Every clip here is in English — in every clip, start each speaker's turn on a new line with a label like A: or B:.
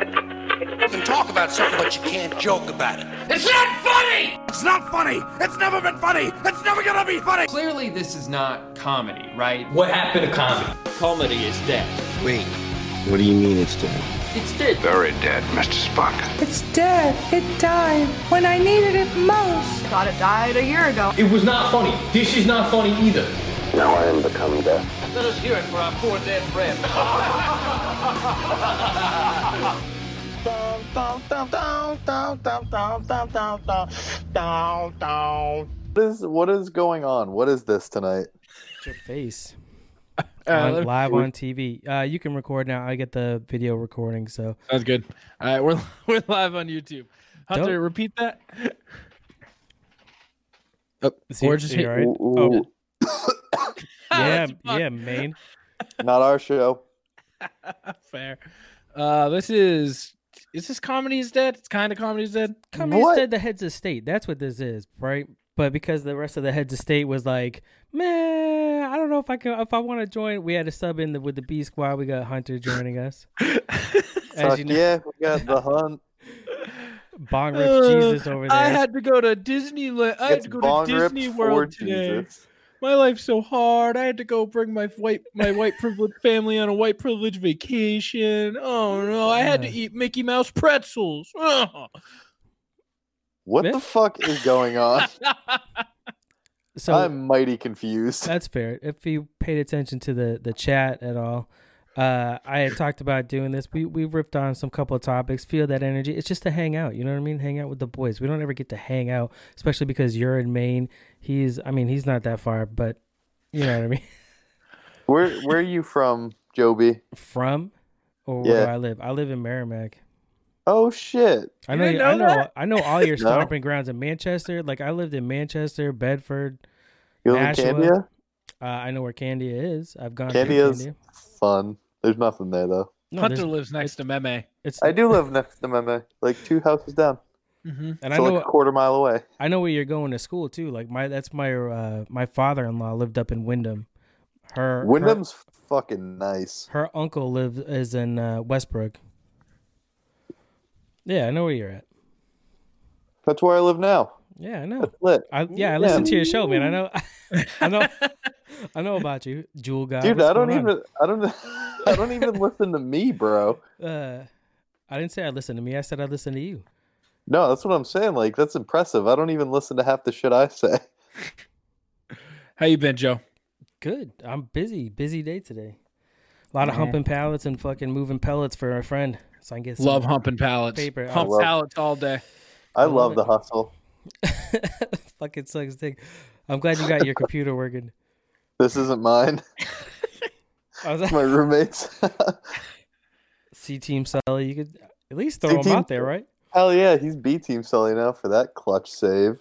A: You can talk about something, but you can't joke about it.
B: It's not funny!
C: It's not funny! It's never been funny! It's never gonna be funny!
D: Clearly, this is not comedy, right?
E: What happened to comedy?
F: Comedy is dead.
G: Wait, what do you mean it's dead?
F: It's dead.
H: Very dead, Mr. Spock.
I: It's dead. It died when I needed it most.
J: I thought it died a year ago.
E: It was not funny. This is not funny either.
K: Now I am become death.
L: Let us hear it for our poor dead friend.
M: What is what is going on? What is this tonight?
N: It's your face. on, live on TV. Uh, you can record now. I get the video recording, so
O: sounds good. All right, we're we're live on YouTube. Hunter, Don't... repeat that.
N: Oh, see, or just hit, right? oh. yeah, yeah, main.
M: Not our show.
O: Fair. Uh, this is is this comedy is dead? It's kind of comedy is dead.
N: Comedy what? is dead. The heads of state. That's what this is, right? But because the rest of the heads of state was like, man, I don't know if I can, if I want to join. We had a sub in the, with the B squad. We got Hunter joining us.
M: As you know. Yeah, we got the hunt.
N: Bong Rip uh, Jesus over there. I
O: had to go to Disneyland. I had it's to go Bong to Disney Rips World today. Jesus. My life's so hard. I had to go bring my white my white privileged family on a white privileged vacation. Oh no, I had to eat Mickey Mouse pretzels. Oh.
M: What the fuck is going on? so I'm mighty confused.
N: That's fair. If you paid attention to the the chat at all, uh, I had talked about doing this. We we ripped on some couple of topics. Feel that energy. It's just to hang out. You know what I mean? Hang out with the boys. We don't ever get to hang out, especially because you're in Maine. He's. I mean, he's not that far, but you know what I mean.
M: where Where are you from, Joby?
N: From, or where yeah. do I live? I live in Merrimack.
M: Oh shit!
N: I know. You know I know. That? I know all your stomping no. grounds in Manchester. Like I lived in Manchester, Bedford,
M: you live Nashua. In Candia?
N: Uh, I know where Candia is. I've gone.
M: Candia's
N: Candia.
M: fun. There's nothing there though.
O: No, Hunter lives next to Meme.
M: It's I do live next to Meme, like two houses down. Mm-hmm. And so I know like a quarter mile away.
N: I know where you're going to school too. Like my that's my uh, my father in law lived up in Wyndham. Her
M: Wyndham's her, fucking nice.
N: Her uncle lives is in uh, Westbrook. Yeah, I know where you're at.
M: That's where I live now.
N: Yeah, I know. I, yeah, I listen yeah. to your show, man. I know. I know. I know about you, Jewel guy.
M: Dude, I don't even. On? I don't. I don't even listen to me, bro.
N: Uh, I didn't say I listen to me. I said I listen to you.
M: No, that's what I'm saying. Like that's impressive. I don't even listen to half the shit I say.
O: How you been, Joe?
N: Good. I'm busy. Busy day today. A lot of mm-hmm. humping pallets and fucking moving pellets for a friend, so I can get
O: love humping pallets. Paper. Hump love, pallets all day.
M: I, I love, love the hustle.
N: fucking sucks dick. I'm glad you got your computer working.
M: This isn't mine. I was at my roommates.
N: C Team Sully, you could at least throw C-team, him out there, right?
M: Hell yeah, he's B Team Sully now for that clutch save.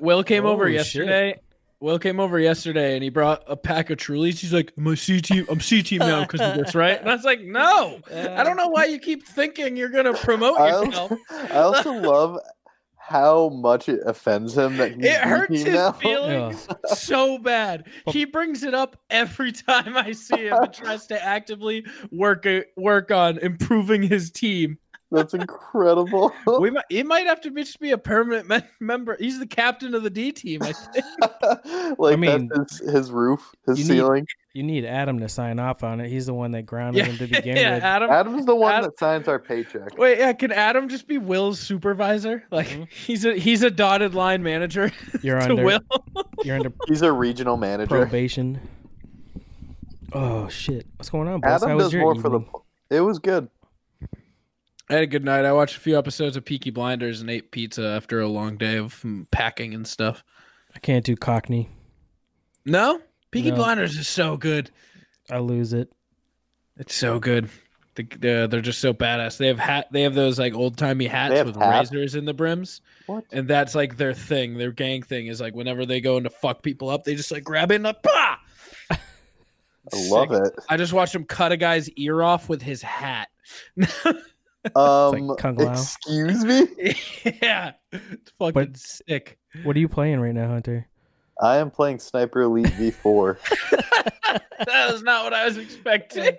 O: Will came
N: Oh,
O: Holy over yesterday. Shit. Will came over yesterday and he brought a pack of Trulies. He's like, "I'm a C team. I'm C team now because of this, right?" And I was like, "No, uh, I don't know why you keep thinking you're gonna promote yourself."
M: I also love how much it offends him that
O: it hurts his now. feelings yeah. so bad. He brings it up every time I see him and tries to actively work work on improving his team.
M: That's incredible.
O: we might it might have to just be a permanent me- member. He's the captain of the D team, I think.
M: like I mean, his, his, roof, his ceiling.
N: Need, you need Adam to sign off on it. He's the one that grounded yeah, him to begin yeah, with.
M: Adam, Adam's the one Adam, that signs our paycheck.
O: Wait, yeah, can Adam just be Will's supervisor? Like mm-hmm. he's a he's a dotted line manager.
N: You're under
O: Will.
N: you're under
M: He's a regional manager.
N: Probation. Oh shit. What's going on,
M: boss? Adam does more evening? for the It was good.
O: I had a good night. I watched a few episodes of Peaky Blinders and ate pizza after a long day of packing and stuff.
N: I can't do Cockney.
O: No, Peaky no. Blinders is so good.
N: I lose it.
O: It's so good. The, the, they're just so badass. They have hat. They have those like old timey hats with hats? razors in the brims. What? And that's like their thing. Their gang thing is like whenever they go into fuck people up, they just like grab it and like, bah!
M: I love it.
O: I just watched him cut a guy's ear off with his hat.
M: Um, like excuse me.
O: yeah, it's fucking but sick.
N: What are you playing right now, Hunter?
M: I am playing Sniper Elite V4.
O: that was not what I was expecting.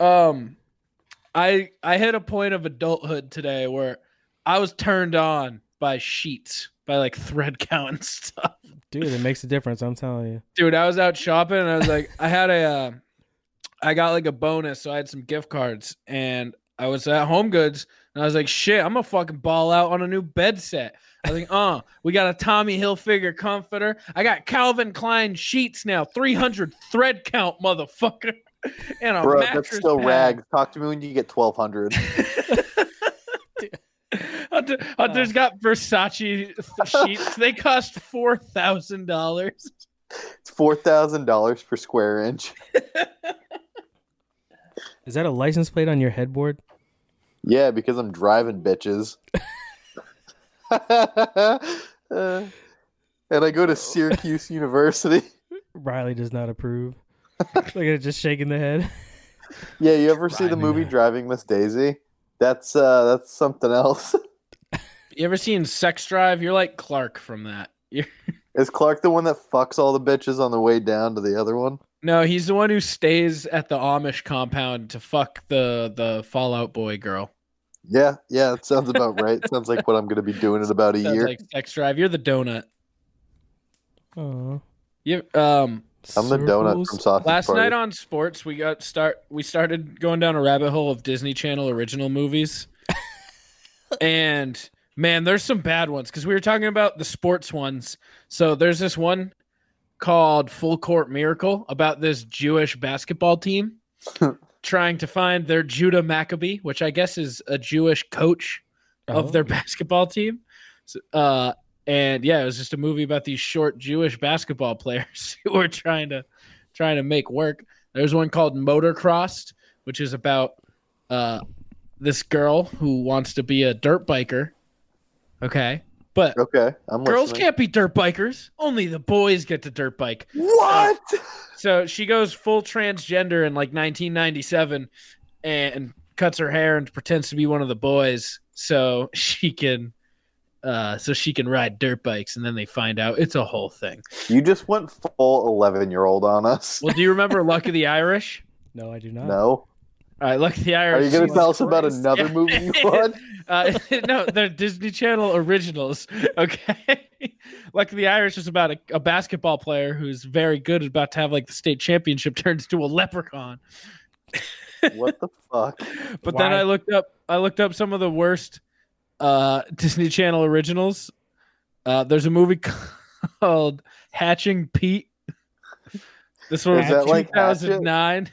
O: um, I I hit a point of adulthood today where I was turned on by sheets, by like thread count and stuff.
N: Dude, it makes a difference. I'm telling you.
O: Dude, I was out shopping and I was like, I had a, uh, I got like a bonus, so I had some gift cards, and I was at Home Goods, and I was like, shit, I'm gonna fucking ball out on a new bed set. I was like, uh, we got a Tommy Hilfiger comforter. I got Calvin Klein sheets now, 300 thread count, motherfucker. And a
M: Bro,
O: mattress
M: that's still
O: pad.
M: rags. Talk to me when you get 1200.
O: Hunter, Hunter's got Versace sheets. They cost four thousand dollars.
M: It's $4,000 per square inch.
N: Is that a license plate on your headboard?
M: Yeah, because I'm driving bitches. Uh, and I go to Syracuse University.
N: Riley does not approve. Look at it just shaking the head.
M: Yeah, you ever see the
N: Driving
M: movie
N: a-
M: Driving Miss Daisy? That's uh that's something else.
O: You ever seen Sex Drive? You're like Clark from that. You're,
M: Is Clark the one that fucks all the bitches on the way down to the other one?
O: no, he's the one who stays at the Amish compound to fuck the the Fallout Boy girl.
M: Yeah, yeah, it sounds about right. sounds like what I'm gonna be doing in about a
O: Sounds
M: year.
O: like Sex Drive. You're the donut.
N: Oh,
O: You um
M: I'm the donut from Sausage
O: last
M: Party.
O: night on sports we got start we started going down a rabbit hole of disney channel original movies and man there's some bad ones because we were talking about the sports ones so there's this one called full court miracle about this jewish basketball team trying to find their judah maccabee which i guess is a jewish coach
N: Oh.
O: of their basketball team so, uh and yeah, it was just a movie about these short Jewish basketball players who are trying to trying to make work. There's one called Motorcrossed, which is about uh, this girl who wants to be a dirt biker. Okay, but
M: Okay, I'm
O: girls
M: listening.
O: can't be dirt bikers. Only the boys get to dirt bike.
M: What?
O: So she goes full transgender in like 1997 and cuts her hair and pretends to be one of the boys so she can uh so she can ride dirt bikes and then they find out it's a whole thing.
M: You just went full 11 year old on us.
O: Well, do you remember Luck of the Irish?
N: no, I do not.
M: No.
O: All right, Luck of the
M: Are
O: Irish.
M: you gonna
O: Jesus
M: tell us about
O: Christ.
M: another movie you watched?
O: Uh, no, they're Disney Channel originals. Okay. Luck of the Irish is about a, a basketball player who's very good, about to have like the state championship, turns to a leprechaun.
M: What the fuck?
O: But then
N: Why?
O: I looked up I looked up some of the worst uh, Disney Channel originals. Uh, there's a movie called Hatching Pete. This one was
M: Is that like
O: 2009.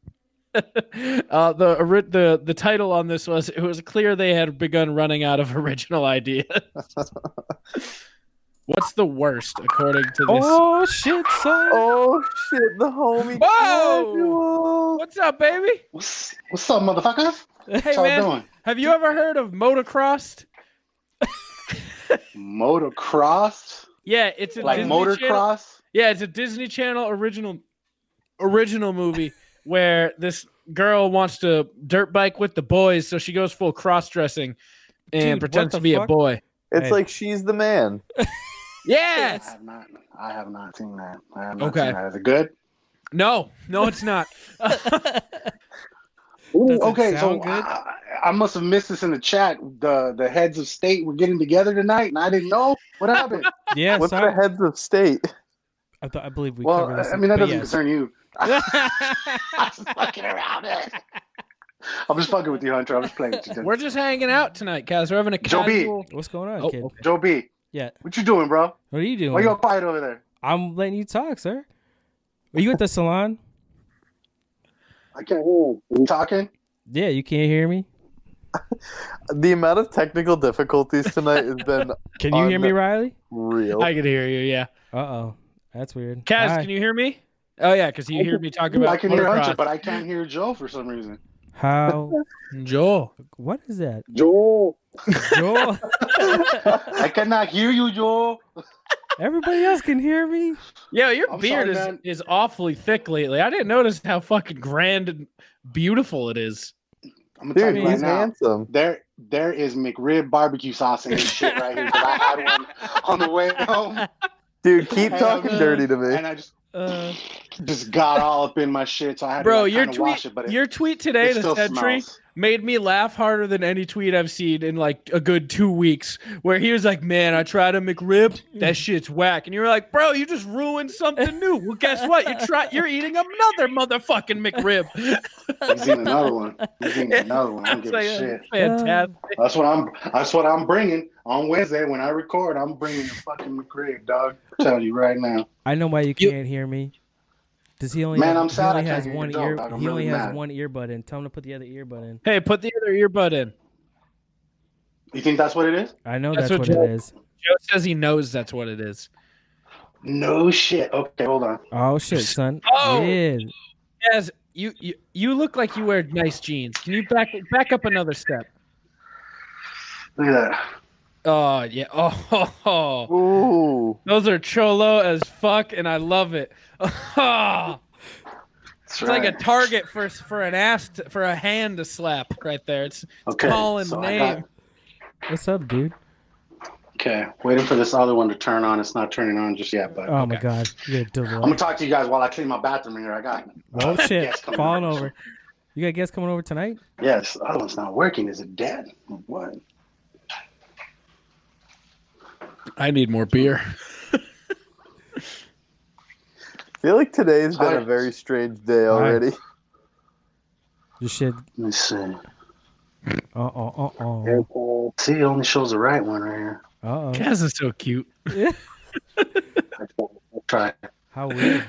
O: uh, the ori- the the title on this was it was clear they had begun running out of original ideas. What's the worst according to this?
N: Oh shit, son.
M: Oh shit, the homie.
O: Whoa! What's up, baby?
G: What's, what's up, motherfuckers?
O: Hey
G: How
O: man,
G: you
O: have you ever heard of motocrossed?
G: doing? Motocross?
O: Yeah, it's a
G: Like
O: Disney Channel-
G: motocross?
O: Yeah, it's a Disney Channel original original movie where this girl wants to dirt bike with the boys, so she goes full cross dressing
N: Dude,
O: and
N: what
O: pretends
N: the
O: to be a
N: fuck?
O: boy.
M: It's
N: Hey.
M: like she's the man.
G: I
O: Yes.
G: have not. I have not seen that. I have not
O: Okay.
G: seen that. Is it good?
O: No, no, it's not.
G: Ooh,
N: Does it
G: okay, so
N: sound good?
G: I, I must have missed this in the chat. The the heads of state were getting together tonight, and I didn't know what happened.
N: Yeah,
M: What's
N: sorry.
M: the heads of state?
N: I, thought, I believe we
G: well,
N: covered this.
G: I, I mean that
N: but
G: doesn't
N: yes.
G: concern you. I'm just fucking around. eh? I'm just fucking with you, Hunter. I'm just playing with you. dude.
O: We're just hanging out tonight, guys. We're having a
G: Joe B.
O: casual.
N: What's going on,
O: Oh,
N: kid?
G: Joe B,
N: Yeah.
G: what you doing, bro?
N: What are you
G: Why
N: doing?
G: you all quiet over there?
N: I'm letting you talk, sir. Are you at the salon?
G: I can't hear you. Are you talking?
N: Yeah, you can't hear me.
M: The amount of technical difficulties tonight has been
N: Can you
M: On
N: hear me,
M: the-
N: Riley?
M: real.
O: I can hear you. Yeah,
N: Uh oh, that's weird.
O: Kaz,
N: Hi.
O: can you hear me? Oh yeah, because you hear me talk
G: I
O: about
G: can hear Hunter,
O: motocross.
G: but I can't hear Joe for some reason.
N: How?
O: Joel.
N: What is that?
G: Joe,
N: Joel.
G: I cannot hear you, Joe.
N: Everybody else can hear me.
O: Yeah, your
G: I'm
O: beard
G: sorry, man.
O: is, is awfully thick lately. I didn't notice how fucking grand and beautiful it is.
G: I'm gonna tell
M: Dude,
G: you right
M: he's
G: now.
M: handsome.
G: There, there is McRib barbecue sauce in this shit right here. 'cause I had one on the way home.
M: Dude, keep
G: Hell
M: talking
G: yeah.
M: dirty to me.
G: and I just
O: Uh,
G: just got all up in my shit. So I had
O: Bro,
G: to like,
O: your
G: kinda
O: tweet-
G: wash it, but it,
O: your tweet today
G: it
O: to
G: still
O: Sentry
G: smells.
O: made me laugh harder than any tweet I've seen in like a good two weeks. Where he was like, "Man, I tried a McRib. That shit's whack," and you were like, "Bro, you just ruined something new." Well, guess what? You try. You're eating another motherfucking McRib.
G: He's eating another one. He's eating another one. I don't give a shit.
O: Fantastic.
G: That's what I'm. That's what I'm bringing on Wednesday when I record. I'm bringing the fucking McRib, dog. I'm telling you right now.
N: I know why you can't hear me. Does he only?
G: Man, I'm
N: he
G: sad I
N: only
G: can't
N: has
G: hear your
N: one
G: dog,
N: ear.
G: dog. I'm
N: he only
G: really
N: has
G: mad.
N: one earbud in. Tell him to put the other earbud in.
O: Hey, put the other earbud in.
G: You think that's what it is?
N: I know that's,
O: That's
N: what
O: what
N: it
O: Jack-
N: is.
O: Joe says he knows that's what it is.
G: No shit. Okay, hold on.
N: Oh shit, son.
O: Oh!
N: Yeah.
O: Yes, you, you you look like you wear nice jeans. Can you back back up another step?
G: Look at that.
O: Oh yeah. Oh, ho, ho.
M: Ooh.
O: those are cholo as fuck, and I love it. Oh,
G: That's
O: it's like a target for for an ass to, for a hand to slap right there. It's, it's
G: Okay,
O: calling
G: so I
O: name.
G: got-
N: What's up, dude?
G: okay, waiting for this other one to turn on. It's not turning on just yet, but
N: Oh my god, you're
G: I'm gonna
N: divorced.
G: talk to you guys while I clean my bathroom here. I got
N: Oh shit,
G: Yes, come
N: falling
G: on.
N: over. You got guests coming over tonight?
G: yeah. This other one's not working. Is it dead? Or What?
O: I need more beer.
M: I feel like today's been a
G: Alright.
M: very strange day already.
N: You should.
G: Let me see.
N: Uh oh uh oh
G: See, it only shows the right one right here.
N: uh oh.
O: Kaz is so cute.
G: Try. it.
N: How weird.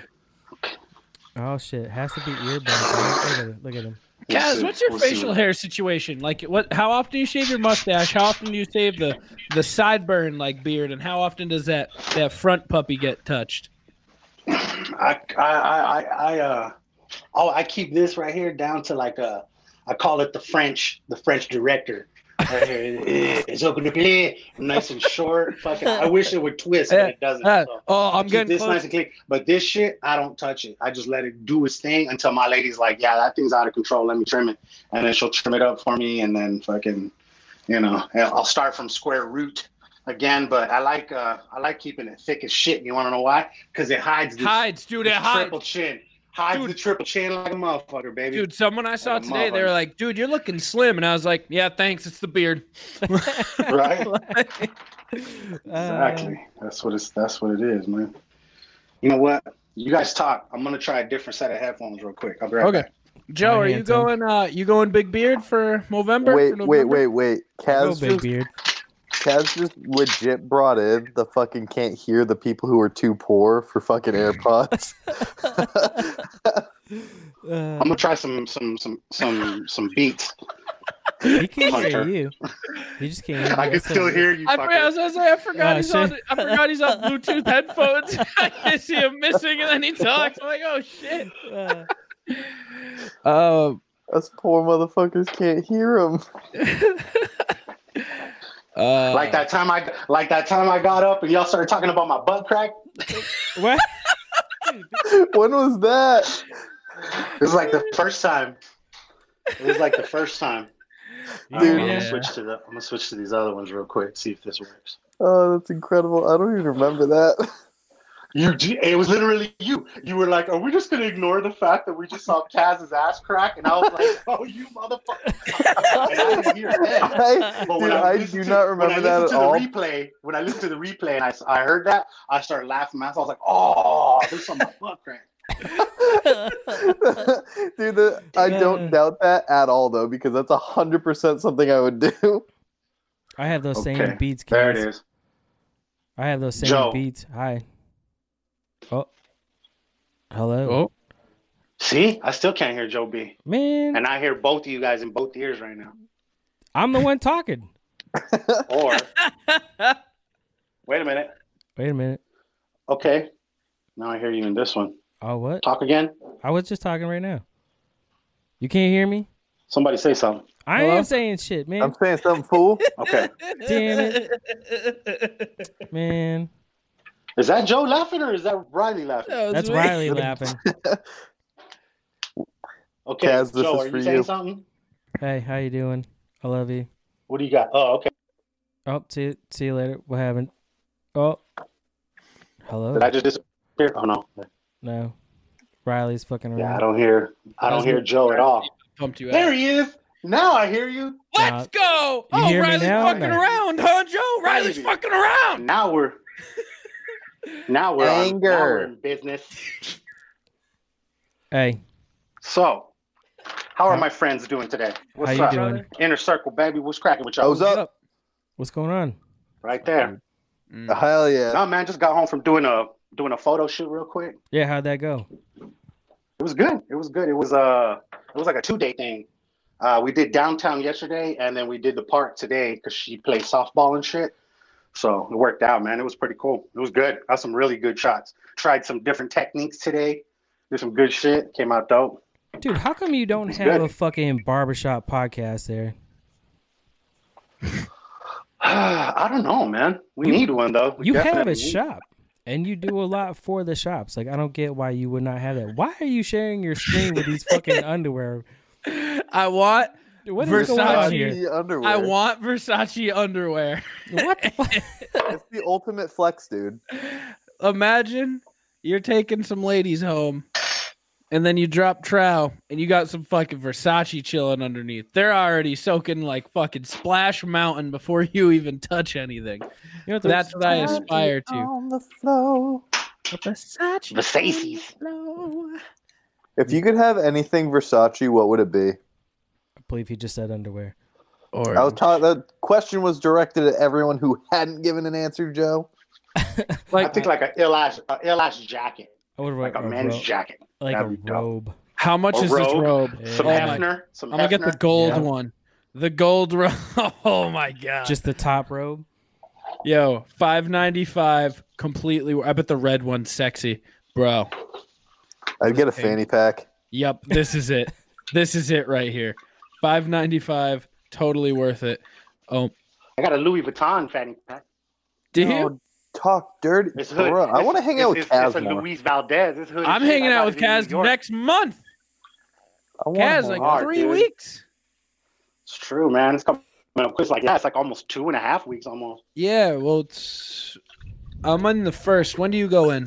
N: Oh shit, has to be earbuds. Look at him. Look at him.
G: We'll
O: Kaz,
G: see.
O: what's your
G: We'll see.
O: facial hair situation like? What? How often do you shave your mustache? How often do you shave the the sideburn like beard? And how often does that that front puppy get touched?
G: I I I I, I uh oh I keep this right here down to like uh I call it the French the French director. Right here. Eh, It's open to play, nice and short. Fucking, I wish it would twist, but it doesn't.
O: Uh,
G: so.
O: oh,
G: I
O: I'm
G: keep
O: getting
G: this
O: close.
G: nice and clean, but this shit I don't touch it. I just let it do its thing until my lady's like, "Yeah, that thing's out of control. Let me trim it," and then she'll trim it up for me, and then fucking, you know, I'll start from square root again. But I like uh I like keeping it thick as shit. You want to know why? Because it hides the
O: hides, dude. It
G: the
O: hides.
G: triple chin. Hides
O: Dude.
G: the triple chin like a motherfucker, baby.
O: Dude, someone I saw
G: Like a
O: today, they
G: motherfucker.
O: were like, dude, you're looking slim. And I was like, yeah, thanks. It's the beard.
G: Right?
N: Uh,
G: Exactly. That's what it's that's what it is, man. You know what? You guys talk. I'm gonna try a different set of headphones real quick. I'll be right
O: Okay.
G: back.
O: Joe,
N: My
O: are you
N: hands on.
O: going uh you going big beard for November?
M: Wait,
O: For
M: wait,
O: November?
M: wait, wait.
N: go,
M: Kaz
N: big
M: just,
N: beard.
M: Kaz just legit brought in the fucking can't hear the people who are too poor for fucking AirPods.
N: Uh,
G: I'm gonna try some some some some some beats.
N: he can't hear
G: Hunter.
N: you. He just can't hear you.
G: I can
N: That's
G: still
N: him.
G: hear you.
O: I, forgot- I
G: fucker.
O: was gonna say, I forgot
N: Oh,
O: he's
N: shit.
O: on I forgot he's on Bluetooth headphones. I see him missing and then he talks. I'm like, oh shit.
N: Uh, oh,
O: Um
M: Us poor motherfuckers can't hear them.
O: uh,
G: Like that time I like that time I got up and y'all started talking about my butt crack.
N: what?
M: when was that?
G: It was like the first time. It was like the first time.
M: Dude.
N: You
G: I'm
N: hear
G: gonna
N: me now?
G: switch to the I'm gonna switch to these other ones real quick, see if this works.
M: Oh, that's incredible. I don't even remember that.
G: You, d- it was literally you. You were like, "Are we just gonna ignore the fact that we just saw Kaz's ass crack?" And I was like, "Oh, you motherfucker!" And I didn't hear that.
M: I,
G: But when
M: dude, I
G: listened
M: do
G: to-
M: not
G: when I
M: remember that
G: listened
M: at
G: to
M: all.
G: The replay, when I listened to the replay and I, s- I heard that, I started laughing. myself. I was like, "Oh, there's some butt crack."
M: Dude, the, I
N: Yeah.
M: don't doubt that at all though, because that's hundred percent something I would do.
N: I have those
G: Okay,
N: same beats.
G: There it
N: Kaz.
G: is.
N: I have those same
G: Joe.
N: beats. Hi. Oh. Hello.
O: oh.
G: See, I still can't hear Joe B,
N: Man,
G: and I hear both of you guys in both ears right now.
N: I'm the one talking.
G: Or wait a minute.
N: Wait a minute.
G: Okay, now I hear you in this one.
N: Oh, what?
G: Talk again.
N: I was just talking right now. You can't hear me?
G: Somebody say something.
N: I
O: Hello?
N: am saying shit, man.
M: I'm saying something fool.
G: Okay.
N: Damn it. man.
G: Is that Joe laughing or is that Riley laughing?
N: That's Riley laughing.
G: Okay,
M: Kaz, this
G: Joe,
M: is
G: are
M: for
G: you saying
M: you.
G: something?
N: Hey, how you doing? I love you.
G: What do you got? Oh, okay.
N: Oh, see, see you later. What happened? Oh. Hello?
G: Did I just disappear? Oh no.
N: No. Riley's fucking around.
G: Yeah, I don't hear. I don't
O: Kaz,
G: hear Joe at all.
O: Pumped you out.
G: There he is. Now I hear you.
O: Let's go.
N: You
O: oh,
N: hear me
O: Riley's
N: now?
O: fucking
N: No.
O: around, huh, Joe? Riley's
G: Baby.
O: fucking around.
G: Now we're now we're on, now
M: Anger.
G: we're in business.
N: Hey,
G: So, how are my friends doing today? What's
N: you
G: up?
N: doing?
G: Inner circle, baby. What's cracking with y'all?
M: How's up?
N: what's going on?
G: Right there.
M: Hell yeah.
G: No man, just got home from doing a doing a photo shoot real quick.
N: Yeah, how'd that go?
G: It was good. It was good. It was uh it was like a two day thing. Uh, we did downtown yesterday, and then we did the park today because she played softball and shit. So it worked out, man. It was pretty cool. It was good. Got some really good shots. Tried some different techniques today. Did some good shit. Came out dope.
N: Dude, how come you don't have
G: good.
N: a fucking barbershop podcast there?
G: I don't know, man. We need one though. We
N: You have
G: definitely
N: a
G: need-
N: shop and you do a lot for the shops. Like I don't get why you would not have that. Why are you sharing your screen with these fucking underwear?
O: I want
N: What is going
O: Versace.
N: on here?
M: underwear.
O: I want Versace underwear.
N: What the fuck?
M: It's the ultimate flex, dude.
O: Imagine you're taking some ladies home and then you drop trow and you got some fucking Versace chilling underneath. They're already soaking like fucking splash mountain before you even touch anything.
N: You know what the-
O: That's what I aspire to.
M: On the flow.
O: Versace.
G: Versace's.
M: If you could have anything Versace, what would it be?
N: I believe he just said underwear.
O: Or
M: I was taught that question was directed at everyone who hadn't given an answer, Joe.
G: I
O: like
G: think like a ill ass, a ill ass jacket,
N: I would
G: like a men's jacket.
N: like a
G: That'd be dope.
N: robe.
O: how much
G: a
O: is this
G: robe,
O: robe?
G: Some
O: Oh my-
G: Hefner. Some
O: I'm gonna get the
G: Hefner.
O: gold
N: Yeah.
O: one. The gold robe. Oh my god.
N: Just the top robe.
O: Yo, five ninety five, completely. I bet the red one's sexy, bro.
M: I'd get a fanny pack.
O: Yep, this is it. this is it right here. Five ninety five, totally worth it. Oh,
G: I got a Louis Vuitton fanny pack.
O: do you-
M: No, Oh, talk dirty,
G: It's hood.
M: bro. I
G: It's-
M: want to hang out with
G: it's,
M: Kaz
G: It's a
M: more.
G: Luis Valdez. It's hood. as
O: I'm
G: shit.
O: hanging
G: I
O: out
G: got
O: with
G: it in
O: Kaz
G: New York.
O: next month.
M: I want
O: Kaz,
M: him
O: like
M: hard,
O: three
M: dude.
O: weeks.
G: It's true, man. It's coming up quick. Like yeah, it's like almost two and a half weeks almost.
O: Yeah, well, it's. I'm on the first. When do you go in?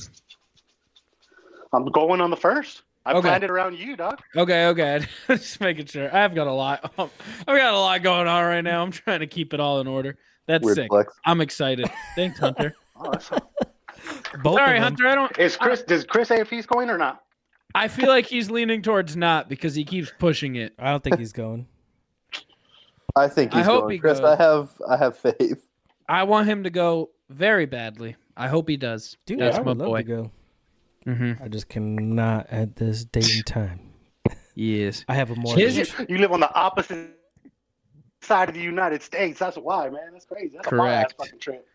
G: I'm going on the first. I
O: Okay.
G: planned it around you, dog.
O: Okay, okay. Just making sure. I've got a lot. I've got a lot going on right now. I'm trying to keep it all in order. That's
M: Weird
O: sick.
M: flex.
O: I'm excited. Thanks, Hunter.
G: Oh, that's-
N: Both
O: Sorry,
N: of them.
O: Hunter. I don't.
G: is Chris? does Chris say if he's going or not?
O: I feel like he's leaning towards not because he keeps pushing it.
N: I don't think he's going.
M: I think
O: I
M: he's
O: hope
M: going.
O: he
M: Chris,
O: goes.
M: I have, I have faith.
O: I want him to go very badly. I hope he does.
N: Dude,
O: That's
N: I would
O: my
N: love
O: boy.
N: to go.
O: Mhm.
G: Mm-hmm.
N: I just cannot at this date and time.
O: Yes.
N: I have a
O: Is
N: mortgage.
O: it-
G: You live on the opposite side of the United States. That's why, man. That's crazy. That's a far-ass
O: Correct.
G: fucking trip.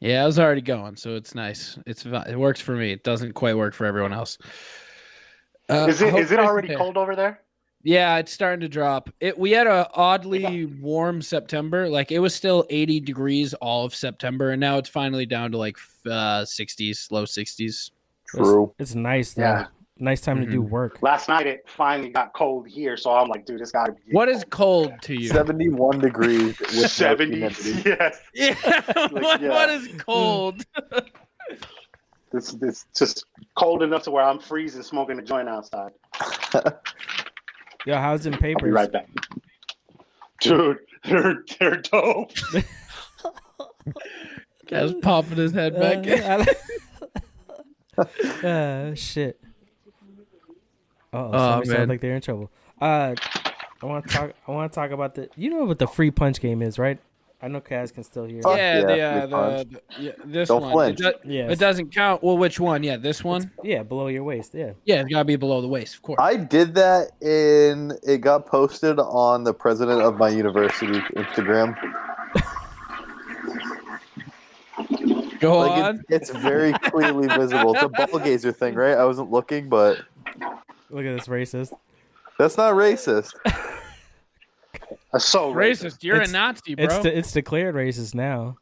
O: Yeah, I was already going, so it's nice. It's vi- it works for me. It doesn't quite work for everyone else. Uh,
G: Is
O: I
G: it
O: hope
G: is it
O: Chris
G: already
O: there.
G: cold over there?
O: Yeah, it's starting to drop. It we had a oddly warm September. Like it was still 80 degrees all of September, and now it's finally down to like f- uh, 60s, low 60s.
M: True.
N: It's nice though.
G: Yeah. Mm-hmm.
N: Nice time to do work.
G: Last night it finally got cold here, so I'm like, dude, it's got to be
O: What is cold to you?
M: Seventy-one degrees with no
G: seventy?
M: humidity.
G: Yes,
O: Yeah,
G: Like, yeah. Mm.
O: what is cold?
G: it's, it's just cold enough to where I'm freezing, smoking a joint outside.
N: Yo, how's in
G: I'll be
N: papers?
G: right back, dude. They're they're dope.
O: Guy's popping his head back. in.
N: Uh, I- uh, shit. Uh-oh,
O: Aw,
N: somebody sounds
O: man.
N: like they're in trouble. Uh, I want to talk. I want to talk about the. You know what the free punch game is, right? I know Kaz can still hear.
M: Fuck
O: yeah, the,
M: yeah,
O: uh,
M: we
O: the, the- yeah, this
M: Don't
O: one. It,
M: flinch.
O: do-
N: Yes.
O: it doesn't count. Well, which one? Yeah, this one.
N: Yeah, below your waist. Yeah.
O: Yeah, it's gotta be below the waist, of course.
M: I did that in. It got posted on the president of my university Instagram.
O: Go
M: Like
O: on.
M: it's, it's very clearly visible. It's a ball gazer thing, right? I wasn't looking, but
N: Look at this racist.
M: that's not racist.
G: That's so racist.
O: Racist. You're
N: It's-
O: a Nazi, bro.
N: It's de- it's declared racist now.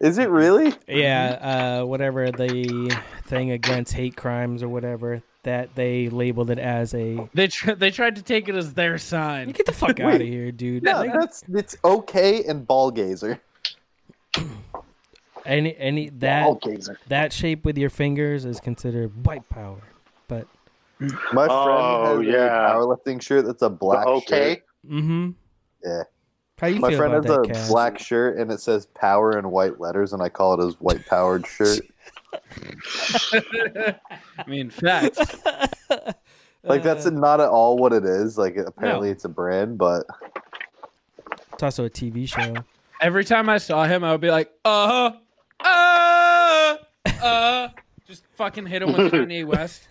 M: Is it really?
N: Yeah, uh, whatever the thing against hate crimes or whatever that they labeled it as a.
O: they tr- they tried to take it as their sign.
N: Get the fuck out of here, dude.
M: Yeah, that's it's okay and ball gazer.
N: Any any that
G: All gazer.
N: that shape with your fingers is considered white power. But
M: My friend
G: Oh,
M: has
G: yeah.
M: a powerlifting shirt that's a black
G: Okay.
M: shirt.
N: mm-hmm.
M: Yeah.
N: How you
M: My
N: feel
M: friend
N: about
M: has
N: that,
M: a
N: Cass?
M: black shirt and it says power in white letters, and I call it his white powered shirt.
O: I mean, facts.
M: Like, that's
N: Uh.
M: not at all what it is. Like, apparently it's a brand, but
N: It's also a TV show.
O: Every time I saw him, I would be like, uh, uh, uh, just fucking hit him with Kanye West.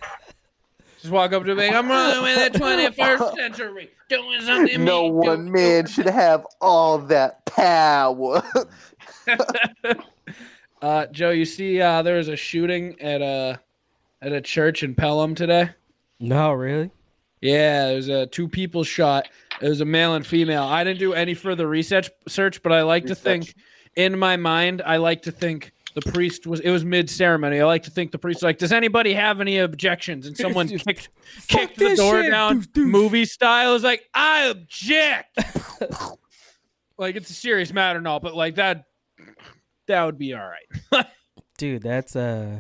O: Just walk up to me. I'm running with the 21st century, doing something.
M: no
O: mean,
M: one man should have all that power.
O: Uh, Joe, you see, uh, there was a shooting at a at a church in Pelham today.
N: No, really?
O: Yeah, there's uh, two people shot. It was a male and female. I didn't do any further research, search, but I like to think in my mind, I like to think the priest was. It was mid ceremony. I like to think the priest was like, does anybody have any objections? And someone kicked kicked the
N: this
O: door
N: shit,
O: down,
N: doof, doof.
O: movie style. Is like, I object. like it's a serious matter and all, but like that, that would be all right.
N: Dude, that's uh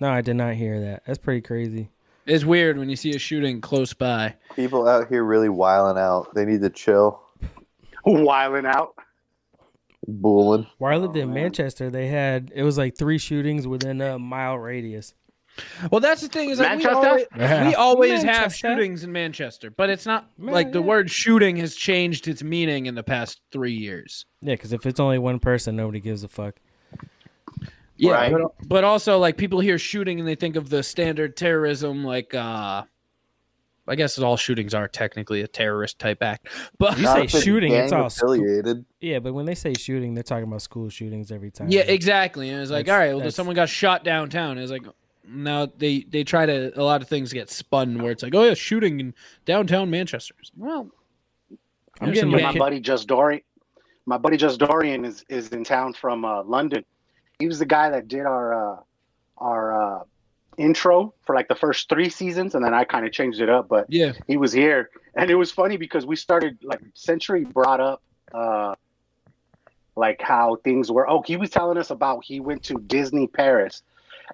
N: No, I did not hear that. That's pretty crazy.
O: It's weird when you see a shooting close by.
M: People out here really wiling out. They need to chill.
G: Wiling out.
M: Booling.
N: Where I lived in Manchester, they had it was like three shootings within a mile radius.
O: Well, that's the thing is like, we
G: Manchester?
O: always,
N: Yeah.
O: we always have
N: Manchester.
O: shootings in Manchester, but it's not like the word shooting has changed its meaning in the past three years.
N: Yeah, because if it's only one person, nobody gives a fuck.
O: Yeah,
G: Right.
O: but, but also like people hear shooting and they think of the standard terrorism, like uh, I guess all shootings are technically a terrorist type act, but
N: You say shooting, it's all sp-
M: affiliated.
N: Yeah, but when they say shooting, they're talking about school shootings every time.
O: yeah, exactly. And it's like,
N: That's-
O: all right, well,
N: that's-
O: someone got shot downtown. It's like now they they try to a lot of things get spun where it's like, oh yeah, shooting in downtown Manchester. It's like, Well,
N: I'm
O: there's
N: getting
O: some
N: my
G: my
N: kid-
G: buddy Just Dorian. My buddy Just Dorian is is in town from uh, London. He was the guy that did our uh, our uh, intro for like the first three seasons, and then I kind of changed it up. But
O: Yeah.
G: he was here, and it was funny because we started like Century brought up uh, like how things were. Oh, he was telling us about he went to Disney Paris,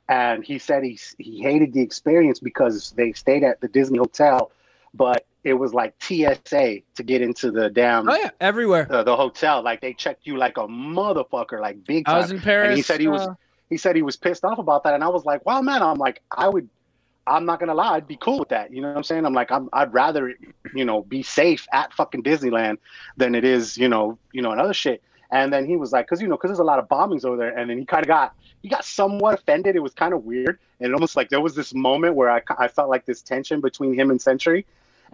G: and he said he he hated the experience because they stayed at the Disney hotel, but it was like TSA to get into the damn
O: Oh yeah, everywhere.
G: the, the hotel. Like they checked you like a motherfucker, like big time.
O: I was in Paris.
G: and he said he was
O: uh,
G: he said he was pissed off about that, and I was like, "Wow, man!" I'm like, I would, I'm not gonna lie, I'd be cool with that. You know what I'm saying? I'm like, I'm, I'd rather, you know, be safe at fucking Disneyland than it is, you know, you know, and other shit. And then he was like, because you know, because there's a lot of bombings over there, and then he kind of got he got somewhat offended. It was kind of weird, and it almost like there was this moment where I, ki- I felt like this tension between him and Century.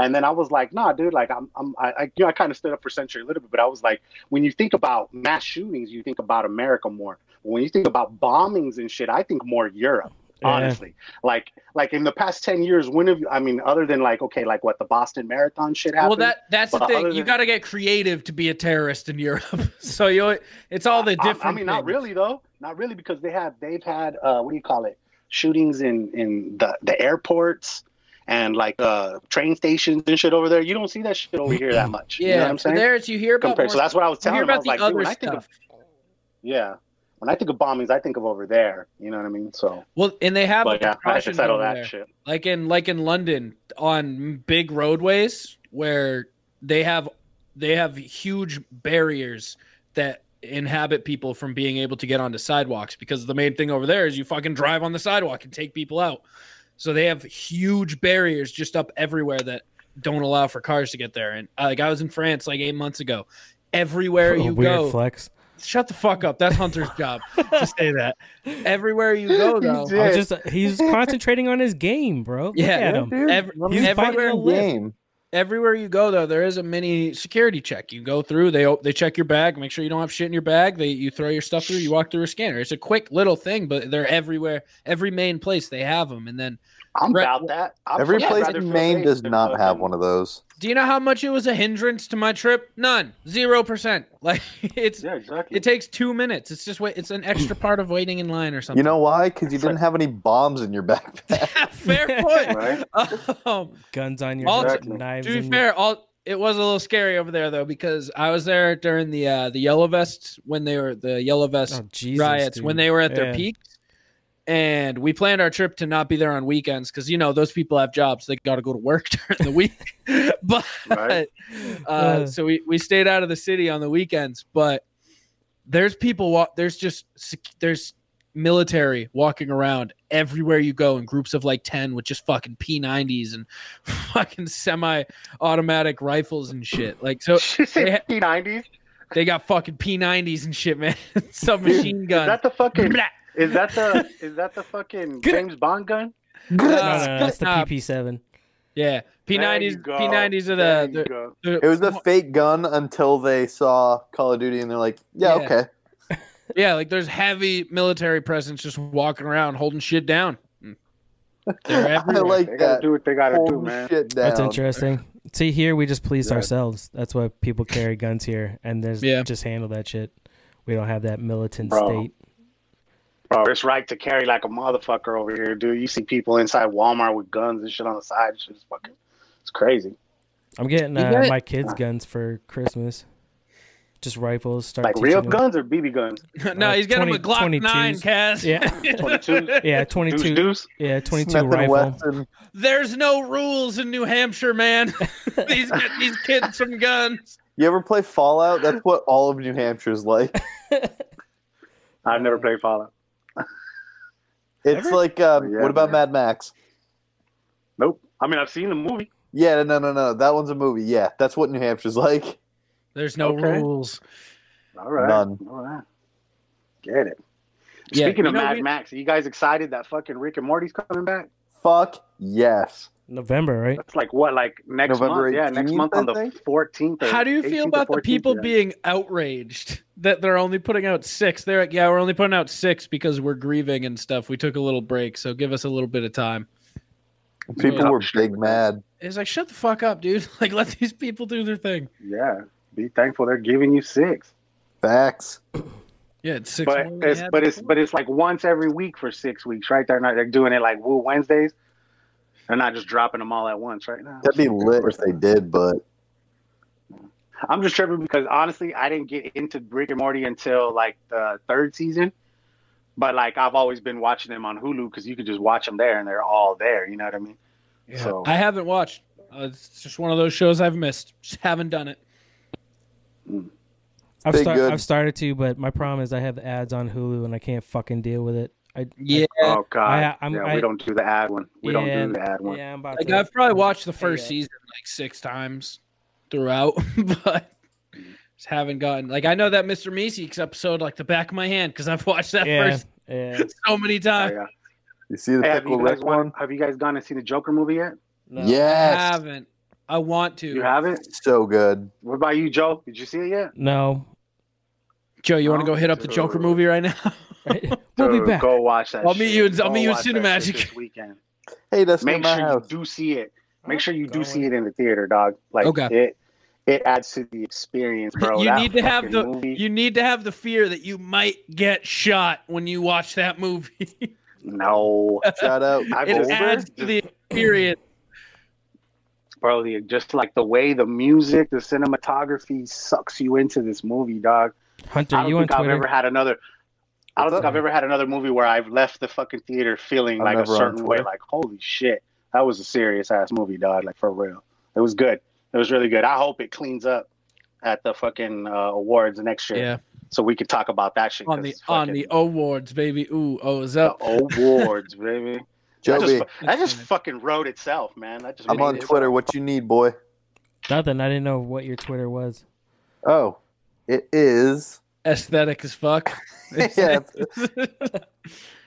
G: And then I was like, nah, dude, like I'm, I'm, I, I you know, I kind of stood up for Century a little bit, but I was like, when you think about mass shootings, you think about America more. When you think about bombings and shit, I think more Europe.
N: Yeah.
G: Honestly, like, like in the past ten years, when have you? I mean, other than like, okay, like what the Boston Marathon shit happened.
O: well, that that's the
G: But
O: thing.
G: other
O: You
G: than-
O: got to get creative to be a terrorist in Europe. so you, it's all the
G: I-
O: different.
G: I, mean, not
O: things.
G: really though. Not really because they have they've had uh, what do you call it? Shootings in in the the airports and like uh train stations and shit over there. You don't see that shit over here that much.
O: Yeah,
G: you know what I'm
O: so
G: saying?
O: there it's you hear about.
G: Compared,
O: more-
G: so that's what I was
O: you
G: telling
O: hear
G: him. I
O: about
G: was
O: the
G: like, dude,
O: other
G: when I think
O: stuff.
G: of yeah, when I think of bombings, I think of over there. You know what I mean? So,
O: well, and they have
G: but
O: a
G: yeah, I had to
O: precaution
G: settle
O: over
G: that
O: there.
G: shit.
O: like in like in London on big roadways where they have they have huge barriers that inhabit people from being able to get onto sidewalks because the main thing over there is you fucking drive on the sidewalk and take people out. So they have huge barriers just up everywhere that don't allow for cars to get there. And uh, like I was in France like eight months ago. Everywhere
N: A
O: you
N: weird
O: go,
N: flex.
O: shut the fuck up. That's Hunter's job to say that. Everywhere you go, though,
N: I was just he's concentrating on his game, bro. Look
O: Yeah.
N: at him.
M: Dude,
O: Every-
M: let
N: he's
M: me
N: fighting
M: fucking
N: a lift.
M: game.
O: everywhere you go though there is a mini security check you go through they they check your bag make sure you don't have shit in your bag they you throw your stuff through you walk through a scanner it's a quick little thing but they're everywhere every main place they have them and then
G: I'm
O: Right.
G: about that. I'm
M: Every
G: I'd
M: place
G: rather
M: in
G: feel
M: Maine
G: safe
M: does
G: than
M: not have
G: fucking-
M: one of those.
O: do you know how much it was a hindrance to my trip none zero percent like it's
G: Yeah, exactly.
O: it takes two minutes it's just wait it's an extra part of waiting in line or something
M: You know why? Because you didn't have any bombs in your backpack.
O: fair point
G: right?
O: um,
N: Guns on your
O: All-
N: hips,
G: Exactly.
N: knives.
O: to be
N: in-
O: fair, all it was a little scary over there though because I was there during the uh, the yellow vests when they were the yellow vest
N: Oh, Jesus,
O: riots when
N: dude.
O: they were at
N: Yeah.
O: their peak, and we planned our trip to not be there on weekends because you know those people have jobs they got to go to work during the week but
G: Right.
O: uh,
N: Uh.
O: so we, we stayed out of the city on the weekends but there's people walk there's just sec- there's military walking around everywhere you go in groups of like 10 with just fucking p90s and fucking semi automatic rifles and shit like so they, ha-
G: P90s?
O: they got fucking p90s and shit man submachine
G: Is
O: guns
G: that the fucking?
O: Blah.
G: Is that the? Is that the fucking James Bond gun?
N: no, no, no, that's the
O: Uh,
N: PP7.
O: Yeah,
G: There you
O: P90s.
G: go.
O: P90s are
G: There
O: the.
G: you
O: the,
G: go.
O: the-
M: It was a fake gun until they saw Call of Duty and they're like, yeah,
O: Yeah.
M: okay.
O: yeah, like there's heavy military presence just walking around holding shit down. They're
M: I
O: everywhere.
M: like
G: They gotta
M: that.
G: do what they gotta do,
M: Hold
G: man.
M: shit down.
N: That's interesting. See, here we just police
G: Yeah.
N: ourselves. That's why people carry guns here, and there's
O: Yeah.
N: just handle that shit. We don't have that militant
G: Bro.
N: state.
G: Bro, it's right to carry like a motherfucker over here, dude. You see people inside Walmart with guns and shit on the side. It's just fucking, it's crazy.
N: I'm getting
O: You
N: uh,
O: got-
N: my kids guns for Christmas. Just rifles. Start
G: Like
N: teaching
G: real
N: them.
G: guns or BB guns?
O: no,
N: uh,
O: he's got him a
N: 20
O: Glock 9,
N: 22s.
O: Kaz.
N: Yeah,
G: 22.
N: yeah,
G: Deuce,
N: 22.
G: deuce.
N: Yeah, 22
M: Smith and
N: rifle.
M: Wesson.
O: There's no rules in New Hampshire, man. these get these kids some guns.
M: You ever play Fallout? That's what all of New Hampshire's like.
G: I've never played Fallout.
M: It's like, um,
G: Yeah,
M: what about
G: man.
M: Mad Max?
G: Nope. I mean, I've seen the movie.
M: Yeah, no, no, no. That one's a movie. Yeah, that's what New Hampshire's like.
O: There's no
G: Okay.
O: rules.
G: All right.
M: None.
G: All right. Get it.
O: Yeah,
G: Speaking
O: you
G: of
O: know,
G: Mad
O: we-
G: Max, are you guys excited that fucking Rick and Morty's coming back?
M: Fuck yes.
N: November, right?
G: That's like what, like next
M: November
G: month? Yeah, next
M: 18th,
G: month on
M: I
G: the
M: think?
G: 14th. Or
O: How do you feel
G: 18th or
O: about the
G: 14th,
O: people
G: yeah.
O: being outraged that they're only putting out six? They're like, yeah, we're only putting out six because we're grieving and stuff. We took a little break, so give us a little bit of time.
M: People
O: Yeah.
M: were big mad.
O: It's like, shut the fuck up, dude. Like, let these people do their thing.
G: Yeah, be thankful they're giving you six.
M: Facts.
O: Yeah, it's six. more
G: But
O: than we
G: it's
O: had
G: but it's
O: before.
G: but it's like once every week for six weeks, right? They're not they're doing it like Woo Wednesdays. They're not just dropping them all at once, right now.
M: That'd be lit if they did, but
G: I'm just tripping because honestly, I didn't get into Rick and Morty until like the third season. But like I've always been watching them on Hulu because you could just watch them there and they're all there. You know what I mean?
O: Yeah.
G: so-
O: I haven't watched. Uh, it's just one of those shows I've missed. Just haven't done it.
N: I've,
M: Big
N: star-
M: good.
N: I've started to, but my problem is I have ads on Hulu and I can't fucking deal with it. I
O: Yeah,
G: Oh god,
N: I- I'm-
G: yeah,
N: I-
G: we don't do the ad one. We
N: Yeah,
G: don't do the ad one.
N: yeah, I'm about
O: like
N: to.
O: I've probably watched the first
N: Yeah.
O: season like six times throughout, but just haven't gotten. Like I know that Mr. Meeseeks episode like the back of my hand because I've watched that
N: yeah,
O: first
N: yeah.
O: so many
G: Oh,
O: times.
G: yeah.
M: you see the
G: Hey, have,
M: pickle
G: you guys
M: Rick one?
G: gone, have you guys gone and seen the Joker movie yet?
N: No.
M: Yes.
O: I haven't. I want to.
G: You haven't?
M: So good.
G: What about you, Joe? Did you see it yet?
N: No.
O: Joe, you want to
G: Oh,
O: go hit up the Joker
G: dude.
O: movie right now?
N: we'll be
G: Dude,
N: back.
G: Go watch that.
O: I'll meet
G: shit.
O: you in- I'll
G: Go
O: meet you in
G: watch that
O: Cinemagic.
G: shit this weekend.
M: Hey, that's near
G: Make
M: my
G: sure you
M: house.
G: do see it. Make sure you do
N: Going.
G: see it in the theater, dog. Like
O: Okay.
G: it, it adds to the experience, bro.
O: you
G: That
O: need to have
G: fucking
O: the
G: movie-
O: you need to have the fear that you might get shot when you watch that movie.
G: no,
M: Shout out.
G: I've
O: it
G: older,
O: adds to the experience.
G: bro. The, just like the way the music, the cinematography sucks you into this movie, dog. I
N: Hunter,
G: don't
N: you on
G: think I've
N: Twitter?
G: ever had another. I don't
M: What's
G: think
M: up?
G: I've ever had another movie where I've left the fucking theater feeling
M: I'm
G: like a
M: never on
G: certain way,
M: Twitter.
G: like holy shit, that was a serious ass movie, dog. Like for real, it was good. It was really good. I hope it cleans up at the fucking uh, awards next year,
O: Yeah,
G: so we can talk about that shit.
O: on
G: 'cause
O: the
G: it's
O: on
G: fucking-
O: the awards, baby. Ooh, oh, is up.
G: the awards, baby. That
M: Joey,
G: just, fu- that just fucking wrote itself, man. That just
M: I'm
G: made
M: on
G: it-
M: Twitter. What you need, boy?
N: Nothing. I didn't know what your Twitter was.
M: Oh, it is.
O: Aesthetic as fuck.
M: Yeah.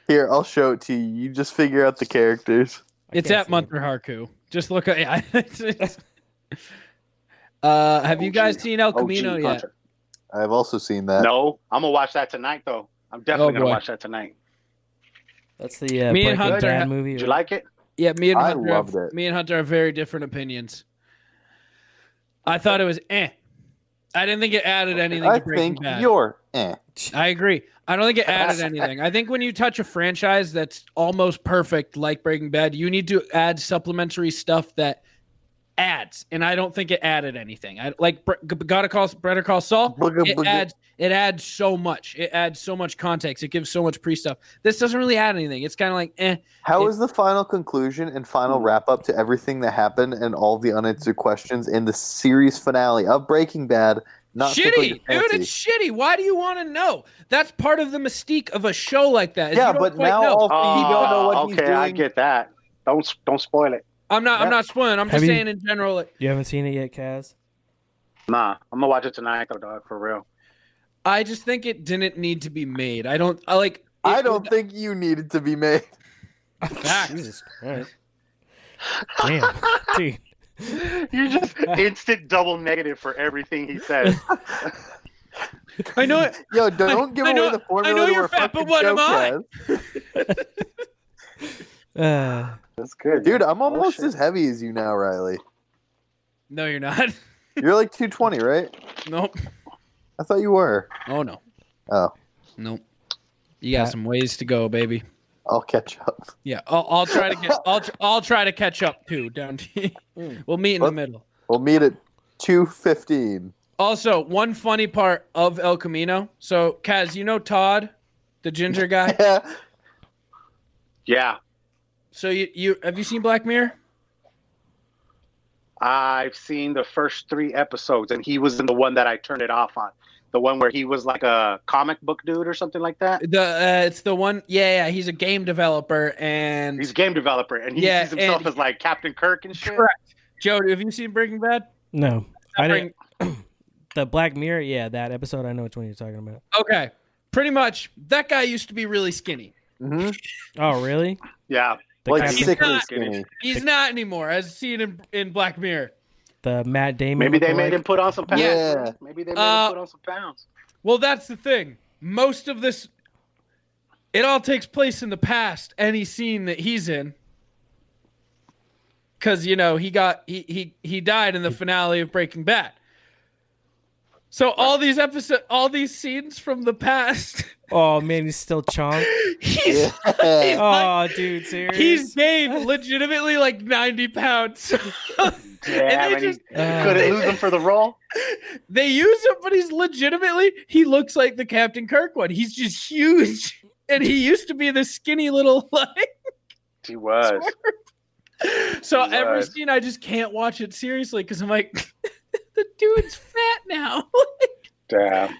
M: Here, I'll show it to you. You just figure out the characters.
N: I
O: it's
N: can't
O: at
N: see.
O: Munter Harku. Just look at. Yeah, it's- it's- uh, have you
G: OG,
O: guys seen El
G: OG
O: Camino yet?
G: Hunter.
M: I've also seen that.
G: No, I'm gonna watch that tonight though. I'm definitely gonna
O: Oh, boy.
G: watch that tonight.
N: That's the uh,
O: Me
N: Breaking
O: and Hunter
N: Bad
O: had-
N: movie.
G: Did
N: right?
G: you like it?
O: Yeah, me and
M: I
O: Hunter
M: loved
O: have,
M: it.
O: me and Hunter have very different opinions. I thought it was eh. I didn't think it added anything.
M: I
O: to Breaking
M: think
O: Bad.
M: you're eh.
O: I agree. I don't think it added anything. I think when you touch a franchise that's almost perfect, like Breaking Bad, you need to add supplementary stuff that ads, and I don't think it added anything. I like Bre- G- gotta call better call Saul.
M: Booga,
O: It
M: booga.
O: adds it adds so much. It adds so much context. It gives so much pre stuff. This doesn't really add anything. It's kind of like eh.
M: How
O: It- Hmm.
M: is the final conclusion and final wrap up to everything that happened and all the unanswered questions in the series finale of Breaking Bad? Not strictly
O: shitty, dude.
M: just fancy?
O: It's shitty. Why do you want to know? That's part of the mystique of a show like that. is you
M: yeah,
O: don't
M: but
O: quite
M: now
O: know.
M: all
G: Oh,
M: we don't know what he's
G: okay,
M: doing.
G: I get that. Don't don't spoil it.
O: I'm not.
M: yeah.
O: I'm not spoiling. I'm
N: Have
O: just
N: you-
O: saying in general. Like,
N: You haven't seen it yet, Kaz?
G: Nah, I'm gonna watch it tonight, though, dog, for real.
O: I just think it didn't need to be made. I don't. I like.
M: I
O: it-
M: don't think you needed to be made.
O: Facts.
N: Jesus Christ. Damn. Dude.
G: You're just instant double negative for everything he says.
O: I know it.
M: Yo, don't give
O: I know-
M: away the formula.
O: I know
M: to
O: you're
M: our
O: fat, but
M: fucking
O: what am
M: joke,
O: I?
M: Kaz.
N: Uh,
G: That's good,
M: Dude, I'm almost as heavy as you now, Riley.
O: No, you're not.
M: You're like 220, right?
O: nope.
M: I thought you were.
O: Oh no.
M: Oh,
O: Nope. You got
N: Pat?
O: some ways to go, baby.
M: I'll catch up.
O: Yeah, I'll, I'll try to get. I'll tr- I'll try to catch up too. Down. To,
N: Hmm.
O: we'll meet in the
M: Well-
O: middle.
M: We'll meet at 215.
O: Also, one funny part of El Camino. So, Kaz, you know Todd, the ginger guy.
M: Yeah.
G: Yeah,
O: So you you have you seen Black Mirror?
G: I've seen the first three episodes, and he was in the one that I turned it off on. The one where he was like a comic book dude or something like that.
O: The uh, it's the one. Yeah, yeah. He's a game developer and.
G: He's a game developer, and he
O: Yeah,
G: sees himself
O: and-
G: as like Captain Kirk and shit.
O: Correct. Joe, have you seen Breaking Bad?
N: no. I didn't. The Black Mirror, yeah, that episode. I know which one you're talking about.
O: Okay. Pretty much. That guy used to be really skinny.
M: hmm
N: Oh, really?
G: Yeah,
N: The,
M: Like
N: Captain-
G: sick-
M: sickly
O: Not-
M: skinny.
O: He's not anymore, as seen in, in Black Mirror.
N: the Matt Damon.
G: maybe they made
N: lookalike.
G: him put on some pounds.
M: Yeah.
G: Maybe they made
O: Uh,
G: him put on some pounds.
O: Well, that's the thing. Most of this, it all takes place in the past. Any scene that he's in, because you know he got he he he died in the finale of Breaking Bad. So all these episode, all these scenes from the past,
N: Oh man, he's still chonk.
O: he's
M: Yeah.
N: Oh, dude, serious.
O: he's gained legitimately like ninety pounds.
G: Yeah,
O: and they
G: and
O: just
G: he
N: Uh,
G: couldn't lose him for the role.
O: they use him, but he's legitimately he looks like the Captain Kirk one. He's just huge, and he used to be this skinny little like.
G: He was.
O: So
G: Right.
O: every scene, I just can't watch it seriously because I'm like, the dude's fat now.
G: Damn.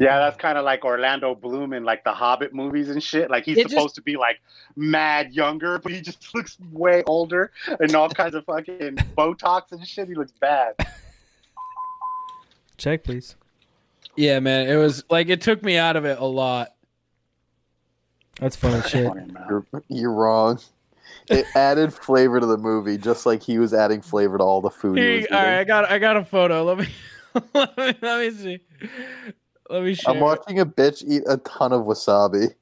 G: Yeah, that's kind of like Orlando Bloom in like the Hobbit movies and shit. Like he's
O: It just-
G: supposed to be like mad younger, but he just looks way older and all kinds of fucking Botox and shit. He looks bad.
N: Check, please.
O: yeah, man, it was like it took me out of it a lot.
N: That's funny shit.
M: You're, you're wrong. It added flavor to the movie, just like he was adding flavor to all the food. He
O: Here
M: was
O: you- all right, I
M: eating.
O: got I got a photo. Let me let me, let me see. Let me share.
M: I'm
O: it.
M: watching a bitch eat a ton of wasabi.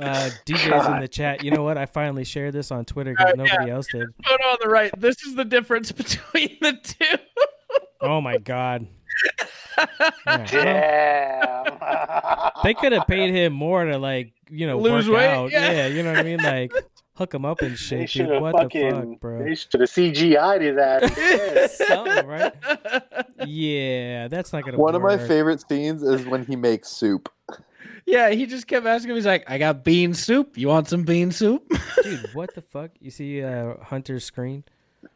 N: Uh, DJ's in
G: God.
N: the chat. You know what? I finally shared this on Twitter
O: Uh,
N: because
O: yeah.
N: nobody else did.
O: photo on the right. This is the difference between the two.
N: Oh my god. Yeah.
G: Damn.
N: They could have paid him more to like you know
O: Lose
N: work
O: weight?
N: out.
O: Yeah.
N: Yeah. you know what I mean. Like hook him up and
G: They
N: shit,
G: should
N: dude.
G: have
N: What
G: fucking.
N: the fuck, bro?
G: They should have CGI'd his ass. instead.
N: Something, right? Yeah, that's not gonna.
M: One of my
N: work.
M: favorite scenes is when he makes soup.
O: Yeah, he just kept asking me, he's like, I got bean soup. You want some bean soup?
N: Dude, what the fuck? You see uh, Hunter's screen?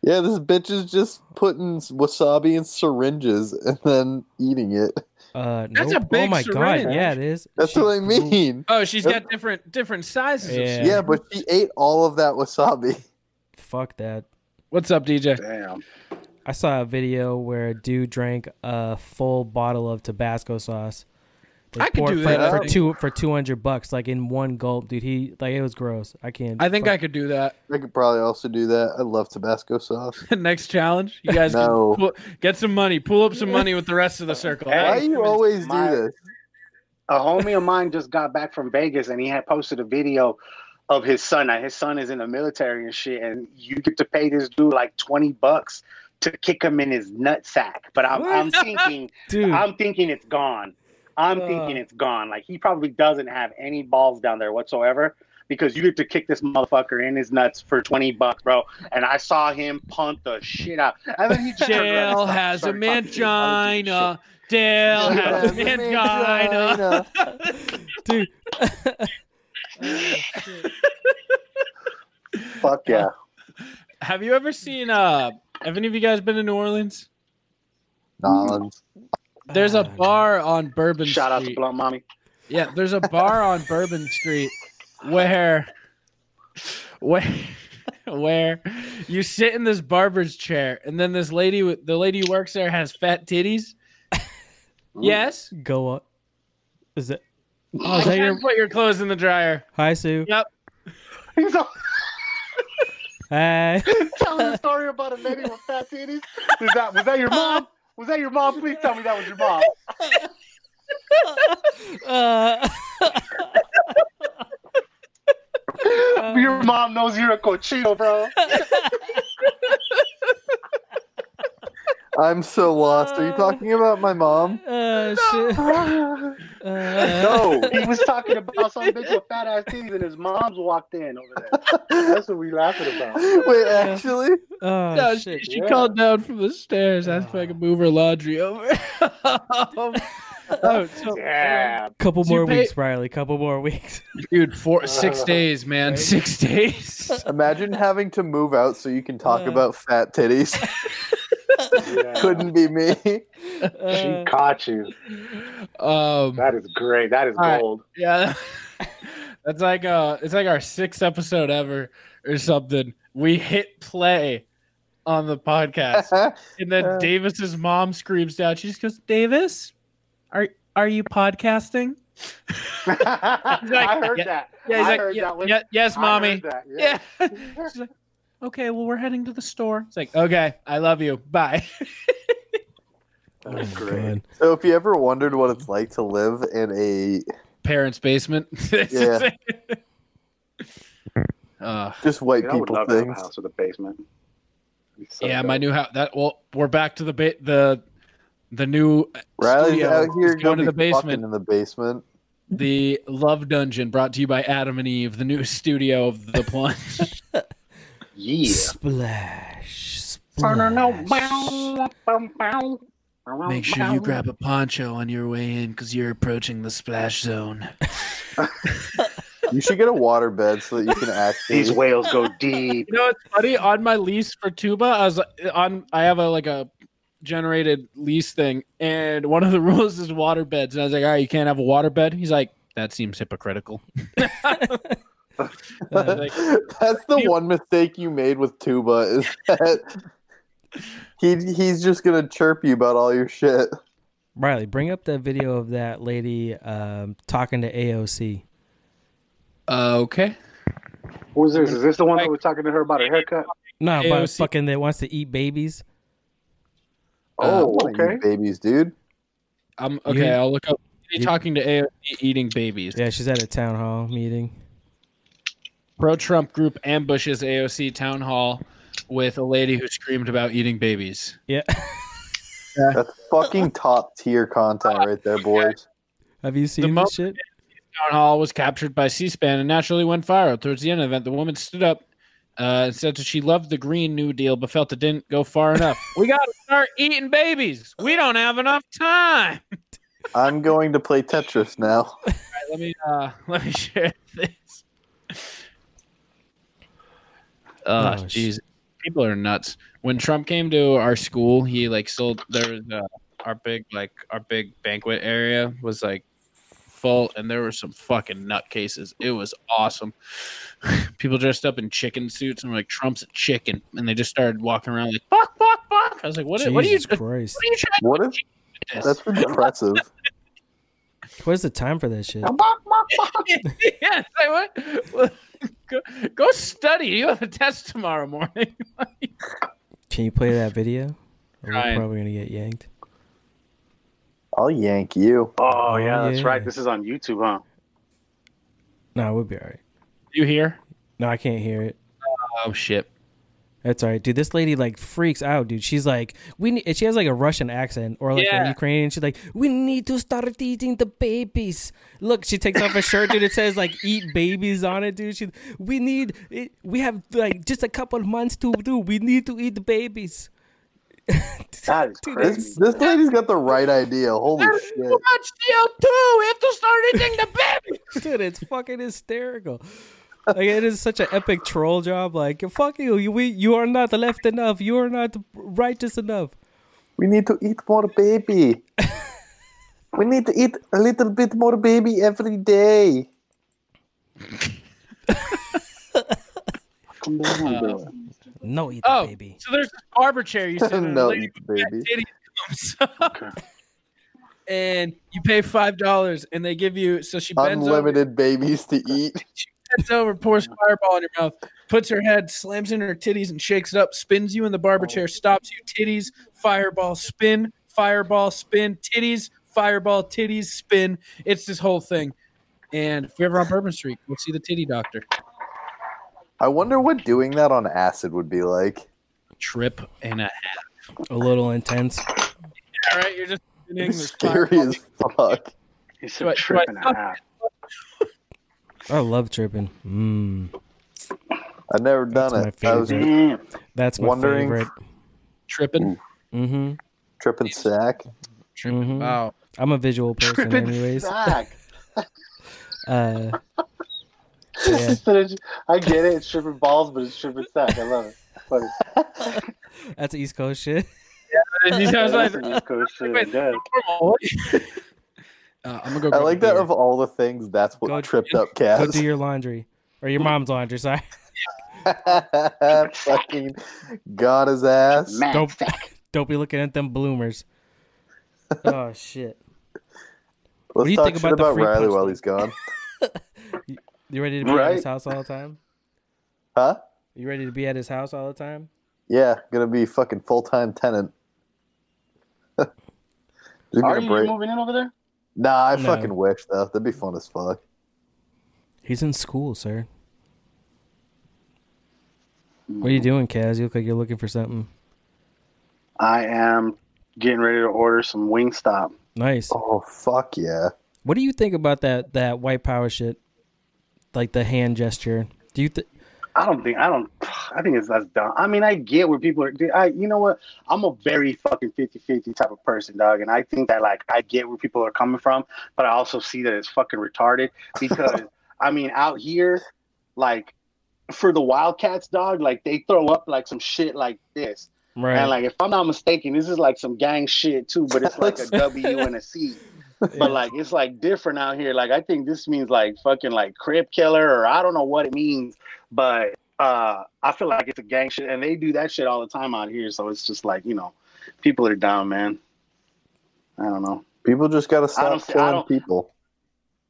M: Yeah, this bitch is just putting s- wasabi in syringes and then eating it.
N: Uh,
O: That's a
N: nope. Oh
O: big
N: my god,
O: syringe.
N: yeah, it is.
M: That's
N: She-
M: what I mean.
O: Oh, she's got different different sizes. of
N: Yeah.
O: soup.
M: Yeah, but she ate all of that wasabi.
N: Fuck that.
O: What's up, DJ?
G: Damn.
N: I saw a video where a dude drank a full bottle of Tabasco sauce. They
O: I could
N: poured
O: do
N: for,
O: that, I
N: for
O: think.
N: two for two hundred bucks, like in one gulp, dude. He like it was gross. I can't.
O: I think
N: fuck-
O: I could do that.
M: I could probably also do that. I love Tabasco sauce.
O: Next challenge, you guys can
M: No.
O: pull- get some money, pull up some money with the rest of the circle.
G: Hey,
M: Why you always do
G: my-
M: this?
G: a homie of mine just got back from Vegas and he had posted a video of his son. Now his son is in the military and shit, and you get to pay this dude like twenty bucks to kick him in his nutsack. But I'm, I'm thinking,
N: dude.
G: I'm thinking it's gone. I'm
N: Uh.
G: thinking it's gone. Like he probably doesn't have any balls down there whatsoever. because you get to kick this motherfucker in his nuts for twenty bucks, bro. And I saw him pump the shit out. And then he just
O: Dale has a mangina. Dale has a mangina.
N: dude.
M: Fuck yeah.
O: Have you ever seen? Uh, have any of you guys been to New Orleans?
M: Nolans.
O: There's a bar on Bourbon
G: Shout out to
O: Street.
G: Blunt Mommy.
O: Yeah, there's a bar on Bourbon Street where where where you sit in this barber's chair and then this lady with the lady who works there has fat titties. yes.
N: Go up. Is it?
O: Oh,
N: is that your-
O: put your clothes in the dryer.
N: Hi, Sue.
O: Yep.
G: He's all-
N: Hi.
G: telling a story about a lady with fat titties. Was that was that your mom? Was that your mom? Please tell me that was your mom.
N: Uh,
O: Uh,
G: Your mom knows you're a cochino, bro.
M: I'm so lost. Are you talking about my mom?
N: uh, shit. Uh,
M: No.
G: Oh, He was talking about some bitch with fat ass titties, and his mom's walked in over there. That's what we laughing about.
M: Wait, actually,
N: oh,
O: No, she,
N: shit.
O: she
G: yeah.
O: called down from the stairs, asked if I could move her laundry over. oh, so-
G: Yeah,
N: Couple
O: So you
N: more
O: pay-
N: weeks, Riley. Couple more weeks.
O: dude, four six days, man, six days.
M: imagine having to move out so you can talk
N: Uh.
M: about fat titties.
G: yeah.
M: Couldn't be me.
G: She
N: Uh,
G: caught you.
O: Um,
G: That is great. That is
O: All right.
G: gold.
O: yeah, that's like uh, it's like our sixth episode ever or something. We hit play on the podcast, and then
M: Uh.
O: Davis's mom screams out. She just goes, "Davis, are are you podcasting?"
G: I heard
O: yeah,
G: that.
O: Yeah, he's
G: I
O: like,
G: heard
O: "Yeah,
G: that one.
O: yeah, yes,
G: I
O: mommy.
G: heard that,
O: Yeah. She's like, okay, well, we're heading to the store. It's like, okay, I love you. Bye.
N: oh my God.
M: So, if you ever wondered what it's like to live in a
O: Parents' basement. This is
M: Yeah.
O: it. uh,
M: just white
G: Dude, I would
M: people
G: love to have a
M: thing,
G: house with a basement. It'd be so
O: yeah,
G: dope.
O: my new house. That well, we're back to the ba- the the new
M: Riley's
O: studio
M: out
O: is
M: here
O: going
M: going
O: to the
M: fucking
O: basement.
M: in the basement.
O: The Love Dungeon, brought to you by Adam and Eve, the new studio of the plunge.
G: yeah.
N: Splash. Splash.
O: Make sure you grab a poncho on your way in because you're approaching the splash zone.
M: You should get a water bed so that you can actually.
G: These whales go deep.
O: You know, it's funny. On my lease for Tuba, I was on. I have a like a generated lease thing, and one of the rules is water beds. And I was like, "All right, you can't have a water bed." He's like, "That seems hypocritical." I was like,
M: That's the one mistake you made with Tuba is that he he's just gonna chirp you about all your shit.
N: Riley, bring up the video of that lady um, talking to AOC.
O: uh, okay.
G: Who is this? Is this the one that was talking to her about her haircut?
N: No, but
O: AOC.
N: fucking that wants to eat babies.
G: Oh,
M: What are Uh, you
G: okay.
M: babies, dude.
O: I'm okay.
N: You-
O: I'll look up.
N: you-
O: talking to AOC eating babies.
N: Yeah, she's at a town hall meeting.
O: Pro Trump group ambushes AOC town hall with a lady who screamed about eating babies.
N: Yeah.
M: That's fucking top tier content right there, boys.
N: Have you seen
O: mo-
N: this shit?
O: town hall was captured by C-SPAN and naturally went viral. Towards the end of the event, the woman stood up uh, and said that she loved the Green New Deal, but felt it didn't go far enough. we got to start eating babies. We don't have enough time. All
M: I'm going to play Tetris now.
O: right, let me uh, let me share this. Oh,
N: Oh, sh-
O: jeez, people are nuts. When Trump came to our school, he like sold there was uh, our big like our big banquet area was like full, and there were some fucking nutcases. It was awesome. people dressed up in chicken suits and were like Trump's a chicken, and they just started walking around like fuck, fuck, fuck. I was like, what? are- what are you?
N: Jesus
O: What are
N: Christ.
O: you trying
M: What if
O: to do?
M: that's impressive?
N: Where's the time for that shit?
O: yeah, it's like, what? Go, go study. You have a test tomorrow morning.
N: Can you play that video? Or We're
O: Ryan.
N: probably gonna get yanked.
M: I'll yank you.
G: Oh, yeah, that's
N: yeah.
G: right. This is on YouTube, huh?
N: No, we'll be alright.
O: you hear?
N: No, I can't hear it.
O: Oh shit.
N: That's all right, dude. This lady like freaks out, dude. She's like, we need. and She has like a Russian accent or like a
O: Yeah.
N: Ukrainian. She's like, we need to start eating the babies. Look, she takes off her shirt, dude. It says like "eat babies" on it, dude. She, we need. It, we have like just a couple months to do. We need to eat the babies.
G: That
M: This,
G: is
M: this lady's got the right idea. Holy shit.
O: CO2. We have to start eating the baby.
N: dude it's fucking hysterical like it is such an epic troll job like fuck you you, we, you are not left enough you are not righteous enough
M: We need to eat more baby. we need to eat a little bit more baby every day.
G: Come on, bro.
N: no eat
O: Oh,
N: the baby
O: so there's this barber chair you sit in. and a
M: No,
O: lady
M: eat
O: with fat
M: baby.
O: titty comes up. And you pay five dollars, and they give you. So she bends over,
M: Unlimited babies to eat.
O: bends over, pours fireball in your mouth, puts her head, slams in her titties, and shakes it up. Spins you in the barber
M: Oh.
O: chair, stops you, titties, fireball, spin, fireball, spin, titties, fireball, titties, spin. It's this whole thing. And if you're ever on Bourbon Street, we'll see the titty doctor.
M: I wonder what doing that on acid would be like.
O: Trip and a half.
N: a little intense
O: All right, you're just spinning.
M: It's
O: There's
M: scary
O: fireball.
M: as fuck.
G: It's
O: Do
G: a
O: I-
G: trip
O: do
G: and
O: I-
G: a half.
N: i love tripping mm,
M: I've never done
N: That's
M: it.
N: my
M: I was
N: favorite.
G: Damn.
N: that's my
M: Wondering-
N: favorite
O: tripping.
N: hmm
M: tripping sack.
N: Mhm.
O: Wow.
N: i'm a visual person
G: Tripping
N: anyways
G: sack.
N: uh yeah.
G: But it's- I get it. It's tripping balls, but it's tripping sack. I love it. Fuck it.
N: that's east coast shit
O: Uh,
G: That's some East Coast shit, I guess.
O: normal. Uh, I'm gonna go.
M: I
O: grab
M: like
O: a
M: that
O: beer.
M: of all the things, that's what
N: Go-
M: tripped up
N: go
M: Cass.
N: do your laundry or your mom's laundry sorry
M: Fucking got his ass.
G: Man,
N: Don't-
G: sack.
N: don't be looking at them bloomers oh shit do
M: Let's
N: you
M: talk
N: think
M: shit
N: about the
M: about
N: free
M: Riley
N: punch
M: while
N: though?
M: he's gone.
N: you ready to be at
M: Right.
N: his house all the time
M: Huh?
N: You ready to be at his house all the time?
M: Yeah, gonna be fucking full time tenant. You're
G: Are
M: gonna
G: you
M: break.
G: moving in over there?
M: Nah, I
N: No.
M: fucking wish though. That'd be fun as fuck.
N: He's in school, sir. What are you doing, Kaz? You look like you're looking for something.
G: I am getting ready to order some Wingstop.
N: Nice.
M: Oh fuck yeah.
N: What do you think about that that white power shit? Like the hand gesture. Do you th-
G: I don't think I don't. I think it's that's dumb. I mean, I get where people are. I you know what? I'm a very fucking 50-50 type of person, dog, and I think that like I get where people are coming from, but I also see that it's fucking retarded because I mean, out here, like for the Wildcats, dog, like they throw up like some shit like this,
N: right?
G: and like if I'm not mistaken, this is like some gang shit too, but it's like a W and a C. But like it's like different out here. Like I think this means like fucking like crib killer or I don't know what it means, but uh I feel like it's a gang shit and they do that shit all the time out here. So it's just like, you know, people are dumb, man. I don't know.
M: People just gotta stop
G: don't see- I
M: killing
G: don't-
M: people.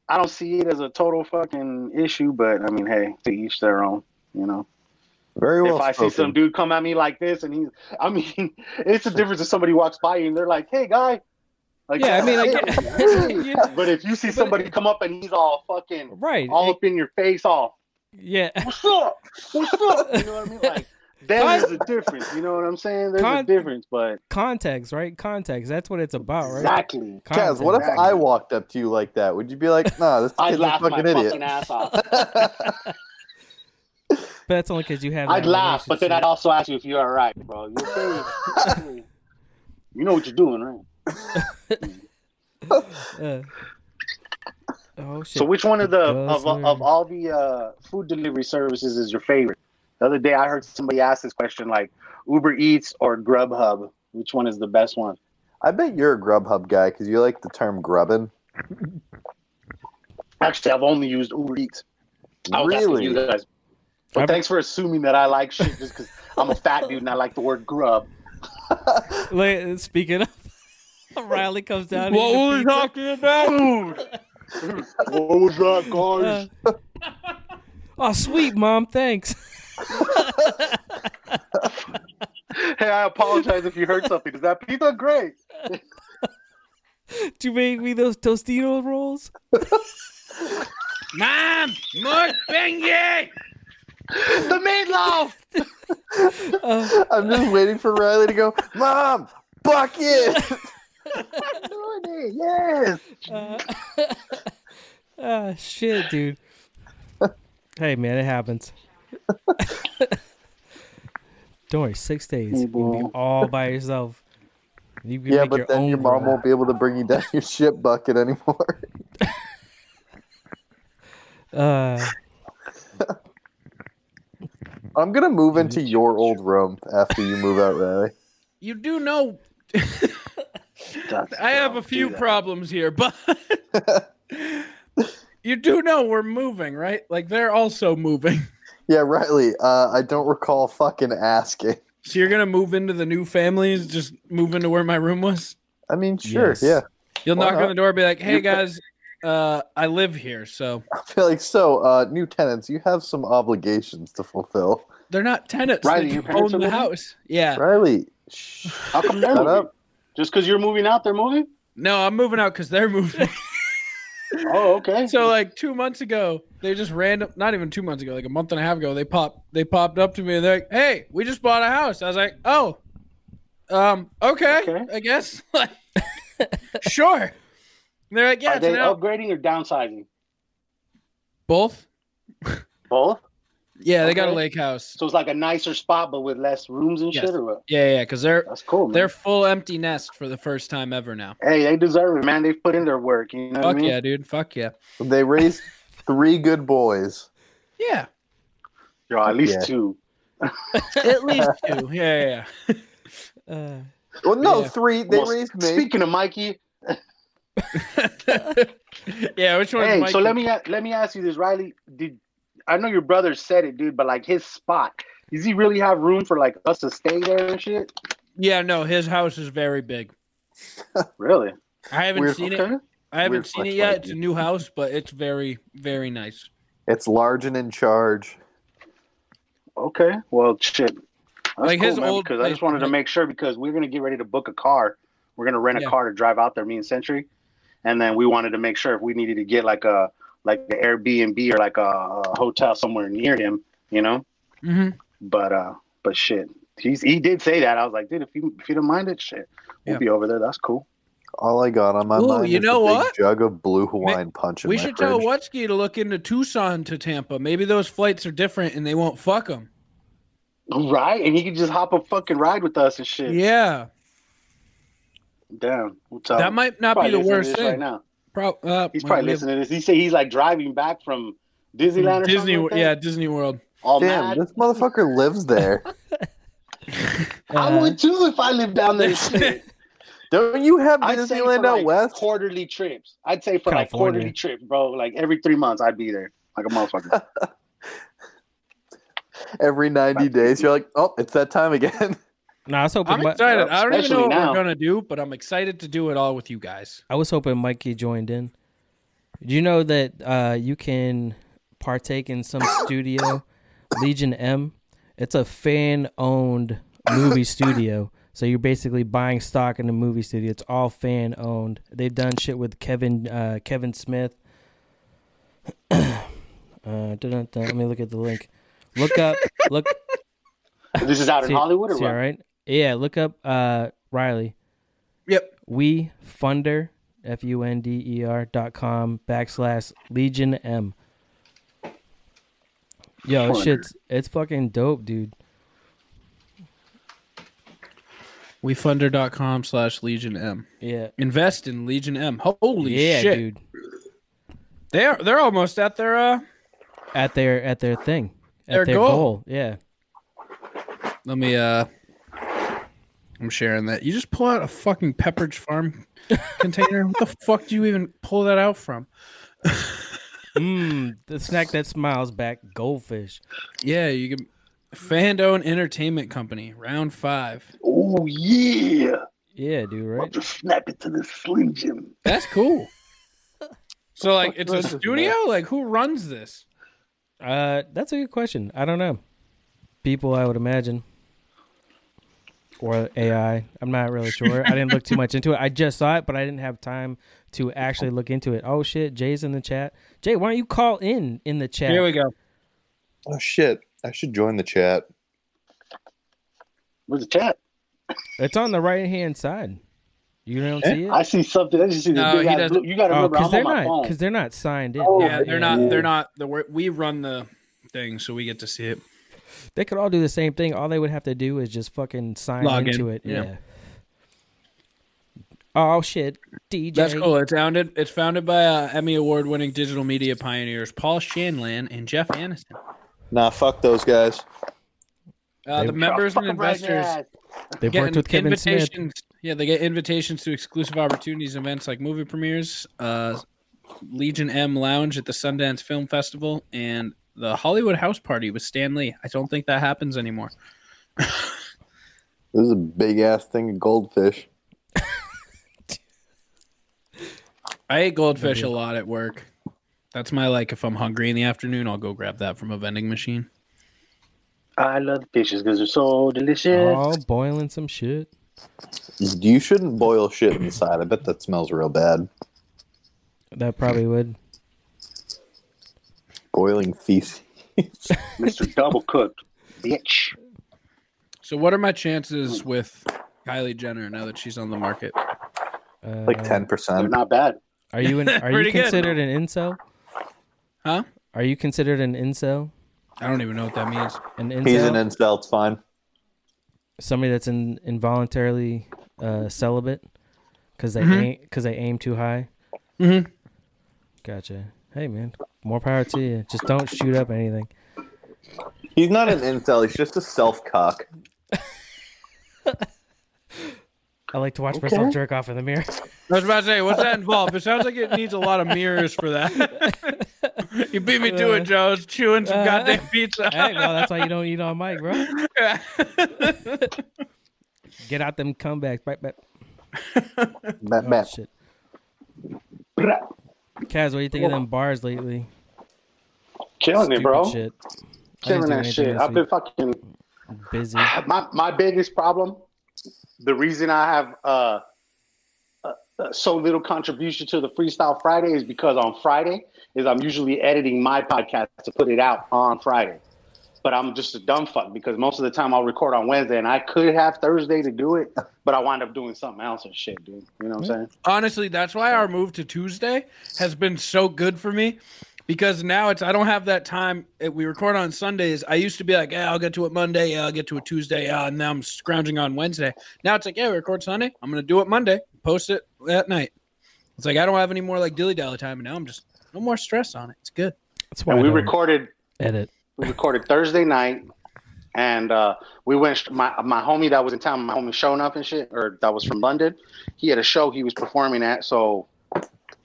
G: I don't see it as a total fucking issue, but I mean, hey, to each their own, you know.
M: Very well.
G: if I see
M: spoken.
G: some dude come at me like this, and he's, I mean, it's the difference if somebody walks by you and they're like, "Hey, guy." Like,
N: Yeah, I mean, I get-
G: but if you see somebody come up and he's all fucking
N: right.
G: all up in your face, all
N: yeah.
G: what's up, what's up, you know what I mean? Like, that is the difference. You know what I'm saying? There's
N: Con-
G: a difference, but
N: Context, right? Context. That's what it's about, right?
G: exactly,
M: Kaz, what if I walked up to you like that? Would you be like, nah, this
G: I'd
M: kid's a
G: laugh my
M: fucking idiot?
G: fucking ass off.
N: But that's only because you have.
G: I'd
N: that
G: laugh, but then I'd
N: relationship.
G: also ask you if you're all right, bro. You okay? you know what you're doing, right?
N: Uh, oh shit.
G: So which one of the
N: Because
G: of, of
N: we're-
G: all the uh, food delivery services is your favorite? The other day I heard somebody ask this question like Uber Eats or Grubhub, which one is the best one?
M: I bet you're a Grubhub guy because you like the term grubbin.
G: Actually, I've only used Uber Eats. I was asking
M: Really?
G: you guys. But
N: I've-
G: thanks for assuming that I like shit just because I'm a fat dude and I like the word grub.
N: Wait, speaking of, Riley comes down.
O: What
N: eats a
O: were we
N: pizza.
O: talking about?
G: what was that, guys?
N: Oh, sweet mom, thanks.
G: hey, I apologize if you heard something. Is that pizza great?
N: Did you make me those Tostino rolls?
O: Mom, more beignet.
G: the meatloaf.
M: uh, I'm just waiting for Riley to go, Mom, bucket. I'm doing
G: it. Yes. Uh,
N: oh, shit, dude. hey, man, it happens. Don't worry, six days. You'll be all by yourself.
M: You yeah, but your then your mom won't be able to bring you down your shit bucket anymore.
N: uh,
M: I'm gonna move into your old room after you move out, Riley.
O: You do know I have a few problems here, but you do know we're moving, right? Like they're also moving.
M: Yeah, Riley. Uh, I don't recall fucking asking.
O: So you're gonna move into the new families? Just move into where my room was?
M: I mean, sure, yes. yeah.
O: You'll Why knock not? on the door, be like, "Hey guys, uh, I live here, so."
M: I feel like so. Uh, new tenants, you have some obligations to fulfill.
O: They're not tenants. Riley, they your parents own the moving? house. Yeah.
M: Riley, shh.
G: How come they're up? Just because you're moving out, they're moving.
O: No, I'm moving out because they're moving.
G: oh, okay.
O: So like two months ago, they just random not even two months ago, like a month and a half ago, they popped they popped up to me and they're like, Hey, we just bought a house. I was like, Oh, um, okay, okay. I guess. sure. And they're like, Yeah,
G: Are they now- upgrading or downsizing?
O: Both.
G: Both?
O: Yeah, they okay. got a lake house.
G: So it's like a nicer spot, but with less rooms and yes. shit. Or what?
O: Yeah, yeah, because they're
G: that's cool. Man.
O: They're full empty nest for the first time ever now.
G: Hey, they deserve it, man. They've put in their work. You know
O: Fuck
G: I mean?
O: yeah, dude. Fuck yeah.
M: They raised three good boys.
O: Yeah.
G: Yo, at least yeah. two.
O: at least two. Yeah, yeah.
M: yeah. Uh, well, no, yeah. three. They well, raised me.
G: Speaking of Mikey.
O: yeah, which one?
G: Hey, so let me let me ask you this, Riley. Did I know your brother said it, dude, but like his spot, does he really have room for like us to stay there and shit?
O: Yeah, no, his house is very big.
G: really?
O: I haven't Weird, seen okay. it. I haven't Weird seen it yet. Light, it's dude. a new house, but it's very, very nice.
M: It's large and in charge.
G: Okay. Well, shit. That's like cool, his man, old because place, I just wanted to make sure because we we're gonna get ready to book a car. We're gonna rent yeah. a car to drive out there, me and Century, and then we wanted to make sure if we needed to get like a like the Airbnb or like a, hotel somewhere near him, you know.
O: Mm-hmm.
G: But uh, but shit, he's he did say that. I was like, dude, if you if you don't mind it, shit, we'll yeah. be over there. That's cool.
M: All I got on my Ooh, mind
O: you
M: is
O: know what?
M: jug of blue Hawaiian Man, punch.
O: we should
M: fridge.
O: tell Wutsky to look into Tucson to Tampa. Maybe those flights are different and they won't fuck him.
G: Right, and he can just hop a fucking ride with us and shit.
O: Yeah.
G: Damn, we'll
O: that him. might not
G: probably
O: be the worst thing
G: right now.
O: Pro, uh,
G: he's probably listening to this. He said he's like driving back from Disneyland.
O: Disney,
G: like
O: yeah, Disney World.
G: All
M: Damn,
G: mad.
M: this motherfucker lives there.
G: I
N: uh,
G: would too if I lived down there.
M: Don't you have I'd Disneyland out
G: like
M: west?
G: Quarterly trips. I'd say for California. like quarterly trip, bro. Like every three months, I'd be there like a motherfucker.
M: every ninety days, you're like, oh, it's that time again.
N: No, I was hoping.
O: I'm excited. My, I don't even know what now. we're gonna do, but I'm excited to do it all with you guys.
N: I was hoping Mikey joined in. Do you know that uh, you can partake in some studio, Legion M? It's a fan-owned movie studio, so you're basically buying stock in the movie studio. It's all fan-owned. They've done shit with Kevin uh, Kevin Smith. uh, let me look at the link. Look up. Look.
G: This is out in
N: see,
G: Hollywood, or
N: see, all right? Yeah, look up uh, Riley.
O: Yep.
N: We funder f u n d e r dot com backslash legion m. Yo, shit's it's fucking dope, dude.
O: WeFunder.com slash Legion M.
N: Yeah.
O: Invest in Legion M. Holy
N: yeah,
O: shit.
N: dude.
O: They're they're almost at their uh
N: at their at their thing. At their, their goal. goal. Yeah.
O: Let me uh I'm sharing that. You just pull out a fucking Pepperidge Farm container. What the fuck do you even pull that out from?
N: Mmm, the snack that smiles back, goldfish.
O: Yeah, you can Fandone Entertainment Company, round five.
G: Oh yeah.
N: Yeah, dude, right? I'll
G: just snap it to the slim jim.
O: That's cool. so like it's a studio? Like who runs this?
N: Uh that's a good question. I don't know. People I would imagine or AI. I'm not really sure. I didn't look too much into it. I just saw it, but I didn't have time to actually look into it. Oh shit, Jay's in the chat. Jay, why don't you call in in the chat?
O: Here we go.
M: Oh shit. I should join the chat.
G: Where's the chat?
N: It's on the right hand side. You don't see it?
G: Eh? I see something. I just see
O: No,
G: the
O: he
G: big eyes.
O: doesn't.
G: blue- You got to
N: Oh,
G: remember,
N: because
G: I'm
N: they're
G: on my
N: not
G: phone.
N: because they're not signed in.
G: Oh,
O: yeah, they're not. They're not. The wor- we run the thing, so we get to see it.
N: They could all do the same thing. All they would have to do is just fucking sign
O: Log in.
N: into it. Yeah.
O: Yeah.
N: Oh shit, DJ.
O: That's cool. It's founded. It's founded by uh, Emmy Award-winning digital media pioneers Paul Shanlan and Jeff Aniston.
M: Nah, fuck those guys.
O: Uh,
N: They-
O: the members and investors
N: They
O: get
N: worked with Kevin Smith.
O: invitations. Yeah, they get invitations to exclusive opportunities, events like movie premieres, uh, Legion M Lounge at the Sundance Film Festival, and the Hollywood House Party with Stan Lee. I don't think that happens anymore.
M: This is a big ass thing of goldfish.
O: I ate goldfish a lot at work. That's my like. If I'm hungry in the afternoon, I'll go grab that from a vending machine.
G: I love fishes because they're so delicious.
N: Oh, boiling some shit.
M: You shouldn't boil shit inside. I bet that smells real bad.
N: That probably would.
M: Boiling feces.
G: Mr. Double Cooked, bitch.
O: So, what are my chances with Kylie Jenner now that she's on the market?
N: Uh,
M: Like ten
G: They're
M: percent.
G: not bad.
N: Are you an, are you
O: Pretty good.
N: considered an incel?
O: Huh?
N: Are you considered an incel?
O: I don't even know what that means.
N: An incel?
M: He's an incel. It's fine.
N: Somebody that's in, involuntarily uh, celibate because they
O: Mm-hmm.
N: aim because they aim too high.
O: Mhm.
N: Gotcha. Hey man, more power to you. Just don't shoot up anything.
M: He's not an incel. He's just a self cock.
N: I like to watch myself jerk off in the mirror.
O: I was about to say, what's that involved? It sounds like it needs a lot of mirrors for that. you beat me to it, Joe. I was chewing some
N: Uh,
O: goddamn pizza.
N: hey, well, that's why you don't eat on mic, bro. Get out them comebacks. Back, back.
M: Bat,
N: Oh,
M: bat.
N: shit. Kaz, what do you think of them bars lately?
G: Killing it,
N: Stupid
G: bro.
N: Shit. I didn't
G: Killing
N: do
G: that
N: anything
G: shit.
N: this
G: I've been
N: week.
G: fucking
N: busy.
G: my my biggest problem, the reason I have uh, uh, uh, so little contribution to the Freestyle Friday is because on Friday is I'm usually editing my podcast to put it out on Friday, but I'm just a dumb fuck because most of the time I'll record on Wednesday and I could have Thursday to do it, but I wind up doing something else and shit, dude. You know what I'm saying?
O: Honestly, that's why our move to Tuesday has been so good for me because now it's I don't have that time. It- We record on Sundays. I used to be like, yeah, I'll get to it Monday. Yeah, I'll get to it Tuesday. Yeah, and now I'm scrounging on Wednesday. Now it's like, yeah, we record Sunday. I'm gonna do it Monday. Post it at night. It's like I don't have any more like dilly dally time, and now I'm just no more stress on it. It's good.
N: That's why
G: And
N: I
G: we
N: don't
G: recorded
N: edit.
G: we recorded Thursday night, and uh, we went. My my homie that was in town, my homie showing up and shit, or that was from London. He had a show he was performing at, so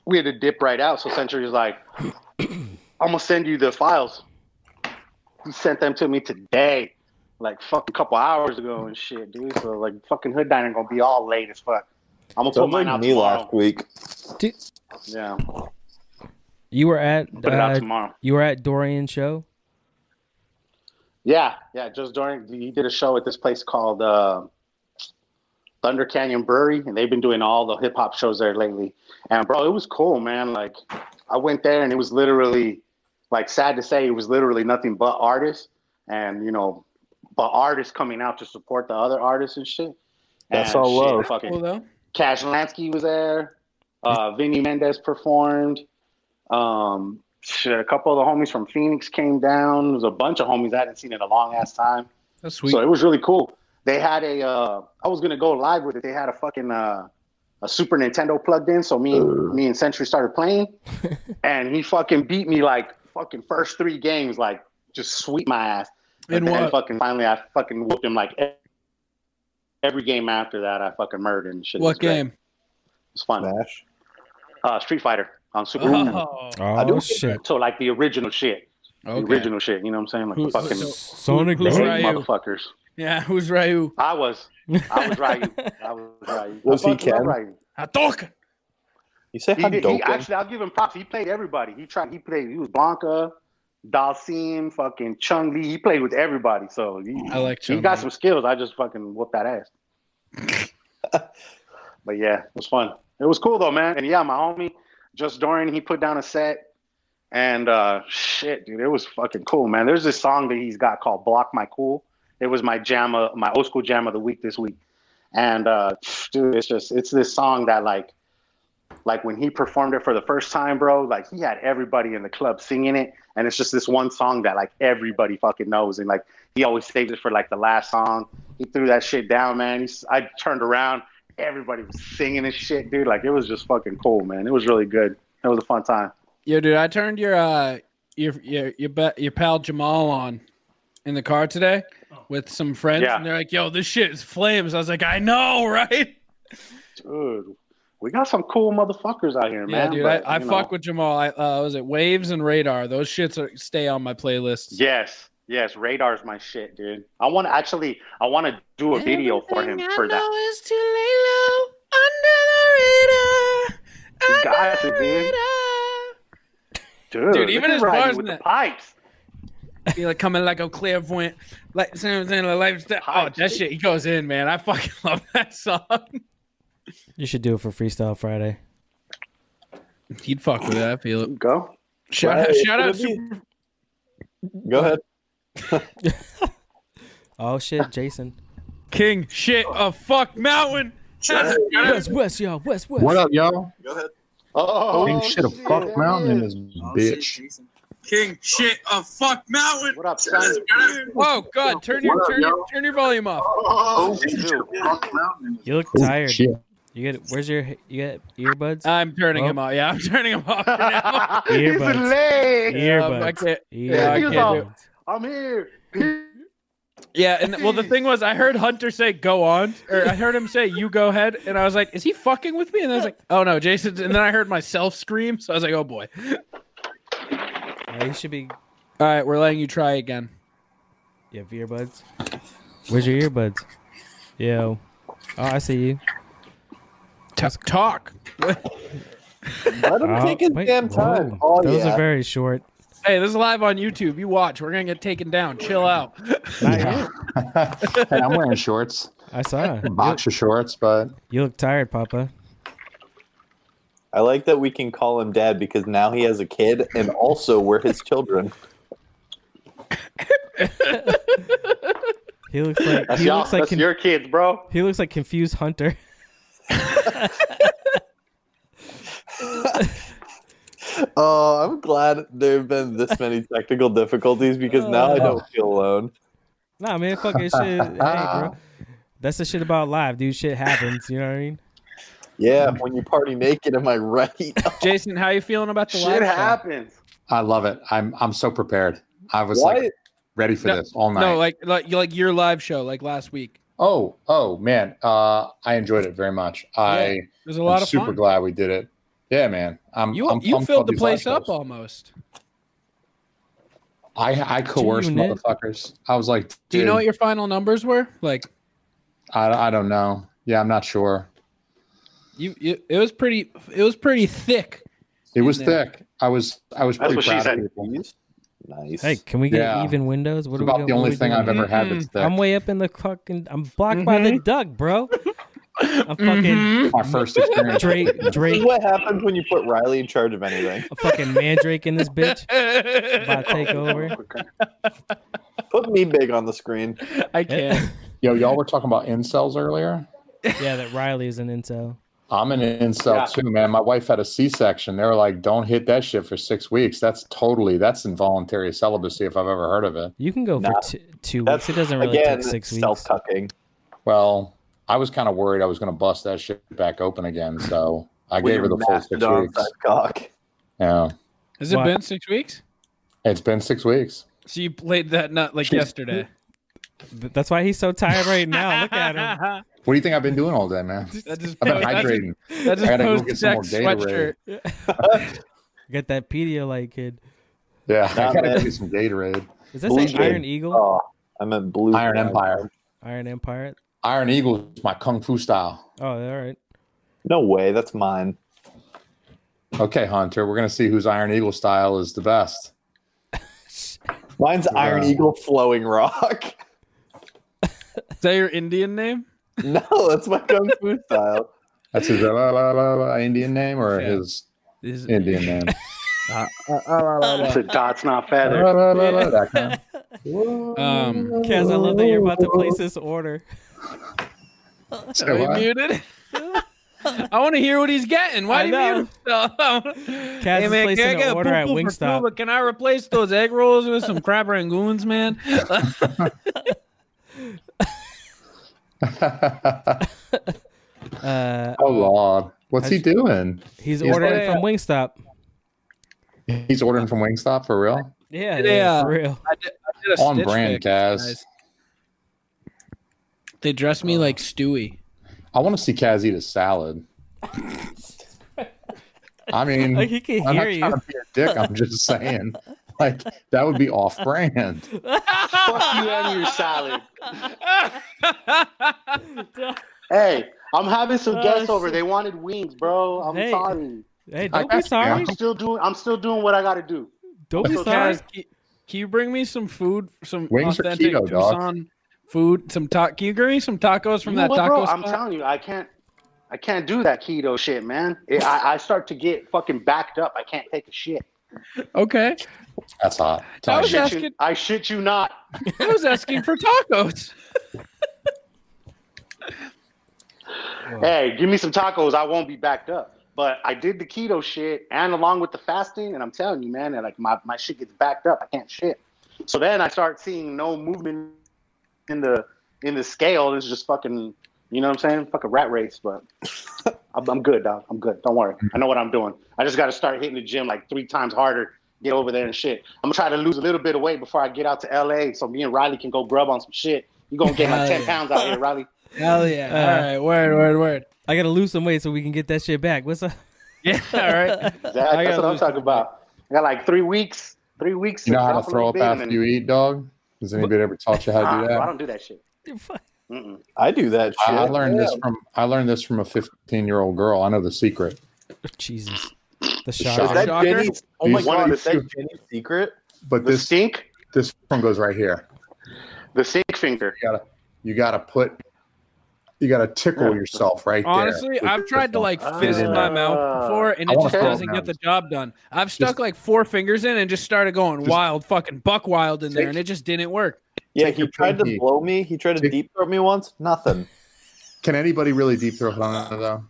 G: we had to dip right out. So Century was like, "I'm gonna send you the files." He sent them to me today, like fucking couple hours ago and shit, dude. So like, fucking hood diner gonna be all late as fuck. I'm gonna put
M: Sounds
G: mine
M: like
G: out
M: me
G: tomorrow.
M: last week.
G: Yeah,
N: You were at
G: put it out
N: uh,
G: tomorrow.
N: you were at Dorian show.
G: Yeah, yeah. Just during he did a show at this place called uh, Thunder Canyon Brewery, and they've been doing all the hip hop shows there lately. And bro, it was cool, man. Like I went there, and it was literally, like, sad to say, it was literally nothing but artists, and you know, but artists coming out to support the other artists and shit.
M: That's
G: And
M: all
G: shit,
M: love.
G: Fucking
O: Cool though.
G: Cash Lansky was there. Uh, Vinny Mendez performed. Um, shit, a couple of the homies from Phoenix came down. There was a bunch of homies I hadn't seen in a long ass time.
O: That's sweet.
G: So it was really cool. They had a. Uh, I was gonna go live with it. They had a fucking uh, a Super Nintendo plugged in. So me, and me and Century started playing, and he fucking beat me like fucking first three games, like just sweep my ass.
O: In
G: And then
O: what?
G: fucking finally, I fucking whooped him like e- every game after that. I fucking murdered and shit. It was
O: what
G: great.
O: game?
G: It was fun.
M: Smash.
G: Uh, Street Fighter on Super. Nintendo.
O: Oh,
N: Oh
M: do get
N: shit!
G: So like the original shit, the
O: okay.
G: original shit. You know what I'm saying? Like
O: Who-
G: the fucking
O: so-
N: Sonic
O: who's
G: those
N: Boom.
O: Ryu?
G: motherfuckers.
O: Yeah, who's Ryu?
G: I was, I was Ryu. I was Ryu.
M: Was
G: I
M: he
G: fucking love
M: Ken?
G: Ryu.
O: Hadouken.
M: You say
G: He,
M: how
G: did,
M: dope?
G: he actually, I'll give him props. He played everybody. He tried. He played. He was Blanca, Dalsim, fucking Chung Li. He played with everybody. So he,
O: I like
G: he
O: Chung
G: got
O: Li.
G: some skills. I just fucking whooped that ass. but yeah, it was fun. It was cool though, man. And yeah, my homie, just Dorian, he put down a set, And uh, shit, dude, it was fucking cool, man. There's this song that he's got called "Block My Cool." It was my jam, of, my old school jam of the week this week. And uh, dude, it's just it's this song that like, like when he performed it for the first time, bro, like he had everybody in the club singing it, and it's just this one song that like everybody fucking knows, and like he always saves it for like the last song. He threw that shit down, man. He's, I turned around, everybody was singing and shit, dude. Like it was just fucking cool, man. It was really good. It was a fun time.
O: Yo, dude, I turned your uh your your your, be- your pal Jamal on in the car today with some friends,
G: Yeah.
O: and they're like, "Yo, this shit is flames." I was like, "I know, right?"
G: Dude, we got some cool motherfuckers out here,
O: yeah,
G: man.
O: dude,
G: but,
O: I, I
G: you know.
O: fuck with Jamal. I uh, was it Waves and Radar. Those shits are, stay on my playlist.
G: Yes, yes, radar's my shit, dude. I want to actually, I want to do a video for him for that. You got it, dude. Dude,
O: Dude,
G: look
O: even
G: at
O: his
G: Rodney
O: bars
G: with
O: in
G: the
O: that-
G: pipes.
O: Be like coming like a clairvoyant, like something like lifestyle. Oh, that shit, he goes in, man. I fucking love that song.
N: You should do it for Freestyle Friday.
O: He'd fuck with that. I feel it.
G: Go.
O: Shout
N: Right,
O: out, shout
N: it'll
O: out,
N: be-
O: super,
M: Go ahead.
N: Oh shit, Jason.
O: King. Shit, a fuck mountain.
N: West, west, y'all. West, west.
F: What up, y'all?
N: Go ahead.
G: Oh,
F: King shit a fuck mountain in this bitch.
O: King shit a fuck mountain.
G: What up,
O: son? Oh god, turn your
F: What up,
O: turn, your
F: yo?
O: turn your volume off.
G: Oh,
N: You look tired. You get where's your you got earbuds?
O: I'm turning
N: Oh.
O: him off. Yeah, I'm turning him off. For now.
N: Earbuds. Earbuds.
O: Um, I can't-
N: Yeah,
O: yeah, I
N: he was
O: can't
N: all-
O: do it.
G: I'm here.
O: Yeah, and well, the thing was, I heard Hunter say "go on," or I heard him say "you go ahead," and I was like, "Is he fucking with me?" And I was like, "Oh no, Jason!" And then I heard myself scream, so I was like, "Oh boy."
N: Yeah, you should be.
O: All right, we're letting you try again.
N: You have earbuds. Where's your earbuds? Yo. Oh, I see you.
O: Ta- talk.
M: Let
N: Oh, wait, whoa.
M: Oh,
N: Those are very short.
O: Hey, this is live on YouTube. You watch. We're gonna get taken down. Chill out.
F: hey, I'm wearing shorts.
N: I saw.
F: Boxer shorts, but
N: You look tired, Papa.
M: I like that we can call him dad because now he has a kid and also we're his children.
N: He looks like
G: That's
N: he
G: y'all.
N: looks like
G: That's your kids, bro.
N: he looks like confused Hunter.
M: Oh, I'm glad there have been this many technical difficulties because now I don't feel alone.
N: Nah, man, fuck it, shit. hey, bro. That's the shit about live, dude. Shit happens. You know what I mean?
M: Yeah, when you party naked, am I right?
O: Jason, how you feeling about the
G: Shit
O: live? show?
G: happens.
F: I love it. I'm I'm so prepared. I was like
M: What?
F: ready for
O: No,
F: this all night.
O: No, like like like your live show, like last week.
F: oh, oh man, uh, I enjoyed it very much. I
O: Yeah, It was a lot
F: am
O: of
F: super
O: fun.
F: glad we did it. Yeah, man. I'm
O: You
F: I'm
O: you
F: pumped
O: filled
F: about
O: the
F: these live
O: place up
F: shows.
O: almost.
F: I I coerced
O: unit.
F: motherfuckers. I was like, dude,
O: Do you know what your final numbers were? Like
F: I I don't know. Yeah, I'm not sure.
O: you, you it was pretty it was pretty thick.
F: It was
O: In there.
F: thick. I was I was
G: That's
F: pretty
G: what she
F: proud
G: said.
F: of people.
M: Nice.
N: Hey, can we get
F: Yeah.
N: even windows? What
F: It's
N: are we
F: about
N: gonna-
F: the
N: what are
F: only
N: we
F: thing
N: doing
F: I've ever had that's thick.
N: I'm way up in the fucking. I'm blocked by the duck, bro. I'm fucking
F: Our first experience.
N: Drake.
M: This
N: Drake.
M: is what happens when you put Riley in charge of anything.
N: I'm fucking mandrake in this bitch. About
F: Mm-hmm.
N: to take over.
M: Put me big on the screen.
O: I can't.
F: Yo, y'all were talking about incels earlier.
N: Yeah, that Riley is an intel.
F: I'm an incel
M: Yeah.
F: too, man. My wife had a C-section. They were like, "Don't hit that shit for six weeks." That's totally that's involuntary celibacy if I've ever heard of it.
N: You can go
M: Nah.
N: for t- two
M: That's
N: weeks. It doesn't really
M: again
N: take six weeks.
M: self-cucking.
F: Well, I was kind of worried I was going to bust that shit back open again, so I
M: With
F: gave her the
M: your
F: full six
M: mastodon
F: weeks.
M: side cock.
F: Yeah,
O: Has it
N: Why-
O: been six weeks?
F: it's been six weeks.
O: So you played that nut like yesterday.
N: Th- That's why he's so tired right now. Look at him.
F: What do you think I've been doing all day, man?
O: That just,
F: I've
O: that
F: been
O: just-
F: hydrating.
O: that just
F: I gotta go
O: post
F: get some more
O: sex
F: Gatorade.
O: sweatshirt.
N: Got that Pedialyte kid.
F: Yeah,
M: Nah,
F: I gotta go
M: man.
F: get some Gatorade.
N: Does that
M: Blue
N: say
M: Jay.
N: Iron Eagle?
M: Oh, I'm at Blue
F: Iron
M: Jay.
F: Empire,
N: Iron Empire.
F: Iron Eagle, is my kung fu style.
N: Oh, all right.
M: No way, that's mine.
F: Okay, Hunter, we're gonna see whose Iron Eagle style is the best.
M: Mine's Iron
F: Wow.
M: Eagle Flowing Rock.
O: Is that your Indian name?
M: No, that's my kung fu style.
F: That's his uh, la, la, la, la, Indian name or
O: Yeah.
F: his
O: Is-
F: Indian name?
G: Uh, uh, dot's not feather.
N: um, Kaz, I love that you're about to place this order.
O: So he muted. I want to hear what he's getting. Why I do you mute himself?
N: Kaz hey, man, placing an order at Wingstop.
O: Cuba. Can I replace those egg rolls with some crab rangoons, man?
F: uh, oh lord, what's he doing?
N: He's, he's ordering like, from Wingstop.
F: He's ordering from Wingstop for real.
N: Yeah, yeah, yeah for real. I
F: did, I did On brand, Kaz. Guys.
O: They dress me like Stewie.
F: I want to see Kaz eat a salad. I mean,
N: like he can
F: I'm
N: hear you.
F: dick. I'm just saying, like that would be off brand. Fuck
G: you and your salad. hey, I'm having some guests over. They wanted wings, bro. I'm
N: Hey.
G: sorry.
N: Hey, don't
F: I-
N: be sorry.
G: I'm still doing. I'm still doing what I got to do.
N: Don't be
G: So
N: sorry.
O: Guys, can, can you bring me some food? Some
F: Wings are
O: authentic
F: keto, dog.
O: Tucson food. Some ta- Can you bring me some tacos from
G: You know
O: that
G: what,
O: taco
G: bro?
O: spot?
G: I'm telling you, I can't. I can't do that keto shit, man. It, I, I start to get fucking backed up. I can't take a shit.
O: okay,
F: That's hot.
O: I
F: Tell
O: was
F: you.
G: Shit you-
O: asking-
G: I shit you not.
O: I was asking for tacos.
G: Hey, give me some tacos. I won't be backed up. But I did the keto shit and along with the fasting, and I'm telling you, man, that like my, my shit gets backed up. I can't shit. So then I start seeing no movement in the in the scale. It's just fucking, you know what I'm saying? Fucking rat race. But I'm, I'm good, dog. I'm good. Don't worry. I know what I'm doing. I just got to start hitting the gym like three times harder. Get over there and shit. I'm gonna try to lose a little bit of weight before I get out to LA, so me and Riley can go grub on some shit. You gonna get
O: Hell
G: like ten
O: yeah.
G: pounds out here, Riley?
O: Hell yeah! All right, word, word, word.
N: Uh, I gotta lose some weight so we can get that shit back. What's up?
O: Yeah, all right.
G: Exactly.
O: I
G: That's
O: gotta
G: what I'm
O: lose
G: talking about. I got like three weeks. Three weeks.
F: You know how
G: drop
F: to
G: a
F: throw
G: little
F: up
G: bit and
F: after
G: then-
F: you eat, dog? Has anybody ever taught you how to do
G: Nah, I
F: that?
G: don't do that shit.
N: You're fine.
G: Mm-mm.
M: I do that
F: I,
M: shit.
F: I learned this
M: Yeah.
F: from I learned this from a 15 year old girl. I know the secret.
N: Jesus. The
M: Is
N: shock.
M: that
O: Shocker.
M: Jenny's? Oh my
F: These-
M: god,
G: these
M: is that
G: two-
M: Jenny's secret?
F: But
G: The
F: this
G: stink,
F: this one goes right here.
G: the stink finger.
F: You gotta you gotta put you gotta tickle yourself right
O: Honestly,
F: there.
O: I've tried to like
G: Ah.
O: fist my mouth before, and
F: I
O: it
F: wanna
O: just
F: throw it
O: doesn't
F: now.
O: get the job done. I've stuck like four fingers in and just started going wild, fucking buck wild in there,
F: Take-
O: and it just didn't work.
M: Yeah,
F: Take
M: he
F: your
M: tried to
F: pinky.
M: blow me. He tried to
F: Take-
M: deep throat me once. Nothing.
F: Can anybody really deep throat on that though?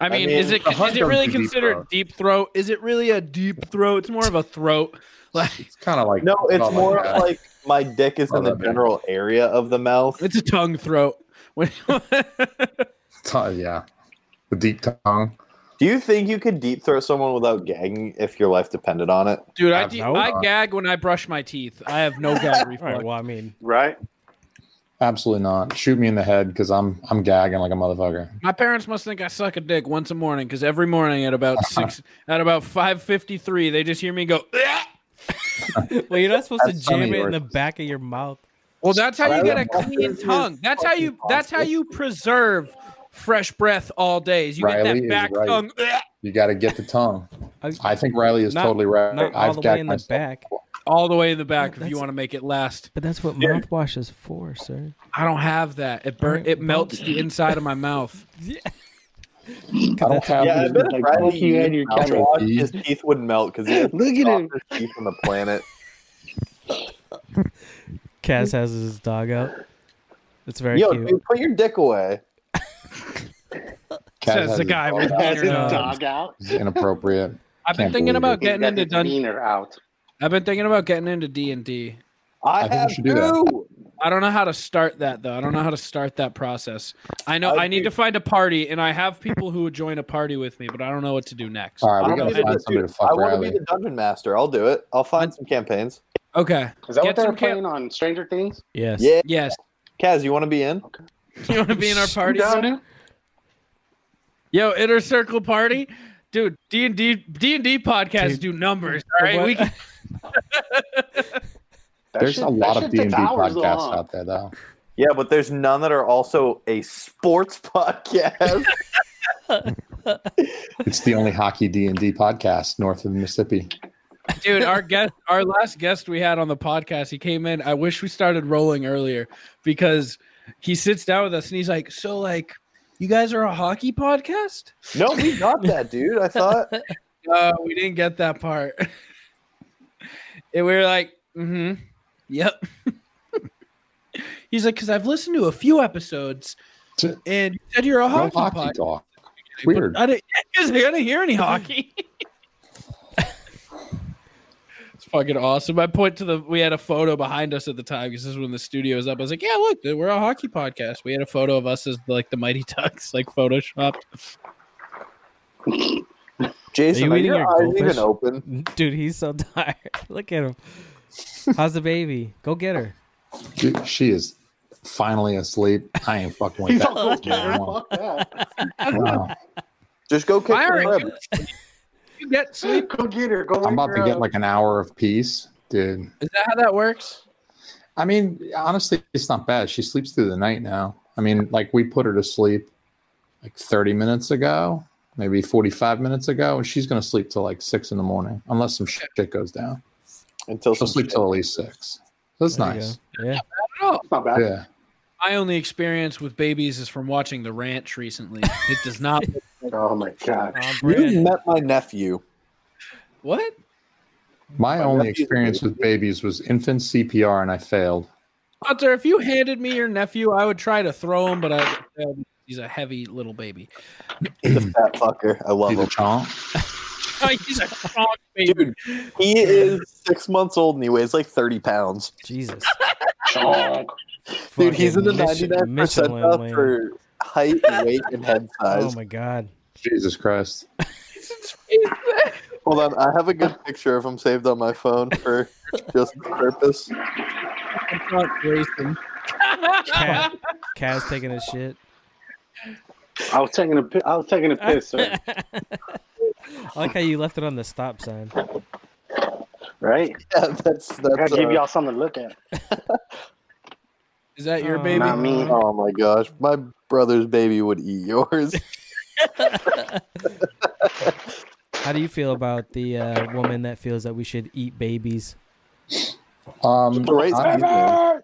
O: I mean,
M: mean,
O: is it
F: the
O: is
F: hunt
O: it really
F: goes to deep
O: considered
F: throat.
O: deep throat? Is it really a deep throat? It's more of a throat. Like
F: It's kind of like
M: No, it's
F: not
M: more
F: that.
M: like my dick is
F: Oh,
M: in the
F: that big.
M: general area of the mouth.
O: it's a tongue throat. When-
F: T- yeah, the deep tongue.
M: Do you think you could deep throat someone without gagging if your life depended on it?
O: Dude, I,
F: I've
O: de-
N: no-
O: I gag when I brush my teeth. I have no gag
N: All right.
O: reflex.
N: Well, I mean,
G: Right?
F: Absolutely not. Shoot me in the head because I'm I'm gagging like a motherfucker.
O: My parents must think I suck a dick once a morning because every morning at about six, at about five fifty three, they just hear me go. "Ah!"
N: well, you're not supposed to
F: That's funny,
N: jam it in
F: George.
N: the back of your mouth.
O: Well, that's how you
M: Right,
O: get a
M: I'm
O: clean
M: fucking-
O: tongue. That's how you.
M: fucking
O: That's how you preserve fresh breath all day. Is you get
F: Riley
O: that
F: is
O: back
F: right.
O: tongue. "Ah!"
F: You got to get the tongue.
N: I-
F: I think Riley is
N: Not-
F: totally right.
N: Not all
F: I've
N: the
F: gagged
N: way in the
F: myself.
N: back.
O: all the way in the back if you
N: That's-
O: want to make it last.
N: But that's what mouthwash is for, sir.
O: I don't have that. It burn.
N: Alright,
O: It
N: well-
O: melts the inside of my mouth.
F: I don't have
M: Yeah, I
F: the-
M: bet if
G: like
M: Riley
G: you and
M: used
G: your
M: mouthwash,
F: camera.
M: his teeth would melt because he had
G: Look
M: the
G: at him.
M: softest teeth on the planet.
N: Kaz has his dog out. It's very
M: Yo,
N: cute.
M: dude, put your dick away.
F: Cat
O: Says
F: has
O: the
F: his
O: guy
F: dog
O: with
F: out.
G: Has his
O: Uh,
G: dog out.
F: It's inappropriate.
O: I've been
F: Can't
O: thinking
F: believe
O: about
G: He's
O: getting
G: got
O: into
G: his
O: dun-
G: wiener out.
O: I've been thinking about getting into D and D.
M: I,
F: I think we
M: have
F: should do that.
M: two.
O: I don't know how to start that though. I don't know how to start that process. I know I,
M: I
O: need to find a party, and I have people who would join a party with me, but I don't know what to do next.
F: All right,
M: I
F: we
M: wanna
F: gotta
M: be the-
F: find somebody to
M: dude, I
F: fuck
M: want to be
F: Riley.
M: the dungeon master. I'll do it. I'll find some campaigns.
O: Okay.
G: Is that
O: Get
G: what they're
O: some cam-
G: playing on Stranger Things?
N: yes.
M: Yeah,
O: Yes.
M: Kaz, you want to be in?
O: You want to be in our party?
G: down,
O: soon? Yo, inner circle party, dude. D and D D and D podcasts do numbers. All right,
N: What-
O: we can,
G: That
F: There's
G: shit-
F: a lot
G: that
F: of
G: shit
F: D
G: takes
F: and D
G: hours
F: podcasts
G: long.
F: out there, though.
M: Yeah, but there's none that are also a sports podcast.
F: It's the only hockey D and D podcast north of the Mississippi.
O: dude. Our guest, our last guest we had on the podcast, he came in. I wish we started rolling earlier because he sits down with us and he's like, "So, like, you guys are a hockey podcast?"
M: no, we got that, dude. I thought
O: Uh, we didn't get that part. and we were like, mm-hmm. Yep. He's like, because I've listened to a few episodes, and you said you're a hockey, no hockey podcast. talk.
F: Weird.
O: I didn't, I didn't hear any hockey. it's fucking awesome. I point to the. We had a photo behind us at the time because this is when the studio was up. I was like, "Yeah, look, dude, we're a hockey podcast." We had a photo of us as like the Mighty Ducks, like photoshopped.
M: Jason, are, you are your eyes goldfish? even
F: Mm-hmm.
M: open?
N: Dude, he's so tired. Look at him. How's the baby? Go get her.
F: Dude, she is finally asleep. I ain't fucking with that. Like, oh,
M: wow. Just go kick Byron,
O: her You get sleep.
G: Go get her. Go
F: I'm about to get like an hour of peace, dude.
O: Is that how that works?
F: I mean, honestly, it's not bad. She sleeps through the night now. I mean, like we put her to sleep like 30 minutes ago, maybe 45 minutes ago, and she's gonna sleep till like six in the morning, unless some shit goes down.
M: Until
F: she'll sleep shit. till at least six. That's
N: There
F: nice.
N: Yeah.
G: It's not bad.
F: Yeah.
O: My only experience with babies is from watching The Ranch recently. It does not.
G: oh my god!
M: You met my nephew.
O: What?
F: My, my only experience baby. with babies was infant CPR, and I failed.
O: Hunter, if you handed me your nephew, I would try to throw him, but I failed. He's a heavy little baby.
M: He's a fat fucker. I love
F: He's
M: him.
F: a chomp.
O: Oh, he's a strong baby.
M: Dude, he is six months old and he weighs like 30 pounds.
N: Jesus.
G: Oh,
M: Dude, he's in the
N: Fucking
M: 99th
N: Michelin
M: percentile
N: man.
M: for height, weight, and head
N: Oh
M: size.
N: my god.
F: Jesus Christ.
M: Hold on, I have a good picture of him saved on my phone for just the purpose.
O: It's not racing.
N: Cat, Cat's taking a shit.
G: I was taking a pi- I was taking a piss. sir.
N: I like how you left it on the stop sign.
G: Right?
M: Yeah, that's
G: I gotta
M: that's.
G: give
M: uh,
G: y'all something to look at.
O: Is that your
N: Oh,
O: baby?
G: Not me.
M: oh my gosh, my brother's baby would eat yours.
N: How do you feel about the uh, woman that feels that we should eat babies?
F: Um,
M: The right
F: I,
M: baby.
F: I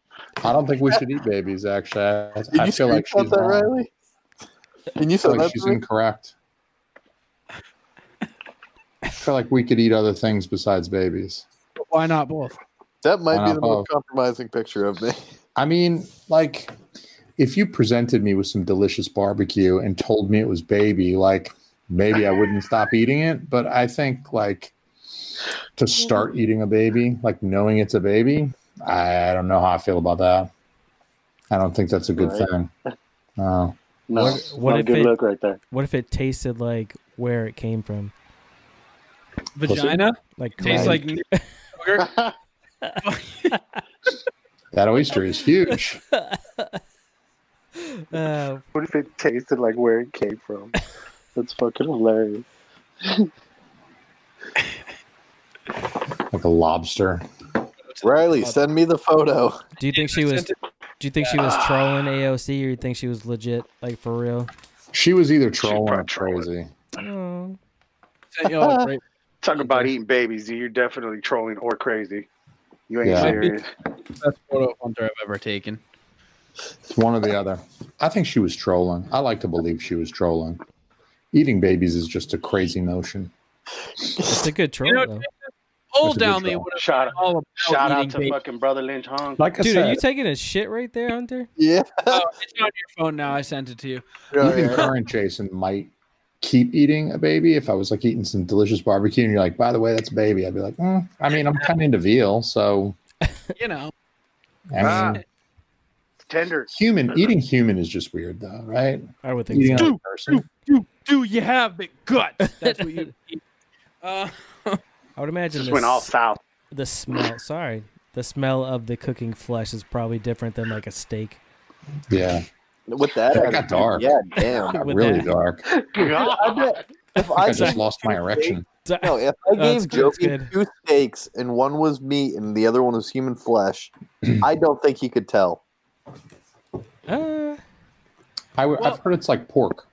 F: don't think we should eat babies. Actually, I,
M: Did
F: I
M: you
F: feel like
M: screenshot
F: she's
M: that,
F: wrong.
M: Riley? Can you
F: I feel
M: say
F: like
M: that?
F: she's
M: to me?
F: incorrect. I feel like we could eat other things besides babies.
O: Why not both?
M: That might
F: Why
M: be
F: not
M: the
F: both?
M: most compromising picture of me.
F: I mean, like, if you presented me with some delicious barbecue and told me it was baby, like, maybe I wouldn't stop eating it. But I think, like, to start eating a baby, like knowing it's a baby, I, I don't know how I feel about that. I don't think that's a good
G: Right.
F: thing. No.
G: No,
N: What-
G: it's
N: what
G: not a
N: if
G: good
N: it-
G: look right there.
N: What if it tasted like where it came from?
O: Vagina
N: Like
O: tastes
N: right.
O: like yogurt.
F: That oyster is huge.
N: Uh,
G: What if it tasted like where it came from? That's fucking hilarious.
F: like a lobster.
M: Riley, send me the photo.
N: do you think she was? Do you think she was trolling AOC, or you think she was legit, like for real?
F: She was either trolling or
G: probably trolling.
F: crazy.
N: Oh.
O: Sent y'all a great-
G: Talk about eating babies. dude. You're definitely trolling or crazy. You ain't
F: Yeah.
G: serious.
O: best photo of Hunter I've ever taken.
F: It's one or the other. I think she was trolling. I like to believe she was trolling. Eating babies is just a crazy notion.
N: It's a good troll
O: You know,
N: though.
O: Old
F: That's a good
O: Downey
F: shout.
O: would have
G: Shout out,
O: all about
G: shout out
O: eating
G: to
O: babies.
G: fucking brother Lynch Hong.
F: Like I
N: Dude, are you
F: said,
N: taking a shit right there, Hunter?
M: Yeah.
O: Oh, it's on your phone now. I sent it to you.
M: Yeah,
F: even
M: yeah.
F: current Jason might keep eating a baby. If I was like eating some delicious barbecue and you're like, by the way, that's a baby, I'd be like, mm, I mean, I'm kind of into veal. So,
O: You know,
F: I
M: Ah.
F: mean,
G: Tender.
F: human, eating human is just weird though, right?
N: I would think
F: Eating
N: so.
F: another person.
O: you do you have the guts? That's what you. eat. Uh,
N: I would imagine
G: Just
N: the,
G: went all
N: s-
G: south.
N: the smell. Sorry, the smell of the cooking flesh is probably different than like a steak.
F: Yeah.
M: With that,
F: That got
M: attitude,
F: dark.
M: Yeah, damn.
F: Got
N: With
F: really
N: that-
F: dark. I
M: I bet if I,
F: think I just lost my erection.
M: no, if I
N: that's
M: gave
N: good, that's
M: Joey
N: good.
M: two steaks and one was meat and the other one was human flesh, I don't think he could tell.
N: Uh,
F: I, have heard it's like pork.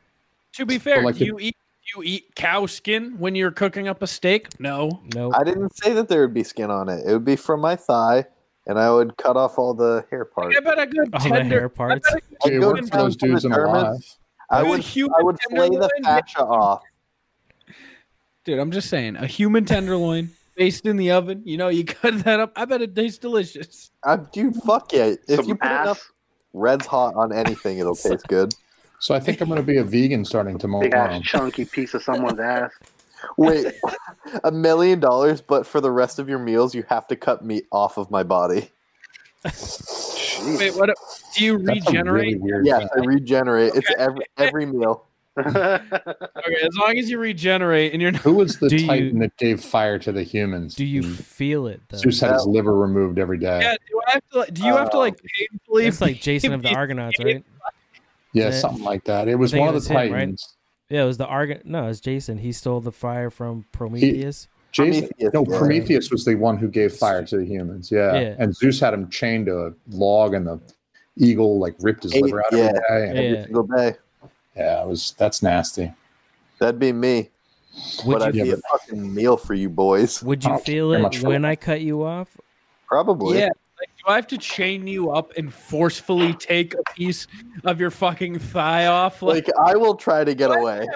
O: to be fair,
F: Well, like
O: do
F: the-
O: you eat do you eat cow skin when you're cooking up a steak? No.
N: no.
M: I didn't say that there would be skin on it. It would be from my thigh, and I would cut off all the hair part.
O: I bet a good
N: All the
O: tender.
N: hair parts.
O: I bet a
M: I'd
F: Dude,
M: go
F: what if
M: down
F: those
M: to the
F: dudes in
M: Germans.
F: alive?
M: I
O: Good
M: would,
O: human
M: I would flay the
O: tenderloin?
M: fascia off.
O: dude, I'm just saying, a human tenderloin based in the oven. You know, you cut that up. I bet it tastes delicious.
M: I, dude, fuck yeah! If Some you put ass. enough red's hot on anything, it'll taste good.
F: So I think I'm going to be a vegan starting tomorrow.
G: Big ass chunky piece of someone's ass.
M: Wait, a million dollars, but for the rest of your meals, you have to cut meat off of my body.
O: Wait, what? Do you
F: That's a
O: regenerate?
F: really weird
M: Yes,
F: thing.
M: I regenerate. It's every every meal.
O: Okay, as long as you regenerate and you're not.
F: Who was the
N: Do you-
F: titan that gave fire to the humans? Mm.
N: Do you
G: Mm.
N: feel it though?
F: Zeus had his liver removed every day.
O: Yeah, do I have to? like- Do you have to like painfully?
N: It's Oh, like Jason of the Argonauts, right?
F: yeah,
N: that-
F: something like that. It was
N: think
F: one
N: it
F: of the
N: was him, right?
F: titans.
N: Yeah, it was the Argon. No, it was Jason. He stole the fire from Prometheus.
F: Jason,
M: Prometheus,
F: no,
M: yeah.
F: Prometheus was the one who gave fire to the humans. Yeah.
N: Yeah.
F: and Zeus had him chained to a log, and the eagle like ripped his
M: Ate-
F: liver out
M: yeah.
F: every day. And,
M: Every
N: Yeah.
M: single day.
F: yeah, it was that's nasty.
M: That'd be me.
N: Would
M: but I'd
N: you
M: be a fucking meal for you boys.
N: would you
F: Oh,
N: feel
F: very
N: it
F: much
N: when I cut you off?
M: Probably.
O: Yeah. Like, do I have to chain you up and forcefully take a piece of your fucking thigh off? Like,
M: Like I will try to get away.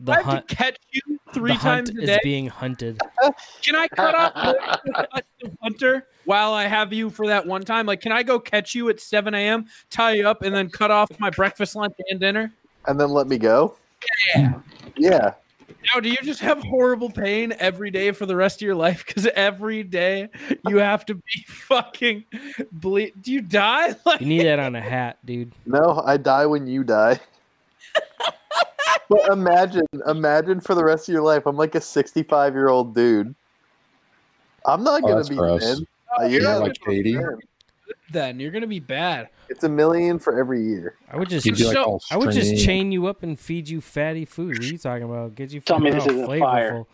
N: The
O: I have
N: hunt.
O: to catch you
N: The
O: three times
N: hunt
O: a
N: is
O: day.
N: being hunted.
O: Can I cut off the the hunter while I have you for that one time? Like, can I go catch you at 7 a.m., tie you up, and then cut off my breakfast, lunch, and dinner?
M: And then let me go. Yeah. Yeah.
O: Now, do you just have horrible pain every day for the rest of your life? Because every day you have to be fucking bleed. Do you die? Like,
N: You need that on a hat, dude.
M: No, I die when you die. but imagine, imagine for the rest of your life, I'm like a 65 year old dude. I'm not
F: Oh,
M: gonna
F: that's
M: be
F: gross.
M: thin. Uh,
F: You're
M: not
F: like
M: gonna be
F: 80?
M: thin.
O: then you're gonna be bad.
M: It's a million for every year.
N: I would just,
F: He'd be like
O: So-
F: all
N: I would just
F: stringy.
N: chain you up and feed you fatty food. What are you talking about? Get you
G: Tell me
N: fucking
G: this
N: all
G: isn't fire.
N: flavorful.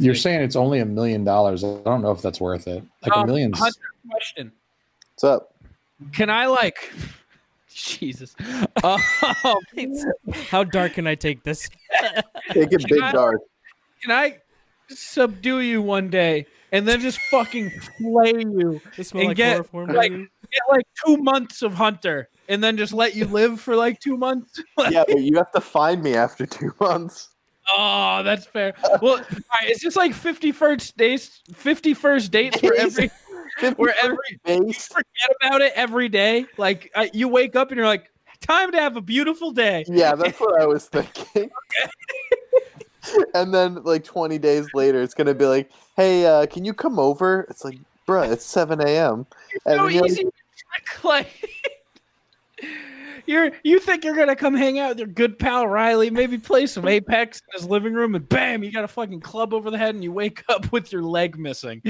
F: You're saying it's only a million dollars. I don't know if that's worth it. Like a
N: Uh,
O: Um,
F: million.
O: Hunter, question.
M: What's up?
O: Can I like? Jesus. Um,
N: How dark can I take this?
M: Take it big
O: I-
M: dark.
O: can I subdue you one day and then just fucking flay you?
N: This smell
O: And
N: like
O: get,
N: chloroform to
O: like-
N: you?
O: Get like two months of Hunter and then just let you live for like two months? Like,
M: Yeah, but you have to find me after two months.
O: Oh, that's fair. Well, all right, it's just like 51st dates, 51st dates for every, where every, you
M: Base.
O: forget about it every day. Like I, you wake up and you're like, time to have a beautiful day.
M: Yeah, that's what I was thinking. and then like 20 days later, it's gonna be like, "Hey, uh, can you come over?" It's like, "Bruh, it's 7 a.m." And
O: so
M: you're like,
O: easy to trick, like you're you think you're gonna come hang out with your good pal Riley, maybe play some Apex in his living room, and bam, you got a fucking club over the head, and you wake up with your leg missing.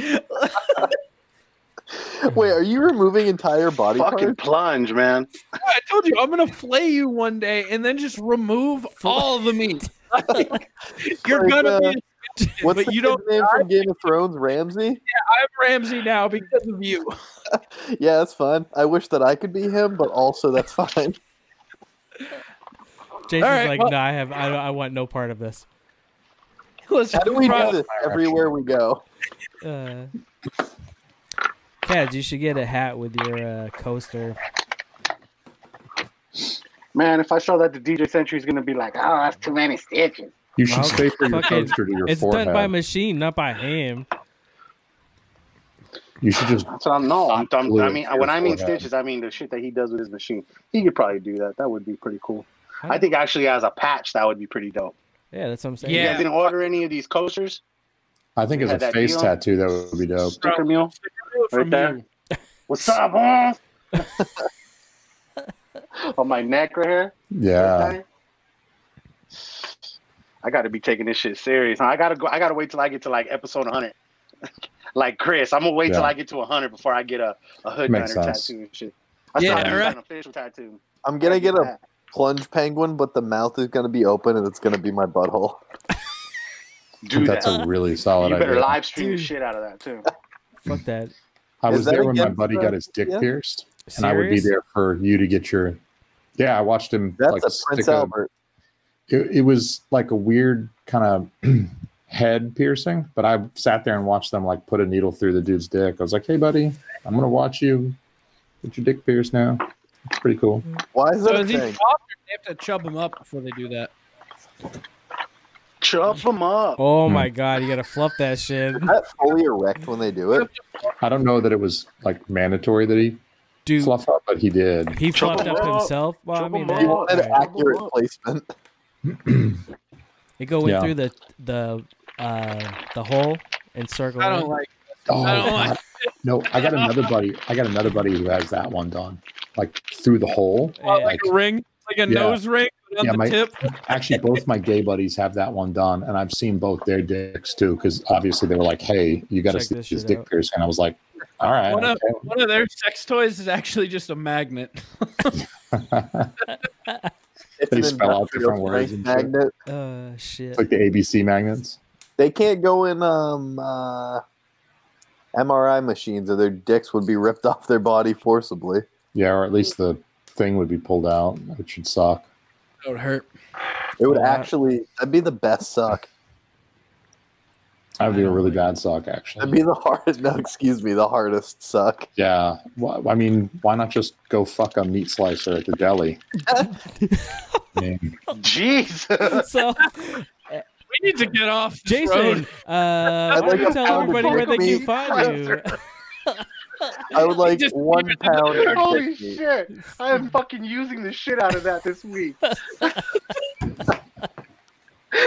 M: Wait, are you removing entire body
G: Fucking
M: parts?
G: plunge, man.
O: I told you I'm gonna flay you one day, and then just remove all the meat. Like, you're
M: Like,
O: gonna
M: uh,
O: be. a-
M: What's
O: but
M: the
O: you
M: you
O: don't.
M: name from Game of Thrones, Ramsey?
O: I'm Ramsey now because of you.
M: Yeah, that's fine. I wish that I could be him, but also that's fine.
N: Jason's
O: All right,
N: like,
O: well-
N: no, I have, I, don't- I want no part of this.
O: Listen,
M: How do we do
O: Rob,
M: this everywhere we go?
N: Uh, Kaz, you should get a hat with your uh, coaster.
G: Man, if I show that to DJ Century's gonna be like, oh, that's too many stitches.
F: You should
N: Well,
F: staple your
N: fucking-
F: toaster to your
N: It's
F: forehead.
N: done by machine, not by hand.
F: you should just
G: That's what I'm no. I'm, I'm, I
F: Glue it
G: mean,
F: to
G: when
F: your
G: I mean
F: forehead.
G: stitches, I mean the shit that he does with his machine. He could probably do that. That would be pretty cool.
N: Huh?
G: I think actually as a patch, that would be pretty dope.
N: Yeah, that's what I'm saying.
G: You
O: Yeah.
G: guys didn't order any of these coasters?
F: I think as
G: Had
F: a
G: that
F: face
G: deal?
F: tattoo that would be dope.
G: Sticker meal?
O: from
G: Right there.
O: you.
G: What's up, huh? On my neck right here.
F: Yeah.
G: Okay. I got to be taking this shit serious. I gotta go. I gotta wait till I get to like episode 100. like Chris, I'm gonna wait till
F: Yeah.
G: I get to 100 before I get a a hood
F: Makes
G: diner
F: sense.
G: tattoo and shit.
O: Yeah,
G: I still haven't
O: right.
G: got an official tattoo.
M: I'm gonna get a
G: that.
M: plunge penguin, but the mouth is gonna be open and it's gonna be my butthole.
G: Do
F: That's
G: that.
F: a really solid
G: you better
F: idea.
G: live stream the shit out of that too.
N: Fuck that.
F: I
M: Is
F: was
M: that
F: there when my
M: against
F: buddy
M: the-
F: got his dick
M: yeah?
F: pierced, and I would be
N: Serious?
F: there for you to get your. Yeah, I watched him.
M: That's
F: like
M: a
F: stick
M: Prince Albert.
F: It, it was like a weird kind of head piercing, but I sat there and watched them like put a needle through the dude's dick. I was like, "Hey, buddy, I'm gonna watch you get your dick pierced now." It's pretty cool.
M: Why is
O: So
M: that a
O: is he
M: thing?
O: soft or do they have to chub him up before they do that?
G: Chop them up.
N: Oh
F: Hmm.
N: my god, you gotta fluff that shit. Is
M: that fully erect when they do it?
F: I don't know that it was like mandatory that he Dude, fluff up, but he did.
N: He fluffed up, up, himself. Well, I mean, that,
M: right. accurate placement.
N: they go in yeah. through the the uh, the hole and circle.
B: I don't like.
F: Oh,
B: I don't like.
F: no, I got another buddy. I got another buddy who has that one done, like through the hole,
B: oh, like, like, a ring, like a yeah. nose ring on yeah, the
F: my,
B: tip.
F: actually, both my gay buddies have that one done, and I've seen both their dicks too, because obviously they were like, "Hey, you got to see this, this dick piercing." And I was like, "All right."
B: One, okay. of, one of their sex toys is actually just a magnet.
F: they spell out different words.
M: Magnet.
N: Shit. Uh, shit.
F: like the ABC magnets.
M: They can't go in um, uh, MRI machines, or their dicks would be ripped off their body forcibly.
F: Yeah, or at least the thing would be pulled out, which would suck.
B: That would hurt.
M: It would actually. That'd be the best suck.
F: That would be a really bad suck, actually.
M: That'd be the hardest. No, excuse me, the hardest suck.
F: Yeah, well, I mean, why not just go fuck a meat slicer at the deli?
G: Jeez.
B: so we need to get off,
N: Jason. Uh, I'd like you tell everybody where they can find you.
M: I would like one pound.
G: Holy shit! I am fucking using the shit out of that this week.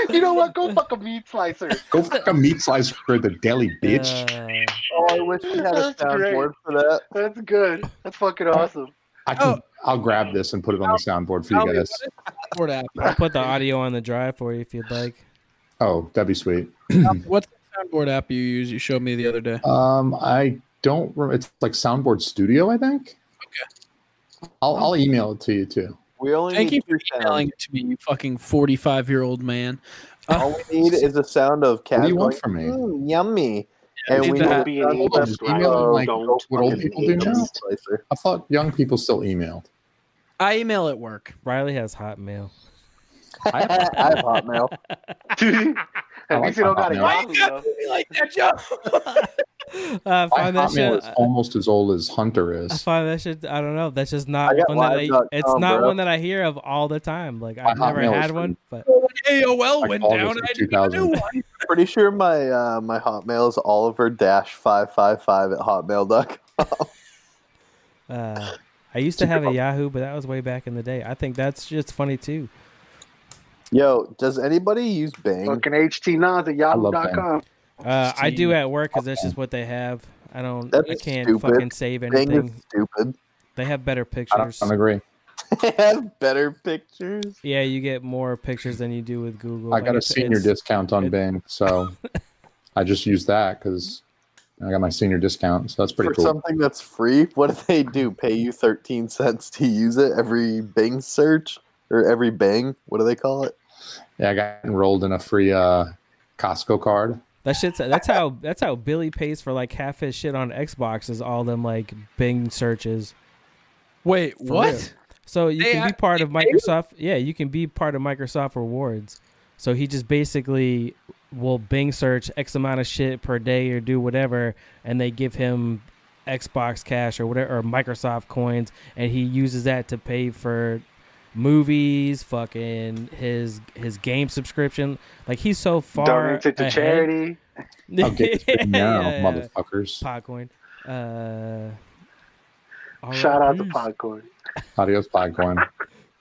G: you know what? Go fuck a meat slicer.
F: Go fuck a meat slicer for the deli, bitch. Uh,
M: oh, I wish we had a soundboard for that. Uh,
G: That's good. That's fucking awesome.
F: I can. Oh. I'll grab this and put it on the soundboard for you guys.
N: I'll put the audio on the drive for you if you'd like.
F: Oh, that'd be sweet.
B: What's the soundboard app you use? You showed me the other day.
F: Um, I don't remember. It's like Soundboard Studio, I think. Okay. I'll, I'll email it to you too.
M: We only
B: thank you for emailing it to me, you fucking forty-five-year-old man.
M: Uh, All we need is a sound of cat.
F: What do you want from me?
M: Mm, yummy. And we need
F: be an email like what old people do now. I thought young people still emailed.
B: I email at work.
N: Riley has Hotmail.
M: I have, I have Hotmail.
G: At least you don't got a
B: Yahoo. Like that joke.
N: uh, find that shit.
F: Is almost as old as Hunter is.
N: I find that shit. I don't know. That's just not one that I. It's com, not bro. one that I hear of all the time. Like I've my never Hotmail had one. But
B: well, AOL went down, I didn't a new one.
M: Pretty sure my uh, my Hotmail is Oliver dash five five five at hotmail.com.
N: uh, I used to have a Yahoo, but that was way back in the day. I think that's just funny too.
M: Yo, does anybody use Bang?
G: Fucking htnods at yahoo.com.
N: Uh, I do at work because that's just what they have. I don't. That's I can't stupid. fucking save anything.
M: stupid.
N: They have better pictures.
F: I, I agree.
M: they have better pictures.
N: Yeah, you get more pictures than you do with Google.
F: I got like a senior discount on it, Bing, so I just use that because I got my senior discount. So that's pretty
M: for
F: cool.
M: Something that's free. What do they do? Pay you thirteen cents to use it every Bing search or every Bang? What do they call it?
F: Yeah, I got enrolled in a free uh, Costco card.
N: That shit's that's how that's how Billy pays for like half his shit on Xbox is all them like Bing searches.
B: Wait, for what? Real.
N: So you they can be part of Microsoft. Paid? Yeah, you can be part of Microsoft Rewards. So he just basically will Bing search X amount of shit per day or do whatever, and they give him Xbox cash or whatever or Microsoft coins, and he uses that to pay for movies, fucking his his game subscription. Like he's so far.
G: Donate it to ahead. charity.
F: I'll get this now, yeah, motherfuckers.
N: Podcoin. Uh,
G: Shout out to Podcoin.
F: Adios, Podcoin.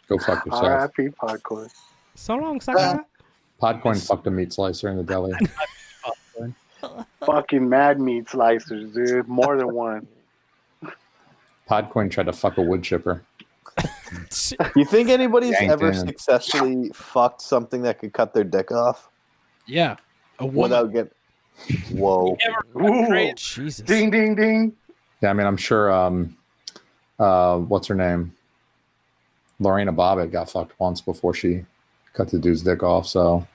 F: Go fuck yourself.
G: R.I.P. Podcoin.
N: So long,
G: Uh,
N: Saka.
F: Podcoin fucked a meat slicer in the deli.
G: fucking mad meat slicers, dude. More than one.
F: Podcoin tried to fuck a wood chipper.
M: you think anybody's Dang ever damn. successfully fucked something that could cut their dick off?
B: Yeah,
M: a woman. without getting. Whoa!
N: Jesus!
G: Ding ding ding!
F: Yeah, I mean, I'm sure. Um, uh, what's her name? Lorena Bobbitt got fucked once before she cut the dude's dick off. So,